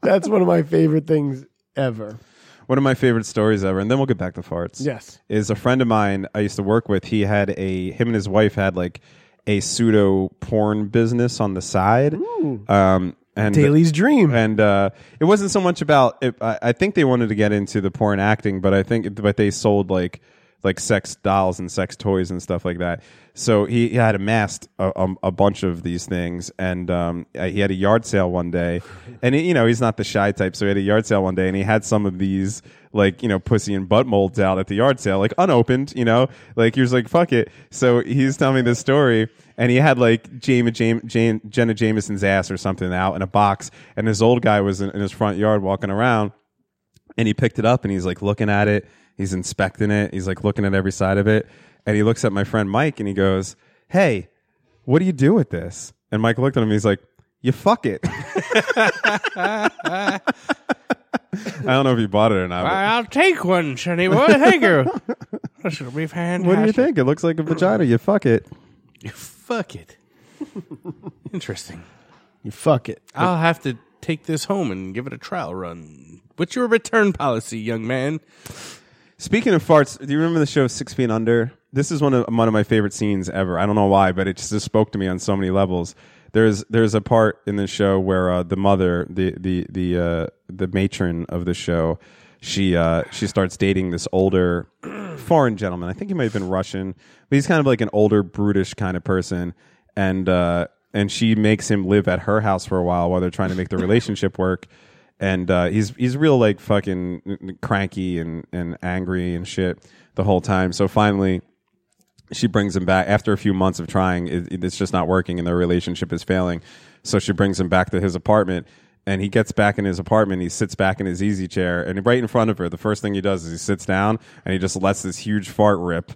[SPEAKER 8] that's one of my favorite things ever
[SPEAKER 6] One of my favorite stories ever, and then we'll get back to farts.
[SPEAKER 8] Yes.
[SPEAKER 6] Is a friend of mine I used to work with. He had a, him and his wife had like a pseudo porn business on the side. Um, and
[SPEAKER 8] Daily's dream.
[SPEAKER 6] And uh, it wasn't so much about, it, I, I think they wanted to get into the porn acting, but I think, but they sold like, like sex dolls and sex toys and stuff like that. So he, he had amassed a, um, a bunch of these things, and um, uh, he had a yard sale one day, and he, you know he's not the shy type, so he had a yard sale one day, and he had some of these like you know pussy and butt molds out at the yard sale, like unopened, you know, like he was like fuck it. So he's telling me this story, and he had like Jamie, Jam- Jane, Jenna Jameson's ass or something out in a box, and this old guy was in, in his front yard walking around and he picked it up and he's like looking at it he's inspecting it he's like looking at every side of it and he looks at my friend mike and he goes hey what do you do with this and mike looked at him and he's like you fuck it *laughs* i don't know if you bought it or not but-
[SPEAKER 9] I'll take one,
[SPEAKER 6] *laughs*
[SPEAKER 9] Sonny boy. Thank you. This will be fantastic.
[SPEAKER 6] what do you think it looks like a vagina you fuck it
[SPEAKER 9] Fuck it. *laughs* Interesting.
[SPEAKER 8] you fuck it
[SPEAKER 9] I'll have to take this home and give it a trial run. What's your return policy, young man?
[SPEAKER 6] Speaking of farts, do you remember the show Six Feet Under? This is one of one of my favorite scenes ever. I don't know why, but it just, just spoke to me on so many levels. There's there's a part in the show where uh, the mother, the the the uh, the matron of the show, she uh, she starts dating this older *clears throat* foreign gentleman. I think he might have been Russian, but he's kind of like an older, brutish kind of person, and uh, and she makes him live at her house for a while while they're trying to make the relationship work and uh, he's he's real like fucking cranky and and angry and shit the whole time. So finally, she brings him back after a few months of trying. It, it- it's just not working, and their relationship is failing. So she brings him back to his apartment, and he gets back in his apartment. He sits back in his easy chair, and right in front of her, the first thing he does is he sits down and he just lets this huge fart rip.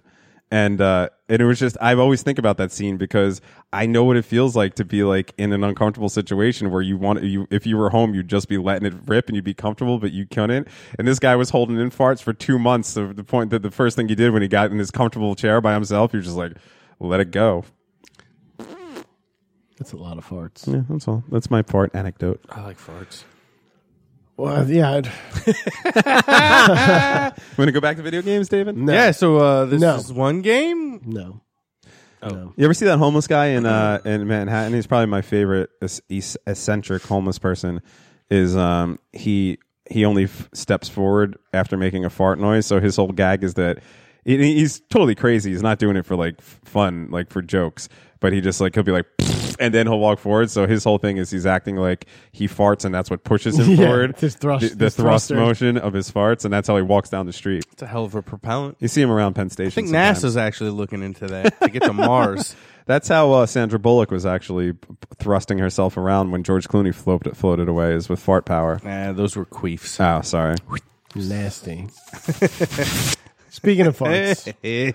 [SPEAKER 6] and uh, and it was just I've always think about that scene because I know what it feels like to be like in an uncomfortable situation where you want you if you were home you'd just be letting it rip and you'd be comfortable but you couldn't and this guy was holding in farts for two months so the point that the first thing he did when he got in his comfortable chair by himself you're just like let it go
[SPEAKER 8] That's a lot of farts.
[SPEAKER 6] yeah that's all that's my fart anecdote
[SPEAKER 9] I like farts.
[SPEAKER 8] Well, yeah. I'd-
[SPEAKER 6] want to go back to video games David
[SPEAKER 9] Yeah, so uh, this
[SPEAKER 6] No.
[SPEAKER 9] is one game?
[SPEAKER 8] No.
[SPEAKER 9] Oh.
[SPEAKER 6] You ever see that homeless guy in uh in Manhattan? He's probably my favorite es- es- eccentric homeless person. Is um he he only f- steps forward after making a fart noise. So his whole gag is that he- he's totally crazy. He's not doing it for like f- fun, like for jokes. But he just like he'll be like, and then he'll walk forward. So his whole thing is he's acting like he farts, and that's what pushes him
[SPEAKER 8] Yeah,
[SPEAKER 6] forward.
[SPEAKER 8] his thrust-
[SPEAKER 6] the, the
[SPEAKER 8] his
[SPEAKER 6] thrust
[SPEAKER 8] thruster.
[SPEAKER 6] motion of his farts, and that's how he walks down the street.
[SPEAKER 9] It's a hell of a propellant.
[SPEAKER 6] You see him around Penn Station.
[SPEAKER 9] I think
[SPEAKER 6] sometimes.
[SPEAKER 9] NASA's actually looking into that to
[SPEAKER 6] *laughs*
[SPEAKER 9] get to Mars.
[SPEAKER 6] That's how uh, Sandra Bullock was actually p- p- thrusting herself around when George Clooney floated, floated away, is with fart power.
[SPEAKER 9] Nah, those were queefs.
[SPEAKER 6] Oh, *laughs* sorry.
[SPEAKER 8] Nasty. Speaking of
[SPEAKER 6] *laughs*
[SPEAKER 8] farts,
[SPEAKER 6] Oh,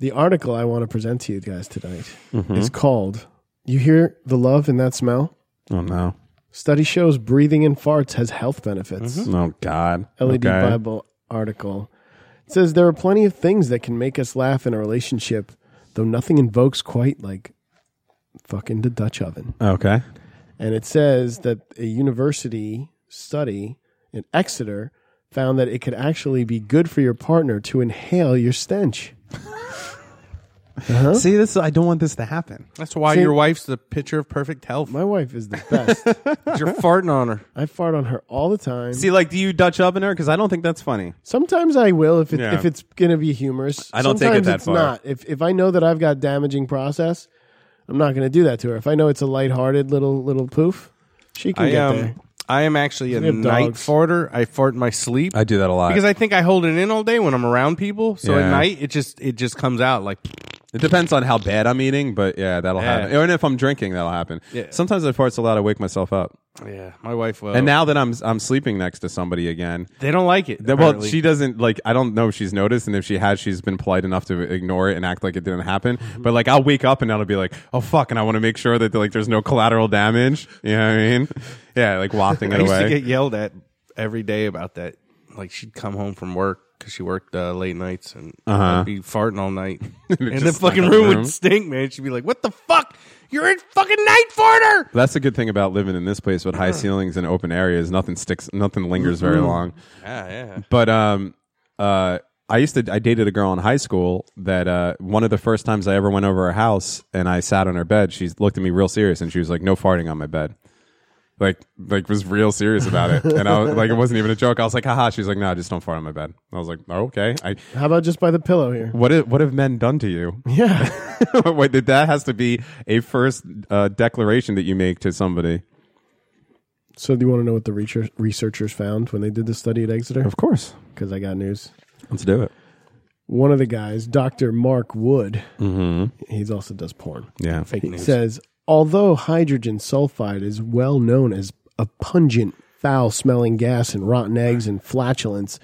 [SPEAKER 8] the article I want to present to you guys tonight
[SPEAKER 6] Mhm.
[SPEAKER 8] is called You Hear the Love in That Smell?
[SPEAKER 6] Oh, no.
[SPEAKER 8] Study shows breathing in farts has health benefits.
[SPEAKER 6] Oh, God.
[SPEAKER 8] LED
[SPEAKER 6] Okay.
[SPEAKER 8] E Bible article. It says there are plenty of things that can make us laugh in a relationship, though nothing invokes quite like fucking the Dutch oven.
[SPEAKER 6] Okay.
[SPEAKER 8] And it says that a university study in Exeter found that it could actually be good for your partner to inhale your stench. Uh-huh.
[SPEAKER 6] See, this I don't want this to happen.
[SPEAKER 9] That's why
[SPEAKER 8] See-
[SPEAKER 9] your wife's the picture of perfect
[SPEAKER 6] *laughs*
[SPEAKER 9] health.
[SPEAKER 8] My wife is the best.
[SPEAKER 9] You're farting on her.
[SPEAKER 8] I fart on her all the time.
[SPEAKER 6] See, like, do you Dutch oven her? Because I don't think that's funny.
[SPEAKER 8] Sometimes I will if it,
[SPEAKER 6] Yeah.
[SPEAKER 8] if it's gonna be humorous.
[SPEAKER 6] I don't take it
[SPEAKER 8] Sometimes
[SPEAKER 6] that
[SPEAKER 8] it's
[SPEAKER 6] far.
[SPEAKER 8] Not if if I know that I've got damaging process, I'm not gonna do that to her. If I know it's a lighthearted little little poof, she can
[SPEAKER 9] I
[SPEAKER 8] get
[SPEAKER 6] um,
[SPEAKER 9] am.
[SPEAKER 8] there.
[SPEAKER 9] I am actually a
[SPEAKER 8] We have
[SPEAKER 9] night
[SPEAKER 8] dogs.
[SPEAKER 9] farter. I fart in my sleep.
[SPEAKER 6] I do that a lot.
[SPEAKER 9] because I think I hold it in all day when I'm around people. So
[SPEAKER 6] Yeah.
[SPEAKER 9] at night, it just it just comes out like
[SPEAKER 6] It depends on how bad I'm eating, but yeah, that'll
[SPEAKER 9] Yeah.
[SPEAKER 6] happen. And if I'm drinking, that'll happen.
[SPEAKER 9] Yeah.
[SPEAKER 6] Sometimes I fart so loud I wake myself up.
[SPEAKER 9] yeah. My wife will.
[SPEAKER 6] And now that I'm I'm sleeping next to somebody again,
[SPEAKER 9] they don't like it.
[SPEAKER 6] That- well,
[SPEAKER 9] apparently.
[SPEAKER 6] she doesn't like. I don't know if she's noticed, and if she has, she's been polite enough to ignore it and act like it didn't happen.
[SPEAKER 9] Mm-hmm.
[SPEAKER 6] But like, I'll wake up and I'll be like, "Oh fuck!" and I want to make sure that like there's no collateral damage. You know what I mean? *laughs* Yeah, like wafting
[SPEAKER 9] I
[SPEAKER 6] it
[SPEAKER 9] used to
[SPEAKER 6] away.
[SPEAKER 9] get yelled at every day about that. Like she'd come home from work because she worked uh, late nights and
[SPEAKER 6] Uh-huh.
[SPEAKER 9] I'd be farting all night,
[SPEAKER 6] It
[SPEAKER 9] *laughs* and the
[SPEAKER 6] just snuck
[SPEAKER 9] fucking room,
[SPEAKER 6] up the room.
[SPEAKER 9] would stink, man. She'd be like, "What the fuck? You're in fucking night farter."
[SPEAKER 6] That's the good thing about living in this place with high ceilings and open areas. Nothing sticks. Nothing lingers very
[SPEAKER 9] Mhm.
[SPEAKER 6] long.
[SPEAKER 9] Yeah, yeah.
[SPEAKER 6] But um, uh, I used to I dated a girl in high school that uh, one of the first times I ever went over her house and I sat on her bed, she looked at me real serious and she was like, "No farting on my bed." Like, like was real serious about it, and I was like, it wasn't even a joke. I was like, haha. She's like, no, just don't fart on my bed. I was like, oh, okay. I
[SPEAKER 8] How about just by the pillow here?
[SPEAKER 6] what have, what have men done to you?
[SPEAKER 8] Yeah,
[SPEAKER 6] *laughs* Wait, that- that has to be a first uh, declaration that you make to somebody.
[SPEAKER 8] So do you want to know what the research- researchers found when they did the study at Exeter? Of
[SPEAKER 6] course,
[SPEAKER 8] because I got news.
[SPEAKER 6] Let's do it.
[SPEAKER 8] One of the guys, Doctor Mark Wood,
[SPEAKER 6] Mm-hmm.
[SPEAKER 8] he also does porn.
[SPEAKER 6] Yeah.
[SPEAKER 9] Fake
[SPEAKER 8] He
[SPEAKER 9] news.
[SPEAKER 8] says, although hydrogen sulfide is well known as a pungent, foul smelling gas in rotten eggs and flatulence,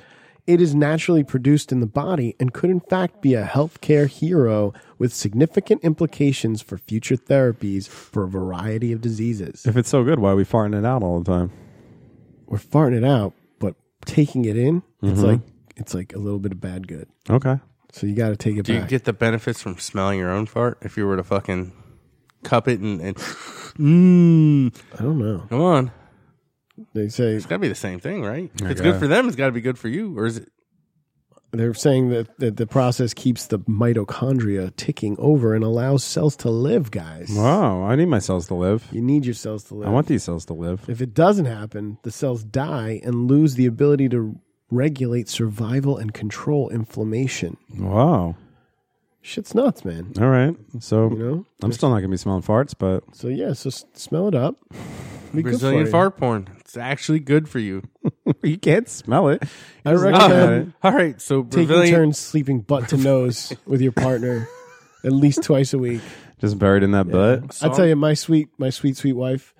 [SPEAKER 8] it is naturally produced in the body and could, in fact, be a healthcare hero with significant implications for future therapies for a variety of diseases.
[SPEAKER 6] If it's so good, why are we farting it out all the time?
[SPEAKER 8] We're farting it out, but taking it in, it's
[SPEAKER 9] Mm-hmm.
[SPEAKER 6] Mhm.
[SPEAKER 8] like it's like a little bit of bad good.
[SPEAKER 6] Okay.
[SPEAKER 8] So you got to take it
[SPEAKER 9] Do you
[SPEAKER 8] back.
[SPEAKER 9] get the benefits from smelling your own fart if you were to fucking cup it and, and Mmm.
[SPEAKER 8] I don't know.
[SPEAKER 9] come on?
[SPEAKER 8] They say
[SPEAKER 9] It's got to be the same thing, right? If
[SPEAKER 8] I
[SPEAKER 9] it's good
[SPEAKER 8] guess.
[SPEAKER 9] for them, it's got to be good for you, or is it?
[SPEAKER 8] They're saying that, that the process keeps the mitochondria ticking over and allows cells to live, guys.
[SPEAKER 6] Wow, I need my cells to live.
[SPEAKER 8] You need your cells to live.
[SPEAKER 6] I want these cells to live.
[SPEAKER 8] If it doesn't happen, the cells die and lose the ability to regulate survival and control inflammation.
[SPEAKER 6] Wow.
[SPEAKER 8] Shit's nuts, man.
[SPEAKER 6] All right. So
[SPEAKER 8] You know?
[SPEAKER 6] I'm still not gonna be smelling farts,
[SPEAKER 8] *laughs*
[SPEAKER 6] but
[SPEAKER 8] So yeah, so s- smell it up. Be good
[SPEAKER 9] Brazilian
[SPEAKER 8] for you.
[SPEAKER 9] fart porn. It's actually good for *laughs* you.
[SPEAKER 6] you can't smell it.
[SPEAKER 8] I
[SPEAKER 6] Just look at it.
[SPEAKER 8] recommend
[SPEAKER 9] All right, so
[SPEAKER 8] taking
[SPEAKER 9] Brazilian.
[SPEAKER 8] turns sleeping butt to nose with your
[SPEAKER 9] *laughs*
[SPEAKER 8] partner at least twice a week.
[SPEAKER 6] Just buried in that butt.
[SPEAKER 8] I tell you, my sweet, my sweet, sweet wife.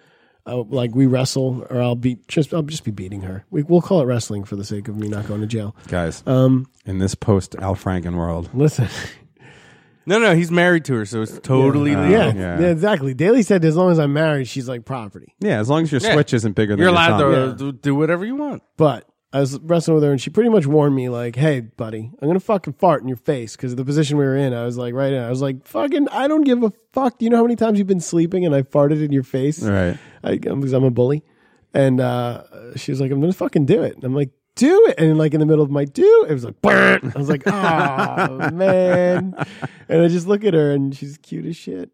[SPEAKER 8] uh, like we wrestle, or I'll be just I'll just be beating her. We, we'll call it wrestling for the sake of me not going to jail.
[SPEAKER 6] guys.
[SPEAKER 8] Um,
[SPEAKER 6] in this post Al Franken world,
[SPEAKER 8] listen. *laughs*
[SPEAKER 9] No, no, he's married to her, so it's totally
[SPEAKER 6] Yeah.
[SPEAKER 9] legal.
[SPEAKER 6] Yeah.
[SPEAKER 8] Yeah, exactly. Daly said as long as I'm married, she's like property.
[SPEAKER 6] Yeah, as long as your
[SPEAKER 8] Yeah.
[SPEAKER 6] switch isn't bigger than
[SPEAKER 9] You're
[SPEAKER 6] your
[SPEAKER 9] allowed
[SPEAKER 6] thumb.
[SPEAKER 9] to uh, do- do whatever you want.
[SPEAKER 8] But I was wrestling with her, and she pretty much warned me, like, "Hey, buddy, I'm gonna fucking fart in your face," because of the position we were in. I was like, right now, I was like, "Fucking, I don't give a fuck." Do you know how many times you've been sleeping and I farted in your face?
[SPEAKER 6] Right.
[SPEAKER 8] I, because I'm a bully. And uh, she was like, "I'm gonna fucking do it." And I'm like, "Do it!" And like in the middle of my do, it was like, "Burr." I was like,
[SPEAKER 6] *laughs*
[SPEAKER 8] "Oh man!" And I just look at her, and she's cute as shit.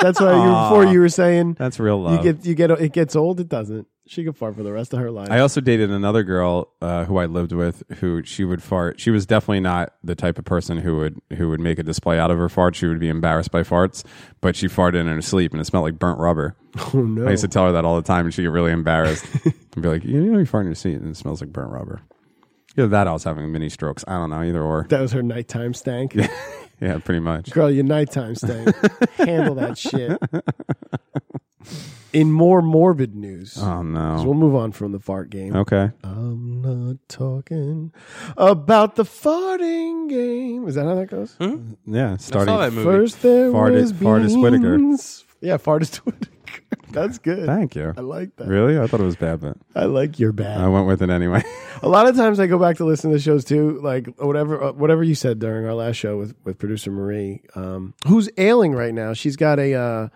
[SPEAKER 8] That's why you,
[SPEAKER 6] Aw.
[SPEAKER 8] before you were saying
[SPEAKER 6] That's real love.
[SPEAKER 8] You get you get it gets old. It doesn't. She could fart for the rest of her life.
[SPEAKER 6] I also dated another girl uh, who I lived with who she would fart. She was definitely not the type of person who would who would make a display out of her fart. She would be embarrassed by farts, but she farted in her sleep and it smelled like burnt rubber.
[SPEAKER 8] *laughs* Oh, no.
[SPEAKER 6] I used to tell her that all the time and she'd get really embarrassed *laughs* and be like, "You know, you fart in your seat and it smells like burnt rubber." Either that, or I was having mini strokes. I don't know. Either or.
[SPEAKER 8] That was her nighttime stank.
[SPEAKER 6] Yeah, pretty
[SPEAKER 8] *laughs*
[SPEAKER 6] much.
[SPEAKER 8] Girl, your
[SPEAKER 6] *laughs*
[SPEAKER 8] nighttime stank. Handle that shit. In more morbid news.
[SPEAKER 6] Oh, no.
[SPEAKER 8] 'cause We'll move on from the fart game.
[SPEAKER 6] Okay.
[SPEAKER 8] Uh, I'm not talking about the farting game. Is that how that goes?
[SPEAKER 6] Mm-hmm. Yeah, starting
[SPEAKER 8] that movie. First there
[SPEAKER 6] farted,
[SPEAKER 8] was
[SPEAKER 6] farted Whitaker.
[SPEAKER 8] Yeah, fart is *laughs* Whitaker. That's good.
[SPEAKER 6] Thank you.
[SPEAKER 8] I like that.
[SPEAKER 6] Really? I thought it was bad, but
[SPEAKER 8] I like your bad.
[SPEAKER 6] I went with it anyway. *laughs*
[SPEAKER 8] A lot of times I go back to listen to shows too, like whatever uh, whatever you said during our last show with with producer Marie, um, who's ailing right now. She's got a uh,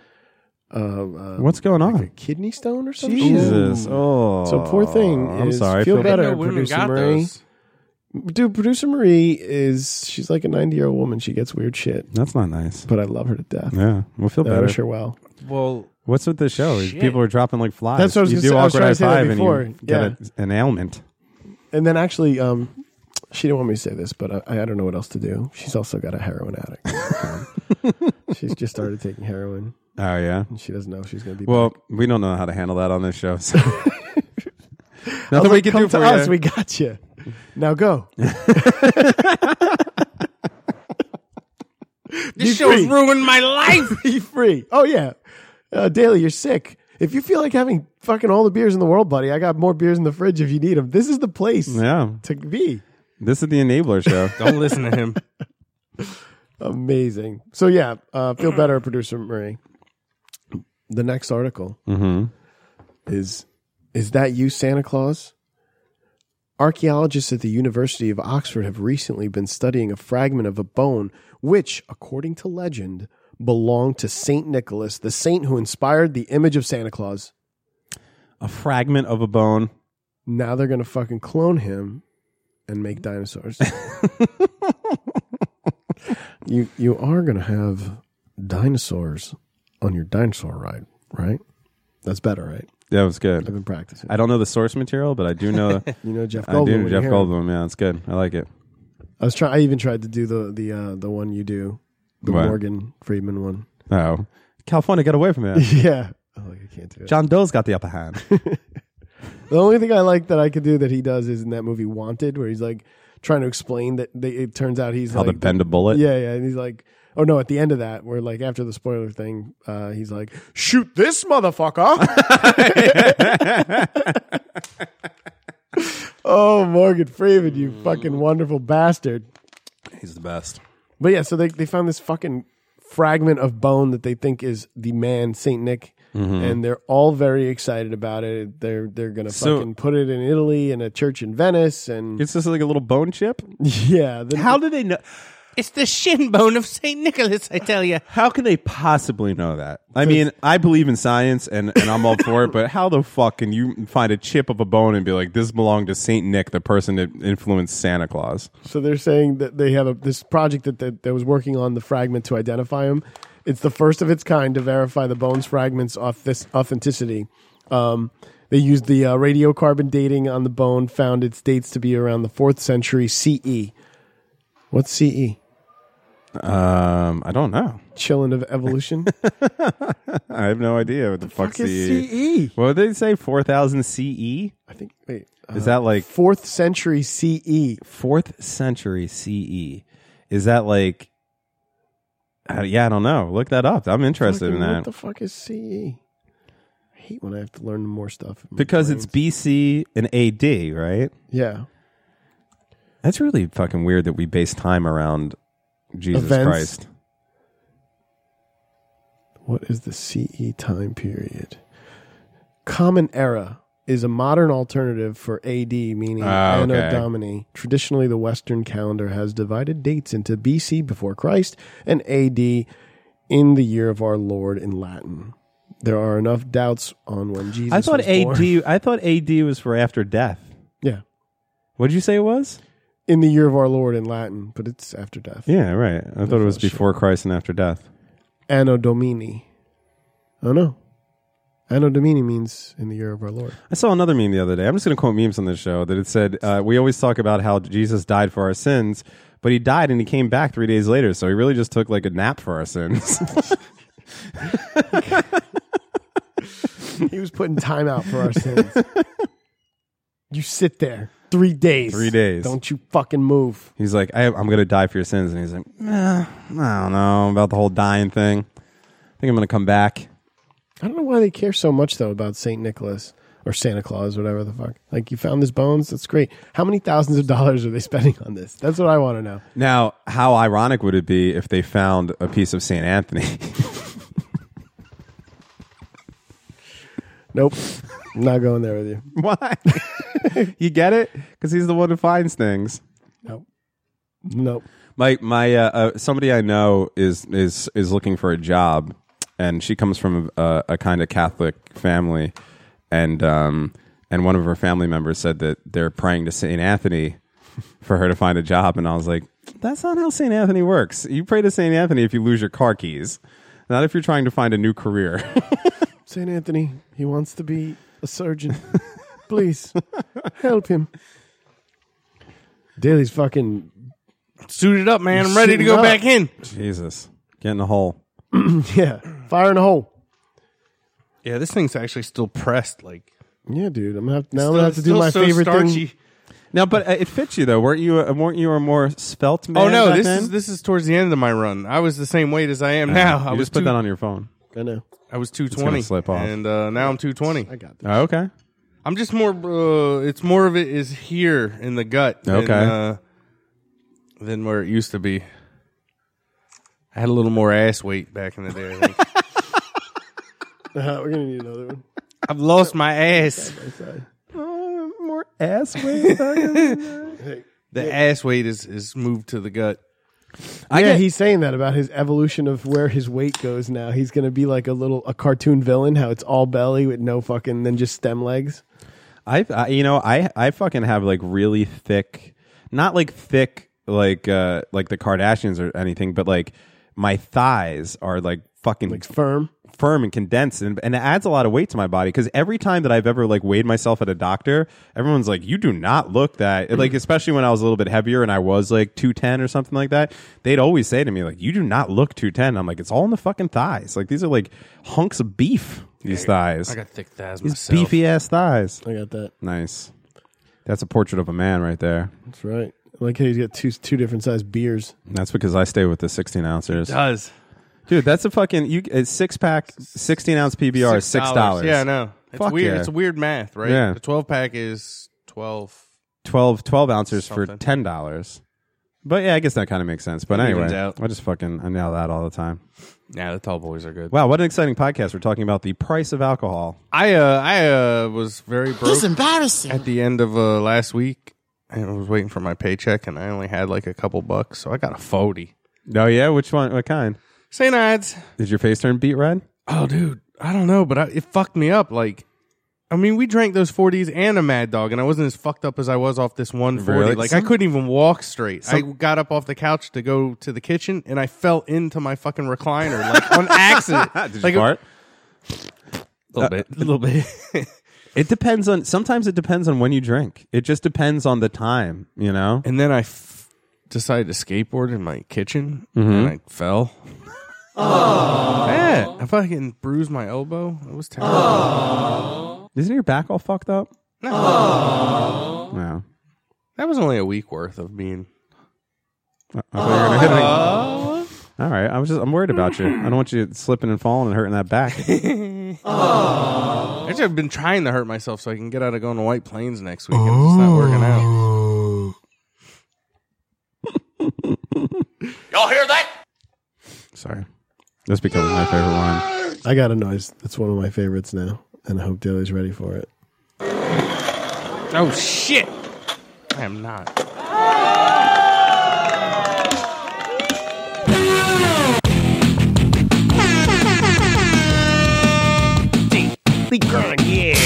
[SPEAKER 8] uh, uh,
[SPEAKER 6] What's going on?
[SPEAKER 8] kidney stone or something.
[SPEAKER 6] Jesus. Oh.
[SPEAKER 8] So poor thing.
[SPEAKER 6] I'm
[SPEAKER 8] is-
[SPEAKER 6] sorry. I
[SPEAKER 8] Feel
[SPEAKER 6] feel bad.
[SPEAKER 8] better,
[SPEAKER 9] No women
[SPEAKER 8] producer
[SPEAKER 9] got
[SPEAKER 8] Marie.
[SPEAKER 9] those.
[SPEAKER 8] Dude, producer Marie is she's like a ninety year old woman. She gets weird shit.
[SPEAKER 6] That's not nice.
[SPEAKER 8] But I love her to death.
[SPEAKER 6] Yeah. We'll feel
[SPEAKER 8] I
[SPEAKER 6] better.
[SPEAKER 8] wish her well.
[SPEAKER 9] Well,
[SPEAKER 6] What's with this show? Is
[SPEAKER 8] Shit.
[SPEAKER 6] People are dropping like flies.
[SPEAKER 8] That's what I was
[SPEAKER 6] you
[SPEAKER 8] gonna
[SPEAKER 6] do
[SPEAKER 8] say- I was
[SPEAKER 6] awkward
[SPEAKER 8] trying
[SPEAKER 6] high
[SPEAKER 8] to say that
[SPEAKER 6] five and
[SPEAKER 8] before.
[SPEAKER 6] you get a, an ailment.
[SPEAKER 8] And then actually, um, she didn't want me to say this, but I, I don't know what else to do. She's also got a heroin addict.
[SPEAKER 6] *laughs*
[SPEAKER 8] Um, she's just started taking heroin.
[SPEAKER 6] Oh yeah.
[SPEAKER 8] And she doesn't know if she's going to be.
[SPEAKER 6] Well, we don't know how to handle that on this show.
[SPEAKER 8] *laughs*
[SPEAKER 6] So.
[SPEAKER 8] I was
[SPEAKER 6] Nothing we
[SPEAKER 8] like,
[SPEAKER 6] can
[SPEAKER 8] "Come
[SPEAKER 6] do for
[SPEAKER 8] to us.
[SPEAKER 6] you.
[SPEAKER 8] We got you. Now go. *laughs*
[SPEAKER 9] This show's ruined my life.
[SPEAKER 8] be free. Oh yeah, uh, Daly, you're sick. If you feel like having fucking all the beers in the world, buddy, I got more beers in the fridge if you need them. This is the place.
[SPEAKER 6] Yeah.
[SPEAKER 8] to be
[SPEAKER 6] This is the enabler show.
[SPEAKER 8] *laughs*
[SPEAKER 9] Don't *laughs* listen to him.
[SPEAKER 8] amazing. So yeah, uh, feel better, *clears throat* producer Murray. The next article.
[SPEAKER 6] Mm-hmm.
[SPEAKER 8] is is that you santa claus archaeologists at the university of oxford have recently been studying a fragment of a bone which according to legend belonged to saint nicholas the saint who inspired the image of santa claus
[SPEAKER 6] A fragment of a bone.
[SPEAKER 8] now they're gonna fucking clone him and
[SPEAKER 6] *laughs*
[SPEAKER 8] make dinosaurs you you are gonna have dinosaurs on your dinosaur ride right that's better right
[SPEAKER 6] That was good.
[SPEAKER 8] I've been practicing.
[SPEAKER 6] I don't know the source material, but I do
[SPEAKER 8] *laughs*
[SPEAKER 6] know.
[SPEAKER 8] You know Jeff
[SPEAKER 6] I
[SPEAKER 8] Goldblum
[SPEAKER 6] do
[SPEAKER 8] when
[SPEAKER 6] know
[SPEAKER 8] you
[SPEAKER 6] Jeff
[SPEAKER 8] hear him.
[SPEAKER 6] Goldblum. Yeah, it's good. I like it.
[SPEAKER 8] I was trying. I even tried to do the the uh, the one you do, the
[SPEAKER 6] What?
[SPEAKER 8] Morgan Friedman one. *laughs*
[SPEAKER 6] Oh, California, get away from that.
[SPEAKER 8] yeah, I'm like, I can't do it.
[SPEAKER 6] John Doe's got the upper
[SPEAKER 8] *laughs*
[SPEAKER 6] hand.
[SPEAKER 8] The only thing I like that I could do that he does is in that movie Wanted, where he's like trying to explain that they, it turns out he's
[SPEAKER 6] How to
[SPEAKER 8] like
[SPEAKER 6] bend a *laughs* bullet.
[SPEAKER 8] Yeah, yeah, and he's like. Oh no! At the end of that, where like after the spoiler thing, uh, he's like, "Shoot this motherfucker!" oh, Morgan Freeman, you
[SPEAKER 6] Mm.
[SPEAKER 8] fucking wonderful bastard!
[SPEAKER 6] He's the best.
[SPEAKER 8] But yeah, so they they found this fucking fragment of bone that they think is the man Saint Nick,
[SPEAKER 6] Mhm.
[SPEAKER 8] and they're all very excited about it. They're they're gonna
[SPEAKER 6] So-
[SPEAKER 8] fucking put it in Italy in a church in Venice, and
[SPEAKER 6] It's just like a little bone chip.
[SPEAKER 8] *laughs* yeah. The,
[SPEAKER 6] How do they know?
[SPEAKER 9] *laughs* It's the shin bone of Saint Nicholas, I tell you.
[SPEAKER 6] How can they possibly know that? I mean, I believe in science and, and I'm all for it, but how the fuck can you find a chip of a bone and be like, this belonged to Saint Nick, the person that influenced Santa Claus?
[SPEAKER 8] so they're saying that they have a, this project that, that that was working on the fragment to identify him. It's the first of its kind to verify the bone's fragment's auth- authenticity. Um, they used the uh, radiocarbon dating on the bone, found its dates to be around the fourth century CE. What's E? CE?
[SPEAKER 6] Um, I don't know.
[SPEAKER 8] Chillin' of
[SPEAKER 6] *laughs*
[SPEAKER 8] evolution.
[SPEAKER 6] I have no idea what the fuck, E.
[SPEAKER 8] fuck is CE?
[SPEAKER 6] What did they say? 4000 CE? I
[SPEAKER 8] think, wait.
[SPEAKER 6] E?
[SPEAKER 8] uh,
[SPEAKER 6] is that like
[SPEAKER 8] fourth century E. CE?
[SPEAKER 6] Fourth century CE. Is that like. Uh, yeah, I don't know. Look that up. I'm interested in
[SPEAKER 8] Fucking
[SPEAKER 6] that.
[SPEAKER 8] What the fuck is CE? E? I hate when I have to learn more stuff.
[SPEAKER 6] Because it's BC and AD, right?
[SPEAKER 8] Yeah.
[SPEAKER 6] That's really fucking weird that we base time around Jesus
[SPEAKER 8] Events.
[SPEAKER 6] Christ.
[SPEAKER 8] What is the CE time period? Common Era is a modern alternative for AD, meaning
[SPEAKER 6] Ah,
[SPEAKER 8] Anno
[SPEAKER 6] okay.
[SPEAKER 8] Domini. Traditionally, the Western calendar has divided dates into BC before Christ and AD in the year of our Lord in Latin. There are enough doubts on when Jesus.
[SPEAKER 6] I thought
[SPEAKER 8] was born.
[SPEAKER 6] AD. I thought AD was for after death.
[SPEAKER 8] *laughs* Yeah.
[SPEAKER 6] What did you say it was?
[SPEAKER 8] In the year of our Lord in Latin, but it's after death.
[SPEAKER 6] Yeah, right. I thought it was before Christ and after death.
[SPEAKER 8] Anno Domini. Oh no. Anno Domini means in the year of our Lord.
[SPEAKER 6] I saw another meme the other day. I'm just going to quote memes on this show that it said, uh, We always talk about how Jesus died for our sins, but he died and he came back three days later. So he really just took like a nap for our sins. *laughs*
[SPEAKER 8] he was putting time out for
[SPEAKER 6] *laughs*
[SPEAKER 8] our sins. you sit there three days.
[SPEAKER 6] Three days.
[SPEAKER 8] Don't you fucking move.
[SPEAKER 6] he's like, I, I'm going to die for your sins. And he's like, "Nah, I don't know about the whole dying thing. I think I'm going to come back.
[SPEAKER 8] I don't know why they care so much though about Saint Nicholas or Santa Claus, whatever the fuck. Like you found his bones, that's great. How many thousands of dollars are they spending on this? That's what I want to know.
[SPEAKER 6] Now, how ironic would it be if they found a piece of St. Anthony? *laughs*
[SPEAKER 8] Nope. I'm not going there with you.
[SPEAKER 6] Why? *laughs* you get it? Because he's the one who finds things.
[SPEAKER 8] Nope. Nope.
[SPEAKER 6] My my uh, uh, somebody I know is is is looking for a job, and she comes from a, a kind of Catholic family, and um and one of her family members said that they're praying to Saint Anthony for her to find a job, and I was like, that's not how Saint Anthony works. You pray to Saint Anthony if you lose your car keys, not if you're trying to find a new career. *laughs*
[SPEAKER 8] Saint Anthony, he wants to be
[SPEAKER 6] *laughs*
[SPEAKER 8] a surgeon. Please help him. Daly's fucking
[SPEAKER 9] suited up, man. I'm ready to go back in.
[SPEAKER 6] Jesus, get in a hole.
[SPEAKER 8] yeah, fire in a hole.
[SPEAKER 9] Yeah, this thing's actually still pressed. Like,
[SPEAKER 8] yeah, dude. I'm gonna have, now I'm
[SPEAKER 9] Still-
[SPEAKER 8] gonna have to do
[SPEAKER 9] still
[SPEAKER 8] my
[SPEAKER 9] so
[SPEAKER 8] favorite
[SPEAKER 9] starchy.
[SPEAKER 8] thing.
[SPEAKER 6] Now, but uh, it fits you though. Weren't you? A, weren't you a more svelte man?
[SPEAKER 9] oh no,
[SPEAKER 6] back
[SPEAKER 9] this
[SPEAKER 6] then?
[SPEAKER 9] is this is towards the end of my run. I was the same weight as I am
[SPEAKER 6] Uh,
[SPEAKER 9] now. I
[SPEAKER 6] you
[SPEAKER 9] was
[SPEAKER 6] just put
[SPEAKER 9] two-
[SPEAKER 6] that on your phone.
[SPEAKER 8] I know. *laughs*
[SPEAKER 9] I was two
[SPEAKER 6] gonna
[SPEAKER 9] twenty.
[SPEAKER 6] slip off.
[SPEAKER 9] and uh, now I'm two twenty. I
[SPEAKER 8] got.
[SPEAKER 6] Oh, okay.
[SPEAKER 9] I'm just more. Uh, it's more of it is here in the gut. than,
[SPEAKER 6] Okay.
[SPEAKER 9] uh, than where it used to be. I had a little more ass weight back in the day. I think.
[SPEAKER 8] Uh, we're gonna need another one.
[SPEAKER 9] *laughs* I've lost my ass. Uh,
[SPEAKER 6] more ass weight.
[SPEAKER 8] hey,
[SPEAKER 9] The ass weight is, is moved to the gut.
[SPEAKER 8] yeah, he's saying that about his evolution of where his weight goes now. He's gonna be like a little a cartoon villain, how it's all belly with no fucking then just stem legs.
[SPEAKER 6] *laughs* I, I you know I I fucking have like really thick, not like thick like uh like the Kardashians or anything, but like my thighs are like fucking like
[SPEAKER 8] firm,
[SPEAKER 6] firm and condensed, and, and it adds a lot of weight to my body because every time that I've ever like weighed myself at a doctor, everyone's like, "You do not look that."
[SPEAKER 9] Mm-hmm.
[SPEAKER 6] Like especially when I was a little bit heavier and I was like two ten or something like that, they'd always say to me like, "You do not look two ten." I'm like, "It's all in the fucking thighs. Like these are like hunks of beef. These thighs.
[SPEAKER 9] I got thick thighs
[SPEAKER 6] These
[SPEAKER 9] myself.
[SPEAKER 6] beefy ass thighs.
[SPEAKER 8] I got that.
[SPEAKER 6] Nice. That's a portrait of a man right there.
[SPEAKER 8] That's right. Like how he's got two two different sized beers.
[SPEAKER 6] And that's because I stay with the 16 ounces.
[SPEAKER 9] does.
[SPEAKER 6] Dude, that's a fucking you a six pack, 16 ounce PBR is six dollars.
[SPEAKER 9] Yeah, I know. It's
[SPEAKER 6] Fuck
[SPEAKER 9] weird.
[SPEAKER 6] yeah.
[SPEAKER 9] It's weird math, right?
[SPEAKER 6] Yeah.
[SPEAKER 9] The twelve pack is twelve.
[SPEAKER 6] 12, 12 ounces for
[SPEAKER 9] Something.
[SPEAKER 6] ten dollars. But yeah, I guess that kind of makes sense. But
[SPEAKER 9] It
[SPEAKER 6] anyway,
[SPEAKER 9] evens out.
[SPEAKER 6] I just fucking I nail that all the time.
[SPEAKER 9] Yeah, the tall boys are good.
[SPEAKER 6] Wow, what an exciting podcast! We're talking about the price of alcohol.
[SPEAKER 9] I uh, I uh, was very broke.
[SPEAKER 6] He's embarrassing.
[SPEAKER 9] At the end of uh, last week, I was waiting for my paycheck, and I only had like a couple bucks, so I got a forty.
[SPEAKER 6] Oh yeah, which one? What kind?
[SPEAKER 9] St. Ides.
[SPEAKER 6] Did your face turn beet red?
[SPEAKER 9] Oh, dude, I don't know, but I, it fucked me up. Like, I mean, we drank those forties and a Mad Dog, and I wasn't as fucked up as I was off this one forty.
[SPEAKER 6] Really?
[SPEAKER 9] Like, I
[SPEAKER 6] Some-
[SPEAKER 9] couldn't even walk straight. I
[SPEAKER 6] Some-
[SPEAKER 9] got up off the couch to go to the kitchen, and I fell into my fucking recliner like on accident.
[SPEAKER 6] *laughs* Ah, Did you
[SPEAKER 9] like,
[SPEAKER 6] fart? Uh, *laughs*
[SPEAKER 9] A little bit, a little bit.
[SPEAKER 6] It depends on. Sometimes it depends on when you drink. It just depends on the time, you know.
[SPEAKER 9] And then I f- decided to skateboard in my kitchen,
[SPEAKER 6] Mhm.
[SPEAKER 9] and I fell. Oh. Yeah, I fucking bruised my elbow. It was terrible.
[SPEAKER 6] Isn't your back all fucked up? No.
[SPEAKER 9] That was only a week worth of being.
[SPEAKER 6] I thought you were gonna hit me. All right, I was just I'm worried about you. I don't want you slipping and falling and hurting that
[SPEAKER 8] *laughs*
[SPEAKER 6] back.
[SPEAKER 9] Actually, I've been trying to hurt myself so I can get out of going to White Plains next week. and It's just not working out.
[SPEAKER 4] Y'all hear that?
[SPEAKER 6] Sorry, that's becoming my favorite line.
[SPEAKER 8] I got a noise. That's one of my favorites now, and I hope Dilly's ready for it.
[SPEAKER 9] Oh shit! I am not.
[SPEAKER 4] Deeply grind, yeah.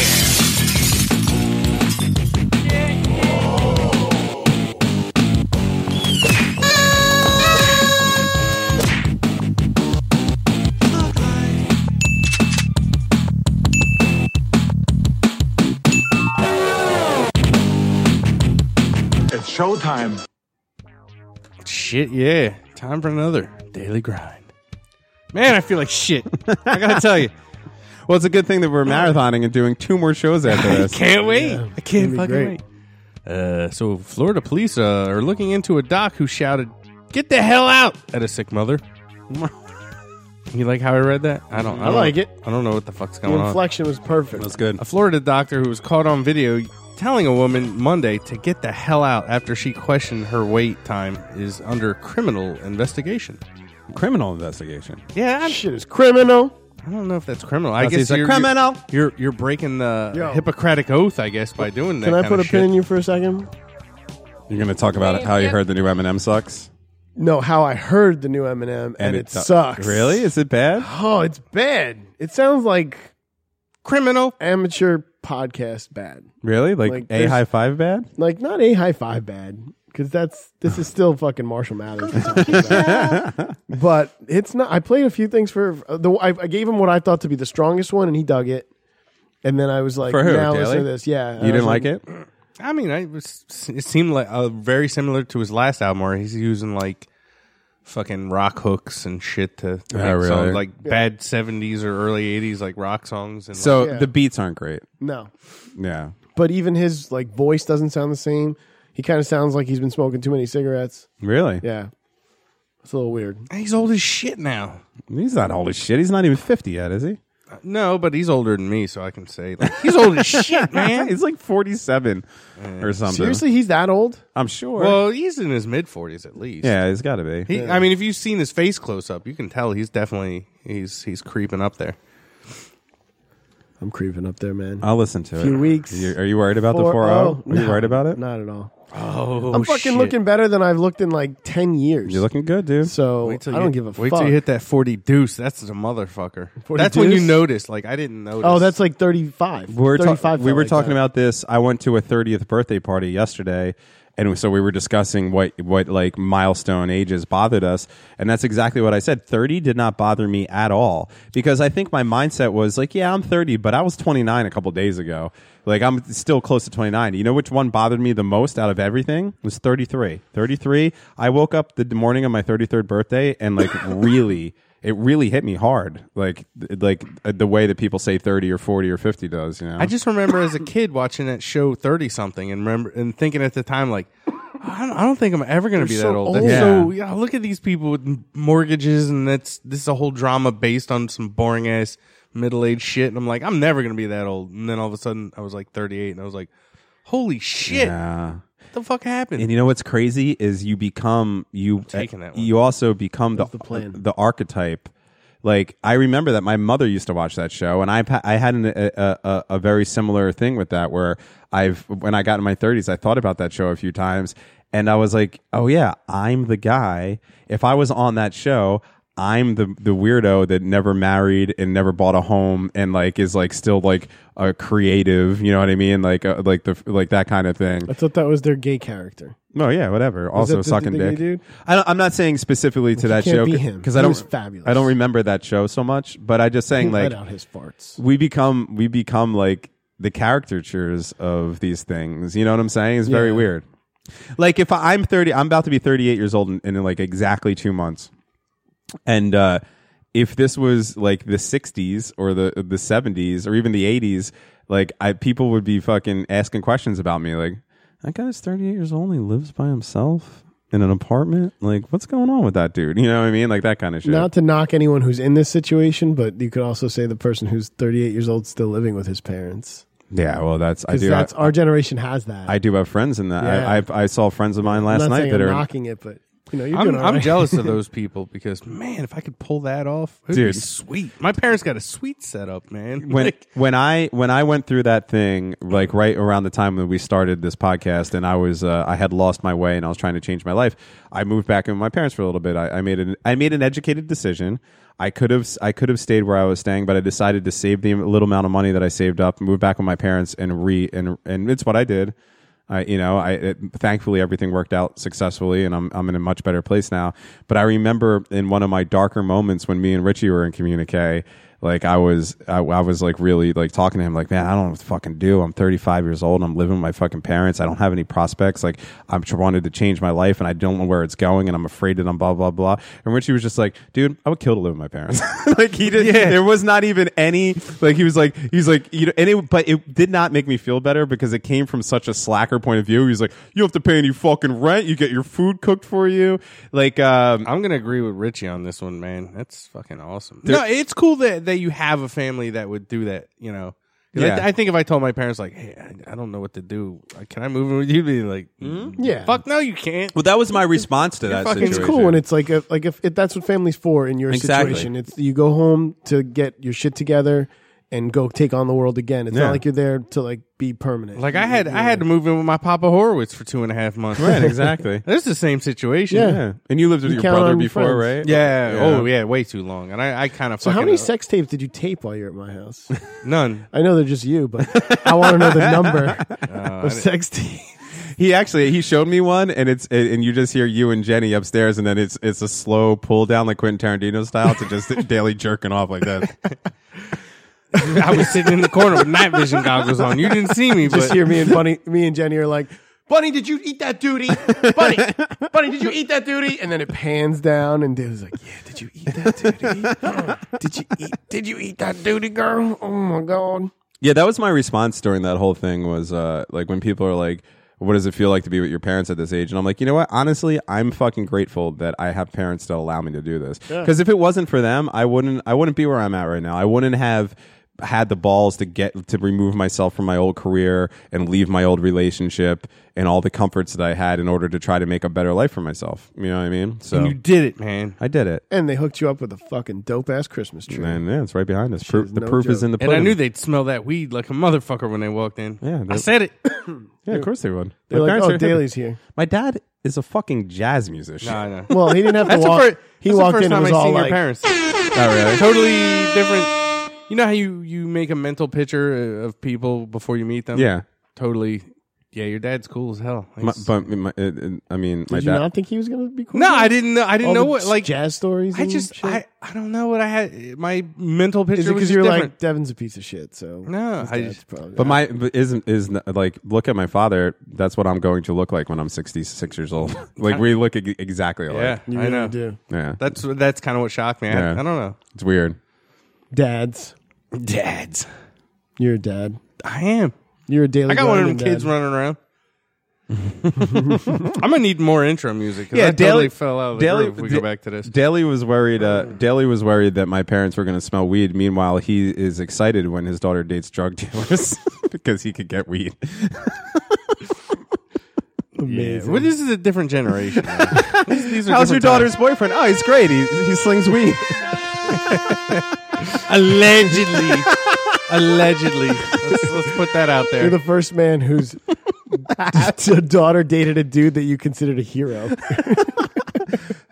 [SPEAKER 9] It's showtime. Shit, yeah! Time for another daily grind. Man, I feel like shit. I gotta tell you.
[SPEAKER 6] *laughs* Well, it's a good thing that we're marathoning and doing two more shows
[SPEAKER 9] *laughs*
[SPEAKER 6] after this.
[SPEAKER 9] Can't wait. I can't fucking
[SPEAKER 6] great.
[SPEAKER 9] wait. Uh, so, Florida police uh, are looking into a doc who shouted, Get the hell out! at a
[SPEAKER 6] *laughs*
[SPEAKER 9] sick mother. You like how I read that? I don't.
[SPEAKER 8] I
[SPEAKER 9] I, don't-
[SPEAKER 8] like it.
[SPEAKER 9] I don't know what the fuck's
[SPEAKER 8] The
[SPEAKER 9] going on.
[SPEAKER 8] inflection was perfect.
[SPEAKER 6] That's good.
[SPEAKER 9] A Florida doctor who was caught on video telling a woman Monday to get the hell out after she questioned her wait time is under criminal investigation.
[SPEAKER 6] Criminal investigation.
[SPEAKER 9] Yeah, I'm,
[SPEAKER 8] shit is criminal.
[SPEAKER 9] I don't know if that's criminal. I
[SPEAKER 6] Unless
[SPEAKER 9] guess
[SPEAKER 6] he's a
[SPEAKER 9] you're,
[SPEAKER 6] criminal.
[SPEAKER 9] You're you're breaking the
[SPEAKER 8] Yo.
[SPEAKER 9] Hippocratic oath, I guess, by doing that.
[SPEAKER 8] Can I
[SPEAKER 9] kinda
[SPEAKER 8] put a
[SPEAKER 9] shit.
[SPEAKER 8] pin in you for a second?
[SPEAKER 6] You're going to talk about how you heard the new Eminem sucks,
[SPEAKER 8] No, how I heard the new Eminem and, it,
[SPEAKER 6] do-
[SPEAKER 8] sucks.
[SPEAKER 6] Really? Is it
[SPEAKER 8] *gasps*
[SPEAKER 6] bad?
[SPEAKER 8] Oh, it's bad. It sounds like
[SPEAKER 9] criminal
[SPEAKER 8] amateur podcast bad.
[SPEAKER 6] Really? Like,
[SPEAKER 8] Like,
[SPEAKER 6] a
[SPEAKER 8] there's-
[SPEAKER 6] high five bad?
[SPEAKER 8] Like not a high five bad because that's this is still fucking Marshall Mathers. *laughs* but it's not. I played a few things for the. I, I gave him what I thought to be the strongest one, and he dug it. And then I was like,
[SPEAKER 6] For who?
[SPEAKER 8] now
[SPEAKER 6] Daly?
[SPEAKER 8] listen to this. Yeah, And I
[SPEAKER 6] You
[SPEAKER 8] was "Mm,
[SPEAKER 6] didn't like, it?
[SPEAKER 9] I mean, I was, it seemed like uh, very similar to his last album, where he's using like fucking rock hooks and shit to, to
[SPEAKER 6] Oh,
[SPEAKER 9] make
[SPEAKER 6] really?
[SPEAKER 9] songs, like bad seventies or early eighties, like rock songs. And
[SPEAKER 6] So
[SPEAKER 9] like,
[SPEAKER 6] the beats aren't great.
[SPEAKER 8] No,
[SPEAKER 6] Yeah.
[SPEAKER 8] but even his like voice doesn't sound the same. He kind of sounds like he's been smoking too many cigarettes.
[SPEAKER 6] Really?
[SPEAKER 8] Yeah, it's a little weird.
[SPEAKER 9] he's old as shit now.
[SPEAKER 6] He's not old as shit. He's not even 50 yet, is
[SPEAKER 8] *laughs*
[SPEAKER 6] he?
[SPEAKER 9] No, but he's older than me, so I can say like, he's old *laughs* as shit, man.
[SPEAKER 6] he's like 47 or something.
[SPEAKER 8] Mm. Seriously, he's that old?
[SPEAKER 6] I'm sure.
[SPEAKER 9] Well, he's in his mid forties at least.
[SPEAKER 6] yeah, he's got to be.
[SPEAKER 9] He, I mean, if you've seen his face close up, you can tell he's definitely he's he's creeping up there.
[SPEAKER 8] I'm creeping up there, man.
[SPEAKER 6] I'll listen to it.
[SPEAKER 8] Few weeks. oh,
[SPEAKER 6] Are you, are you worried about the 4 0? Are you worried about it?
[SPEAKER 8] Not at all.
[SPEAKER 9] Oh,
[SPEAKER 8] I'm fucking looking better than I've looked in like ten years.
[SPEAKER 6] You're looking good, dude.
[SPEAKER 8] so I
[SPEAKER 9] Wait till
[SPEAKER 8] don't
[SPEAKER 9] you-
[SPEAKER 8] give a
[SPEAKER 9] Wait
[SPEAKER 8] fuck.
[SPEAKER 9] till you hit that forty deuce. That's the motherfucker.
[SPEAKER 8] 40
[SPEAKER 9] That's when you
[SPEAKER 8] deuce?
[SPEAKER 9] notice. Like I didn't notice.
[SPEAKER 8] oh, that's like 35.
[SPEAKER 6] We're ta-
[SPEAKER 8] 35
[SPEAKER 6] we
[SPEAKER 8] felt
[SPEAKER 6] were
[SPEAKER 8] like
[SPEAKER 6] talking
[SPEAKER 8] that.
[SPEAKER 6] about this. I went to a 30th birthday party yesterday, and so we were discussing what what like milestone ages bothered us, and that's exactly what I said. 30 did not bother me at all because I think my mindset was like, yeah, I'm 30, but I was 29 a couple days ago. Like I'm still close to 29. You know which one bothered me the most out of everything was 33. 33. I woke up the morning of my 33rd birthday and like *laughs* really. It really hit me hard, like th- like uh, the way that people say thirty or forty or fifty does. You know,
[SPEAKER 9] I just remember as a kid watching that show Thirty Something and remember and thinking at the time like, I don't, I don't think I'm ever going to be
[SPEAKER 8] They're
[SPEAKER 9] that
[SPEAKER 8] so
[SPEAKER 9] old.
[SPEAKER 8] old.
[SPEAKER 9] That's So yeah, look at these people with mortgages and that's this is a whole drama based on some boring ass middle aged shit. And I'm like, I'm never going to be that old. And then all of a sudden, I was like 38, and I was like, Holy shit!
[SPEAKER 6] Yeah.
[SPEAKER 9] What the fuck happened?
[SPEAKER 6] And you know what's crazy is you become you uh,
[SPEAKER 9] taking that one.
[SPEAKER 6] you also become the,
[SPEAKER 8] the plan.
[SPEAKER 6] the archetype. Like I remember that my mother used to watch that show, and I pa- I had an, a, a- a a very similar thing with that where I've when I got in my 30s, I thought about that show a few times, and I was like, oh yeah, I'm the guy. If I was on that show. I'm the the weirdo that never married and never bought a home and like is like still like a creative, you know what I mean? Like uh, like the like that kind of thing.
[SPEAKER 8] I thought that was their gay character.
[SPEAKER 6] No, Oh, yeah, whatever. Also
[SPEAKER 8] that the-
[SPEAKER 6] sucking
[SPEAKER 8] the gay
[SPEAKER 6] dick.
[SPEAKER 8] dude?
[SPEAKER 6] I don't, I'm not saying specifically to
[SPEAKER 8] Like,
[SPEAKER 6] that
[SPEAKER 8] you
[SPEAKER 6] show
[SPEAKER 8] can't be him.
[SPEAKER 6] I
[SPEAKER 8] He
[SPEAKER 6] don't.
[SPEAKER 8] was fabulous.
[SPEAKER 6] I don't remember that show so much, but I just
[SPEAKER 8] *laughs*
[SPEAKER 6] saying *laughs*
[SPEAKER 8] He
[SPEAKER 6] like
[SPEAKER 8] let out his farts.
[SPEAKER 6] we become we become like the caricatures of these things. You know what I'm saying? It's very
[SPEAKER 8] Yeah.
[SPEAKER 6] weird. Like if I- I'm 30, I'm about to be 38 years old in, in like exactly two months, and uh, if this was like the 60s or the the 70s or even the 80s, like I people would be fucking asking questions about me, like that guy's 38 years old, and he lives by himself. in an apartment? Like, what's going on with that dude? You know what I mean? Like that kind of shit.
[SPEAKER 8] Not to knock anyone who's in this situation, but you could also say the person who's 38 years old still living with his parents.
[SPEAKER 6] yeah, well, that's I
[SPEAKER 8] Because
[SPEAKER 6] do.
[SPEAKER 8] that's
[SPEAKER 6] I,
[SPEAKER 8] our generation has that.
[SPEAKER 6] I do have friends in that. I, I I saw friends of mine last
[SPEAKER 8] I'm not
[SPEAKER 6] night
[SPEAKER 8] saying
[SPEAKER 6] that
[SPEAKER 8] I'm
[SPEAKER 6] are
[SPEAKER 8] knocking it, but you know, you're
[SPEAKER 9] I'm,
[SPEAKER 8] doing all
[SPEAKER 9] I'm
[SPEAKER 8] right.
[SPEAKER 9] jealous of those people because man, if I could pull that off, it'd be
[SPEAKER 6] Dude.
[SPEAKER 9] sweet. My parents got a sweet setup, man.
[SPEAKER 6] when
[SPEAKER 9] *laughs* Like,
[SPEAKER 6] when I when I went through that thing like right around the time that we started this podcast and I was uh, I had lost my way and I was trying to change my life. I moved back in with my parents for a little bit. I, I made an I made an educated decision. I could have I could have stayed where I was staying, but I decided to save the little amount of money that I saved up, move back with my parents, and re and and it's what I did. I, you know, I it, thankfully everything worked out successfully, and I'm I'm in a much better place now. But I remember in one of my darker moments when me and Richie were in communique, like I was I, I was like really like talking to him, like man, I don't know what to fucking do. I'm 35 years old. and I'm living with my fucking parents. I don't have any prospects. Like I'm tr- wanted to change my life, and I don't know where it's going, and I'm afraid that I'm blah blah blah. And Richie was just like, dude, I would kill to live with my parents. *laughs* like he did. There was not even any. Like he was like he's like you know. And it, but it did not make me feel better because it came from such a slacker point of view. He's like, you have to pay any fucking rent. You get your food cooked for you. Like um,
[SPEAKER 9] I'm gonna agree with Richie on this one, man. That's fucking awesome.
[SPEAKER 6] There-
[SPEAKER 9] no, it's cool that that you have a family that would do that. You know, 'Cause I,
[SPEAKER 6] Yeah.
[SPEAKER 9] I think if I told my parents like, hey, I, I don't know what to do, Uh, can I move in with you? They'd Be like, mm,
[SPEAKER 8] *laughs* Yeah.
[SPEAKER 9] fuck no, you can't.
[SPEAKER 6] Well, that was my response to
[SPEAKER 9] You're
[SPEAKER 6] that
[SPEAKER 9] fucking-
[SPEAKER 6] situation.
[SPEAKER 8] it's cool when it's like a, like if, if that's what family's for in your
[SPEAKER 6] Exactly.
[SPEAKER 8] situation. It's you go home to get your shit together and go take on the world again. It's
[SPEAKER 6] Yeah.
[SPEAKER 8] not like you're there to like be permanent.
[SPEAKER 9] Like I had, I had to move in with my Papa Horowitz for two and a half months.
[SPEAKER 6] Right,
[SPEAKER 9] *laughs*
[SPEAKER 6] exactly.
[SPEAKER 9] It's the same situation.
[SPEAKER 8] Yeah.
[SPEAKER 6] Yeah. And you lived with
[SPEAKER 8] You
[SPEAKER 6] your
[SPEAKER 8] count
[SPEAKER 6] brother
[SPEAKER 8] on
[SPEAKER 6] before,
[SPEAKER 8] friends.
[SPEAKER 6] right?
[SPEAKER 9] Yeah. Oh yeah, way too long. And I, I kind of
[SPEAKER 8] So how
[SPEAKER 9] fucking
[SPEAKER 8] many
[SPEAKER 9] uh,
[SPEAKER 8] sex tapes did you tape while you were at my house? *laughs*
[SPEAKER 9] none.
[SPEAKER 8] I know they're just you, but I want to know the
[SPEAKER 9] *laughs*
[SPEAKER 8] number
[SPEAKER 9] Uh, I
[SPEAKER 8] of
[SPEAKER 9] didn't-
[SPEAKER 8] sex tapes.
[SPEAKER 6] He actually he showed me one, and it's and you just hear you and Jenny upstairs, and then it's it's a slow pull down like Quentin Tarantino style to just *laughs* daily jerking off like that.
[SPEAKER 9] I was sitting in the corner with night vision goggles on. You didn't see me,
[SPEAKER 8] Just
[SPEAKER 9] but
[SPEAKER 8] hear me and Bunny, me and Jenny are like,
[SPEAKER 3] Bunny, did you eat that duty? Bunny, Bunny, did you eat that duty?
[SPEAKER 8] and then it pans down, and Dave's like, "Yeah, did you eat that duty? Oh,
[SPEAKER 9] *laughs*
[SPEAKER 8] did you eat? Did you eat that duty, girl? Oh my god!"
[SPEAKER 6] Yeah, that was my response during that whole thing was uh, like when people are like, "What does it feel like to be with your parents at this age?" And I'm like, you know what? Honestly, I'm fucking grateful that I have parents that allow me to do this. Because if it wasn't for them, I wouldn't I wouldn't be where I'm at right now. I wouldn't have had the balls to get to remove myself from my old career and leave my old relationship and all the comforts that I had in order to try to make a better life for myself. You know what I mean? So
[SPEAKER 9] you did it, man.
[SPEAKER 6] I did it.
[SPEAKER 8] And they hooked you up with a fucking dope ass Christmas tree.
[SPEAKER 6] And yeah, it's right behind us. Proof, the
[SPEAKER 8] no
[SPEAKER 6] proof is
[SPEAKER 8] joke.
[SPEAKER 6] in the
[SPEAKER 9] And
[SPEAKER 6] pudding.
[SPEAKER 9] I knew they'd smell that weed like a motherfucker when they walked in.
[SPEAKER 6] Yeah,
[SPEAKER 9] I
[SPEAKER 6] that- *coughs*
[SPEAKER 9] said it.
[SPEAKER 6] Yeah, of course they would.
[SPEAKER 8] They're
[SPEAKER 6] My
[SPEAKER 8] like,
[SPEAKER 6] parents
[SPEAKER 8] "Oh,
[SPEAKER 6] are hippie."
[SPEAKER 8] Daly's here."
[SPEAKER 6] My dad is a fucking jazz musician.
[SPEAKER 9] I know.
[SPEAKER 8] Well, he didn't have to
[SPEAKER 9] That's the
[SPEAKER 8] walk.
[SPEAKER 9] fir-
[SPEAKER 8] he
[SPEAKER 9] that's the
[SPEAKER 8] walked
[SPEAKER 9] first
[SPEAKER 8] in and
[SPEAKER 9] time
[SPEAKER 8] was
[SPEAKER 9] I
[SPEAKER 8] all
[SPEAKER 9] seen
[SPEAKER 8] like,
[SPEAKER 9] your
[SPEAKER 6] *laughs*
[SPEAKER 9] parents.
[SPEAKER 6] Not really.
[SPEAKER 9] totally different. You know how you you make a mental picture uh, of people before you meet them.
[SPEAKER 6] Yeah.
[SPEAKER 9] totally. Yeah, your dad's cool as hell.
[SPEAKER 6] My,
[SPEAKER 9] He's-
[SPEAKER 6] but my, uh, uh, I mean, my
[SPEAKER 8] "Did you
[SPEAKER 6] dad.
[SPEAKER 8] not think he was gonna be cool?"
[SPEAKER 9] no, I didn't know. I
[SPEAKER 8] All
[SPEAKER 9] didn't know
[SPEAKER 8] the
[SPEAKER 9] what like.
[SPEAKER 8] jazz stories.
[SPEAKER 9] I
[SPEAKER 8] and
[SPEAKER 9] just
[SPEAKER 8] shit?
[SPEAKER 9] I, I don't know what I had. My mental picture
[SPEAKER 8] is it
[SPEAKER 9] was
[SPEAKER 8] because
[SPEAKER 9] just
[SPEAKER 8] you're
[SPEAKER 9] different.
[SPEAKER 8] like Devin's a piece of shit? So
[SPEAKER 9] No,
[SPEAKER 8] his
[SPEAKER 9] I
[SPEAKER 8] dad's
[SPEAKER 9] just-
[SPEAKER 8] probably-
[SPEAKER 6] But my but isn't is n- like look at my father. That's what I'm going to look like when I'm 66 years old. *laughs* like we look e- exactly
[SPEAKER 9] yeah,
[SPEAKER 6] alike.
[SPEAKER 8] you
[SPEAKER 9] I
[SPEAKER 8] really
[SPEAKER 9] know.
[SPEAKER 8] do.
[SPEAKER 6] Yeah,
[SPEAKER 9] That's that's kind of what shocked me. I,
[SPEAKER 6] Yeah.
[SPEAKER 9] I don't know.
[SPEAKER 6] it's weird.
[SPEAKER 8] Dads,
[SPEAKER 9] Dads,
[SPEAKER 8] you're a dad.
[SPEAKER 9] I am.
[SPEAKER 8] You're a daily.
[SPEAKER 9] I got one of them
[SPEAKER 8] Grinder
[SPEAKER 9] kids
[SPEAKER 8] dad.
[SPEAKER 9] running around. *laughs* I'm gonna need more intro music. 'cause I totally fell out of the groove if we
[SPEAKER 6] Da-
[SPEAKER 9] go back to this.
[SPEAKER 6] Daly was worried. Uh,
[SPEAKER 8] Oh.
[SPEAKER 6] Daly was worried that my parents were going to smell weed. Meanwhile, he is excited when his daughter dates drug dealers *laughs* because he could get weed.
[SPEAKER 8] Amazing.
[SPEAKER 9] Well, this is a different generation. *laughs* man. These- these are
[SPEAKER 6] How's your
[SPEAKER 9] different
[SPEAKER 6] daughter's
[SPEAKER 9] times.
[SPEAKER 6] boyfriend? Oh, he's great. He he slings weed. *laughs*
[SPEAKER 9] *laughs* Allegedly, allegedly. Let's, let's put that out there.
[SPEAKER 8] You're the first man *laughs* whose d- daughter dated a dude that you considered a hero.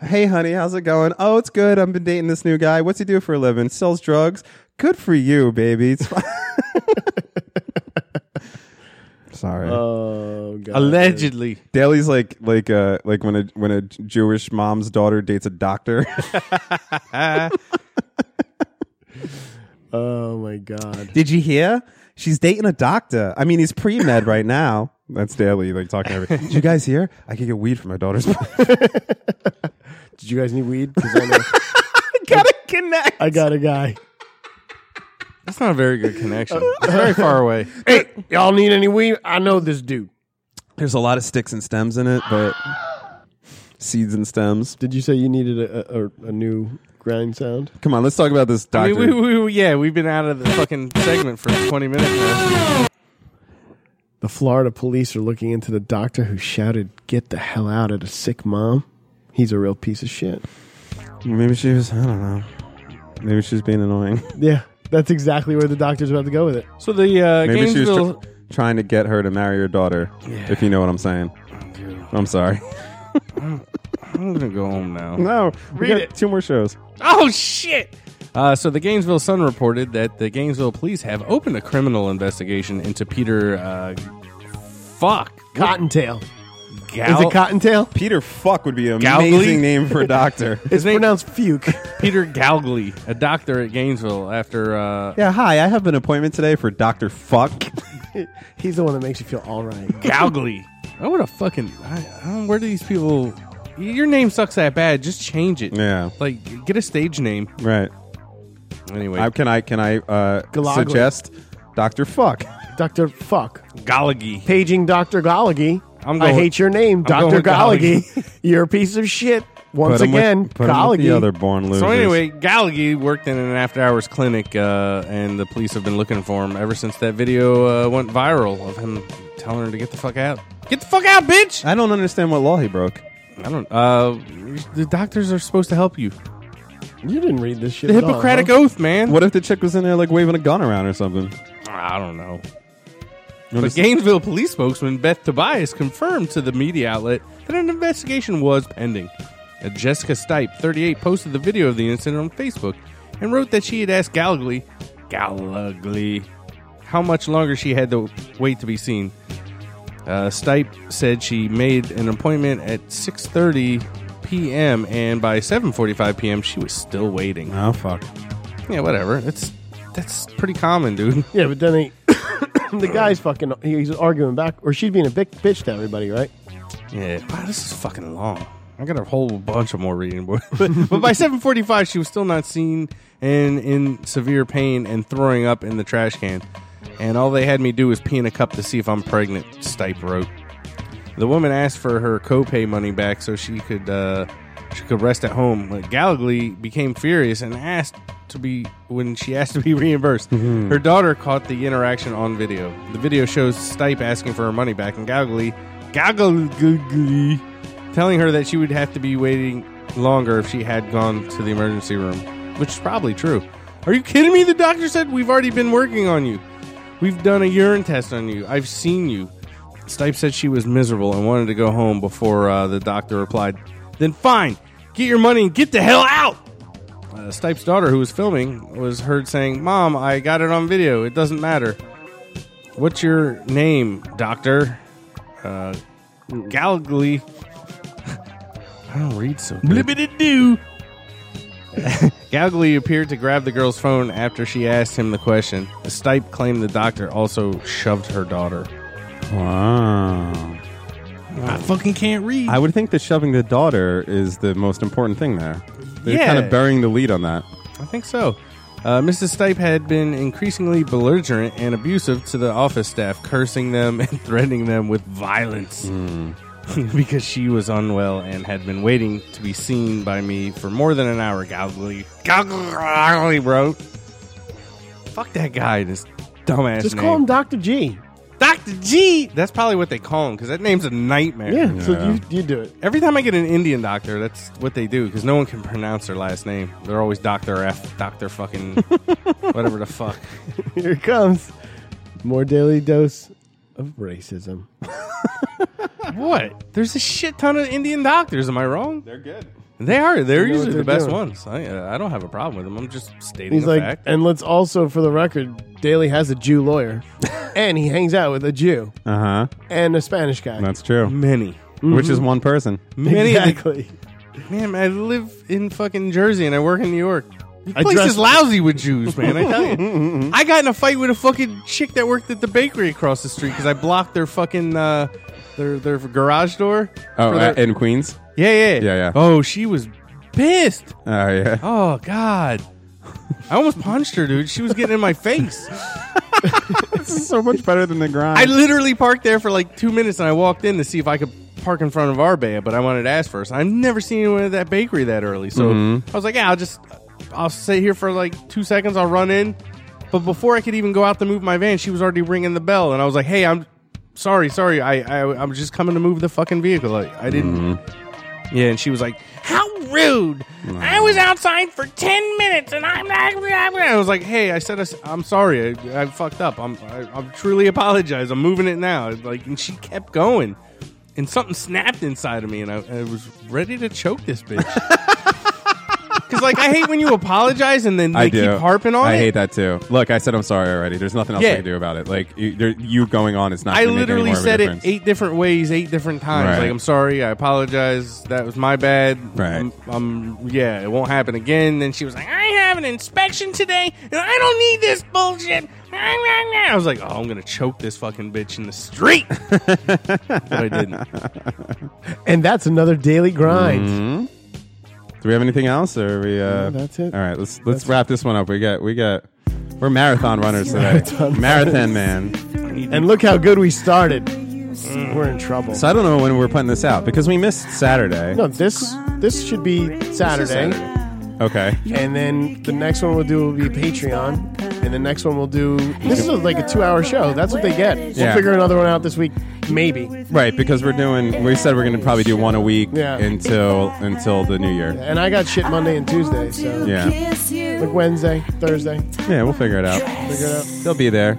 [SPEAKER 6] hey honey how's it going oh it's good i've been dating this new guy what's he do for a living sells drugs good for you baby it's fine. *laughs* sorry
[SPEAKER 8] Oh god.
[SPEAKER 9] allegedly.
[SPEAKER 6] daly's like like uh like when a when a jewish mom's daughter dates a doctor *laughs*
[SPEAKER 8] Oh my god.
[SPEAKER 6] did you hear she's dating a doctor i mean he's pre-med right now that's daly like talking to everybody did you guys hear i could get weed from my daughter's *laughs*
[SPEAKER 8] Did you guys need weed? 'Cause I, know-
[SPEAKER 6] gotta connect
[SPEAKER 8] I got a guy.
[SPEAKER 9] That's not a very good connection. It's very far *laughs* away.
[SPEAKER 8] Hey, y'all need any weed? I know this dude.
[SPEAKER 6] there's a lot of sticks and stems in it but seeds and stems.
[SPEAKER 8] Did you say you needed a, a, a new grind sound?
[SPEAKER 6] Come on, let's talk about this
[SPEAKER 9] I
[SPEAKER 6] doctor.
[SPEAKER 9] mean, we, we, we- yeah, we've been out of the fucking segment for 20 minutes now.
[SPEAKER 8] The Florida police are looking into the doctor who shouted, Get the hell out at a sick mom. He's a real piece of shit.
[SPEAKER 6] Maybe she was. I don't know. Maybe she's being annoying.
[SPEAKER 8] Yeah, that's exactly where the doctor's about to go with it.
[SPEAKER 9] So the uh,
[SPEAKER 6] Maybe she was
[SPEAKER 9] Gainesville.
[SPEAKER 6] tr- trying to get her to marry her daughter. If you know what I'm saying. I'm
[SPEAKER 9] *laughs*
[SPEAKER 6] sorry.
[SPEAKER 9] I'm gonna go home now.
[SPEAKER 6] no, we
[SPEAKER 9] Read
[SPEAKER 6] got Two more shows.
[SPEAKER 9] *laughs* Oh shit! Uh, so the Gainesville Sun reported that the Gainesville police have opened a criminal investigation into Peter. Uh, fuck,
[SPEAKER 8] Cottontail.
[SPEAKER 9] Gal-
[SPEAKER 8] Is it Cottontail?
[SPEAKER 6] Peter Fuck would be an
[SPEAKER 9] Galgly?
[SPEAKER 6] amazing name for a
[SPEAKER 9] *laughs*
[SPEAKER 6] doctor.
[SPEAKER 8] It's pronounced Fuke.
[SPEAKER 9] Peter Galgley, a doctor at Gainesville, after uh,
[SPEAKER 6] yeah, hi. I have an appointment today for Doctor Fuck.
[SPEAKER 8] He's the one that makes you feel all right.
[SPEAKER 9] Galgley. I would have fucking. I, I don't. Where do these people? Your name sucks that bad. Just change it.
[SPEAKER 6] Yeah.
[SPEAKER 9] Like, get a stage name.
[SPEAKER 6] Right.
[SPEAKER 9] Anyway,
[SPEAKER 6] I, can I can I uh,
[SPEAKER 8] Galagly.
[SPEAKER 6] suggest Doctor Fuck?
[SPEAKER 8] Dr. Fuck.
[SPEAKER 9] Gallaghy.
[SPEAKER 8] Paging Dr. Gallaghy.
[SPEAKER 9] I'm
[SPEAKER 8] I
[SPEAKER 9] going-
[SPEAKER 8] hate your name,
[SPEAKER 9] I'm
[SPEAKER 8] Dr.
[SPEAKER 9] going
[SPEAKER 8] Gallaghy. You're a piece of shit. Once
[SPEAKER 6] Put 'em with-
[SPEAKER 8] again,
[SPEAKER 6] put 'em with the
[SPEAKER 8] Gallagher.
[SPEAKER 6] other born losers.
[SPEAKER 9] So anyway, Gallagher worked in an after-hours clinic, uh, and the police have been looking for him ever since that video uh, went viral of him telling her to get the fuck out. Get the fuck out, bitch!
[SPEAKER 6] I don't understand what law he broke.
[SPEAKER 9] I don't. Uh, the doctors are supposed to help you.
[SPEAKER 8] You didn't read this shit.
[SPEAKER 9] The
[SPEAKER 8] at all,
[SPEAKER 9] Hippocratic
[SPEAKER 8] huh?
[SPEAKER 9] Oath, man.
[SPEAKER 6] What if the chick was in there like waving a gun around or something?
[SPEAKER 9] I don't know. But
[SPEAKER 6] Notice-
[SPEAKER 9] Gainesville police spokesman Beth Tobias confirmed to the media outlet that an investigation was pending. Uh, Jessica Stipe, 38, posted the video of the incident on Facebook and wrote that she had asked Gallagly, Gallagly, how much longer she had to wait to be seen. Uh, Stipe said she made an appointment at 6:30 p.m. and by 7:45 p.m. she was still waiting.
[SPEAKER 6] Oh fuck.
[SPEAKER 9] Yeah, whatever. That's that's pretty common, dude.
[SPEAKER 8] Yeah, but then he, *coughs* the guy's fucking. He's arguing back, or she's being a big bitch to everybody, right?
[SPEAKER 9] Yeah, wow, this is fucking long. I got a whole bunch of more reading, *laughs* but but by seven forty five, she was still not seen and in severe pain and throwing up in the trash can. And all they had me do was pee in a cup to see if I'm pregnant. Stipe wrote. The woman asked for her copay money back so she could uh, she could rest at home. But Gallagly became furious and asked to be when she asked to be *laughs* reimbursed. Her daughter caught the interaction on video. The video shows Stipe asking for her money back and Gallagly Gallagly telling her that she would have to be waiting longer if she had gone to the emergency room, which is probably true. Are you kidding me? The doctor said we've already been working on you. We've done a urine test on you. I've seen you. Stipe said she was miserable and wanted to go home before uh, the doctor replied, Then fine, get your money and get the hell out! Uh, Stipe's daughter, who was filming, was heard saying, Mom, I got it on video. It doesn't matter. What's your name, doctor? Uh, Gallagly. *laughs* I don't read so good.
[SPEAKER 7] Blibbity
[SPEAKER 9] *laughs*
[SPEAKER 7] do.
[SPEAKER 9] Gallagly appeared to grab the girl's phone after she asked him the question. Stipe claimed the doctor also shoved her daughter.
[SPEAKER 6] Wow.
[SPEAKER 7] I fucking can't read.
[SPEAKER 6] Um, I would think that shoving the daughter is the most important thing there. They're
[SPEAKER 9] Yeah.
[SPEAKER 6] kind of burying the lead on that.
[SPEAKER 9] I think so. Uh, Mrs. Stipe had been increasingly belligerent and abusive to the office staff, cursing them *laughs* and threatening them with violence
[SPEAKER 8] Hmm.
[SPEAKER 9] *laughs* because she was unwell and had been waiting to be seen by me for more than an hour. Gallagly, Gallagly wrote, "Fuck that guy and his dumbass
[SPEAKER 8] Just
[SPEAKER 9] name,
[SPEAKER 8] call him Doctor G.
[SPEAKER 9] Doctor G." That's probably what they call him because that name's a nightmare.
[SPEAKER 8] Yeah, so
[SPEAKER 6] Yeah.
[SPEAKER 8] you, you do it. *laughs*
[SPEAKER 9] Every time I get an Indian doctor, that's what they do because no one can pronounce their last name. They're always Doctor F, Doctor fucking
[SPEAKER 8] *laughs*
[SPEAKER 9] whatever the fuck.
[SPEAKER 8] Here it comes. More daily dose of racism.
[SPEAKER 9] What? There's a shit ton of Indian doctors. Am I wrong?
[SPEAKER 6] They're good.
[SPEAKER 9] They are. They're
[SPEAKER 8] They know what
[SPEAKER 9] usually
[SPEAKER 8] they're
[SPEAKER 9] the best
[SPEAKER 8] doing.
[SPEAKER 9] ones. I, uh, I don't have a problem with them. I'm just stating
[SPEAKER 8] He's
[SPEAKER 9] the
[SPEAKER 8] like,
[SPEAKER 9] fact.
[SPEAKER 8] and let's also, for the record, Daly has a Jew
[SPEAKER 6] *laughs*
[SPEAKER 8] lawyer, and he hangs out with a Jew
[SPEAKER 6] Uh huh.
[SPEAKER 8] and a Spanish guy. *laughs*
[SPEAKER 6] That's true.
[SPEAKER 9] Many,
[SPEAKER 6] Which is one person.
[SPEAKER 9] many. Exactly.
[SPEAKER 8] exactly.
[SPEAKER 9] Man, I live in fucking Jersey and I work in New York. This
[SPEAKER 8] I
[SPEAKER 9] place
[SPEAKER 8] dress-
[SPEAKER 9] is lousy with Jews, man. I tell
[SPEAKER 6] *laughs*
[SPEAKER 9] you, I got in a fight with a fucking chick that worked at the bakery across the street because I blocked their fucking uh, their their garage door.
[SPEAKER 6] Oh,
[SPEAKER 9] for their-
[SPEAKER 6] uh, in Queens.
[SPEAKER 9] yeah, yeah,
[SPEAKER 6] Yeah, yeah.
[SPEAKER 9] Oh, she was pissed.
[SPEAKER 6] Oh yeah.
[SPEAKER 9] Oh God. I almost punched her, dude. She was getting in my face.
[SPEAKER 6] *laughs* This is so much better than the grind.
[SPEAKER 9] I literally parked there for like two minutes and I walked in to see if I could park in front of our bed, but I wanted to ask first. I've never seen anyone at that bakery that early, so
[SPEAKER 6] Mhm.
[SPEAKER 9] I was like, yeah, I'll just I'll sit here for like two seconds. I'll run in, but before I could even go out to move my van, she was already ringing the bell, and I was like, hey, I'm sorry, sorry, I, I I'm just coming to move the fucking vehicle. Like I didn't. Yeah, and she was like, How rude! I was outside for ten minutes, and I'm not. I was like, "Hey, I said I, am sorry. I, I fucked up. I'm I, I'm truly apologize. I'm moving it now." Like, and she kept going, and something snapped inside of me, and I, I was ready to choke this bitch. *laughs* Because like I hate when you apologize and then they
[SPEAKER 6] I do.
[SPEAKER 9] keep harping on
[SPEAKER 6] I
[SPEAKER 9] it.
[SPEAKER 6] hate that too. Look, I said I'm sorry already. There's nothing else
[SPEAKER 9] Yeah.
[SPEAKER 6] I can do about it. Like you, there, you going on is not.
[SPEAKER 9] I
[SPEAKER 6] gonna make any
[SPEAKER 9] literally
[SPEAKER 6] more of a
[SPEAKER 9] said it
[SPEAKER 6] difference.
[SPEAKER 9] eight different ways, eight different times.
[SPEAKER 6] Right.
[SPEAKER 9] Like, I'm sorry, I apologize. That was my bad.
[SPEAKER 6] Right.
[SPEAKER 9] I'm, I'm- yeah, it won't happen again. Then she was like, I have an inspection today, and I don't need this bullshit. I was like, oh, I'm gonna choke this fucking bitch in
[SPEAKER 6] *laughs*
[SPEAKER 9] the street. but I didn't.
[SPEAKER 8] And that's another daily grind.
[SPEAKER 6] Mhm. Do we have anything else, or are we? Uh,
[SPEAKER 8] No, that's it.
[SPEAKER 6] All right, let's let's wrap this one up. We got we got we're
[SPEAKER 8] *laughs*
[SPEAKER 6] marathon runners today.
[SPEAKER 8] Marathon
[SPEAKER 6] Marathon
[SPEAKER 8] runners.
[SPEAKER 6] man.
[SPEAKER 8] And look how good we started. We're in trouble.
[SPEAKER 6] Mm. So I don't know when we're putting this out because we missed Saturday.
[SPEAKER 8] No, this this should be Saturday,
[SPEAKER 6] Okay.
[SPEAKER 8] and then the next one we'll do will be Patreon, and the next one we'll do. This is like a two-hour show. That's what they get. We'll
[SPEAKER 6] Yeah.
[SPEAKER 8] figure another one out this week, maybe.
[SPEAKER 6] Right, because we're doing. We said we're going to probably do one a week
[SPEAKER 8] Yeah.
[SPEAKER 6] until until the new year.
[SPEAKER 8] And I got shit Monday and Tuesday, so
[SPEAKER 6] Yeah.
[SPEAKER 8] like Wednesday, Thursday.
[SPEAKER 6] Yeah, we'll figure it out.
[SPEAKER 8] Figure it out.
[SPEAKER 6] They'll be there.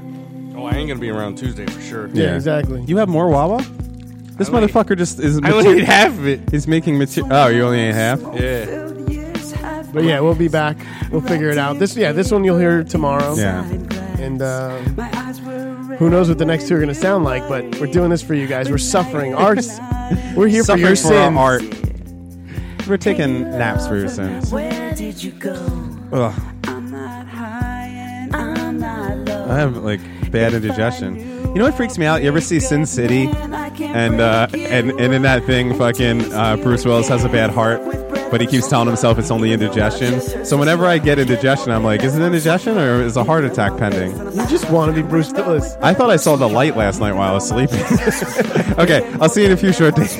[SPEAKER 9] Oh, I ain't gonna be around Tuesday for sure.
[SPEAKER 6] Yeah,
[SPEAKER 8] exactly.
[SPEAKER 6] You have more Wawa? This
[SPEAKER 9] I only-
[SPEAKER 6] motherfucker just is.
[SPEAKER 9] I only ate half of it.
[SPEAKER 6] He's making material. Oh, you only ate half.
[SPEAKER 9] Yeah.
[SPEAKER 8] But yeah, we'll be back. We'll figure it out. This yeah, this one you'll hear tomorrow.
[SPEAKER 6] Yeah.
[SPEAKER 8] And uh, who knows what the next two are going to sound like? But we're doing this for you guys. We're suffering. Our we're here for
[SPEAKER 6] Suffering
[SPEAKER 8] your
[SPEAKER 6] for our
[SPEAKER 8] sins.
[SPEAKER 6] art. We're taking naps for your sins.
[SPEAKER 14] Where did you go? *laughs*
[SPEAKER 6] Ugh.
[SPEAKER 14] I'm not low.
[SPEAKER 6] I have like bad indigestion. You know what freaks me out? You ever see Sin City, and uh, and and in that thing, fucking uh, Bruce Willis has a bad heart, but he keeps telling himself it's only indigestion. So whenever I get indigestion, I'm like, is it indigestion or is a heart attack pending?
[SPEAKER 8] You just want to be Bruce Willis.
[SPEAKER 6] I thought I saw the light last night while I was sleeping. *laughs* okay, I'll see you in a few short days.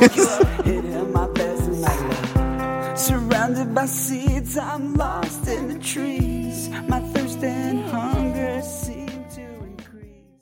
[SPEAKER 14] Surrounded by seeds, I'm lost in the trees. My thirst and hunger seem to increase.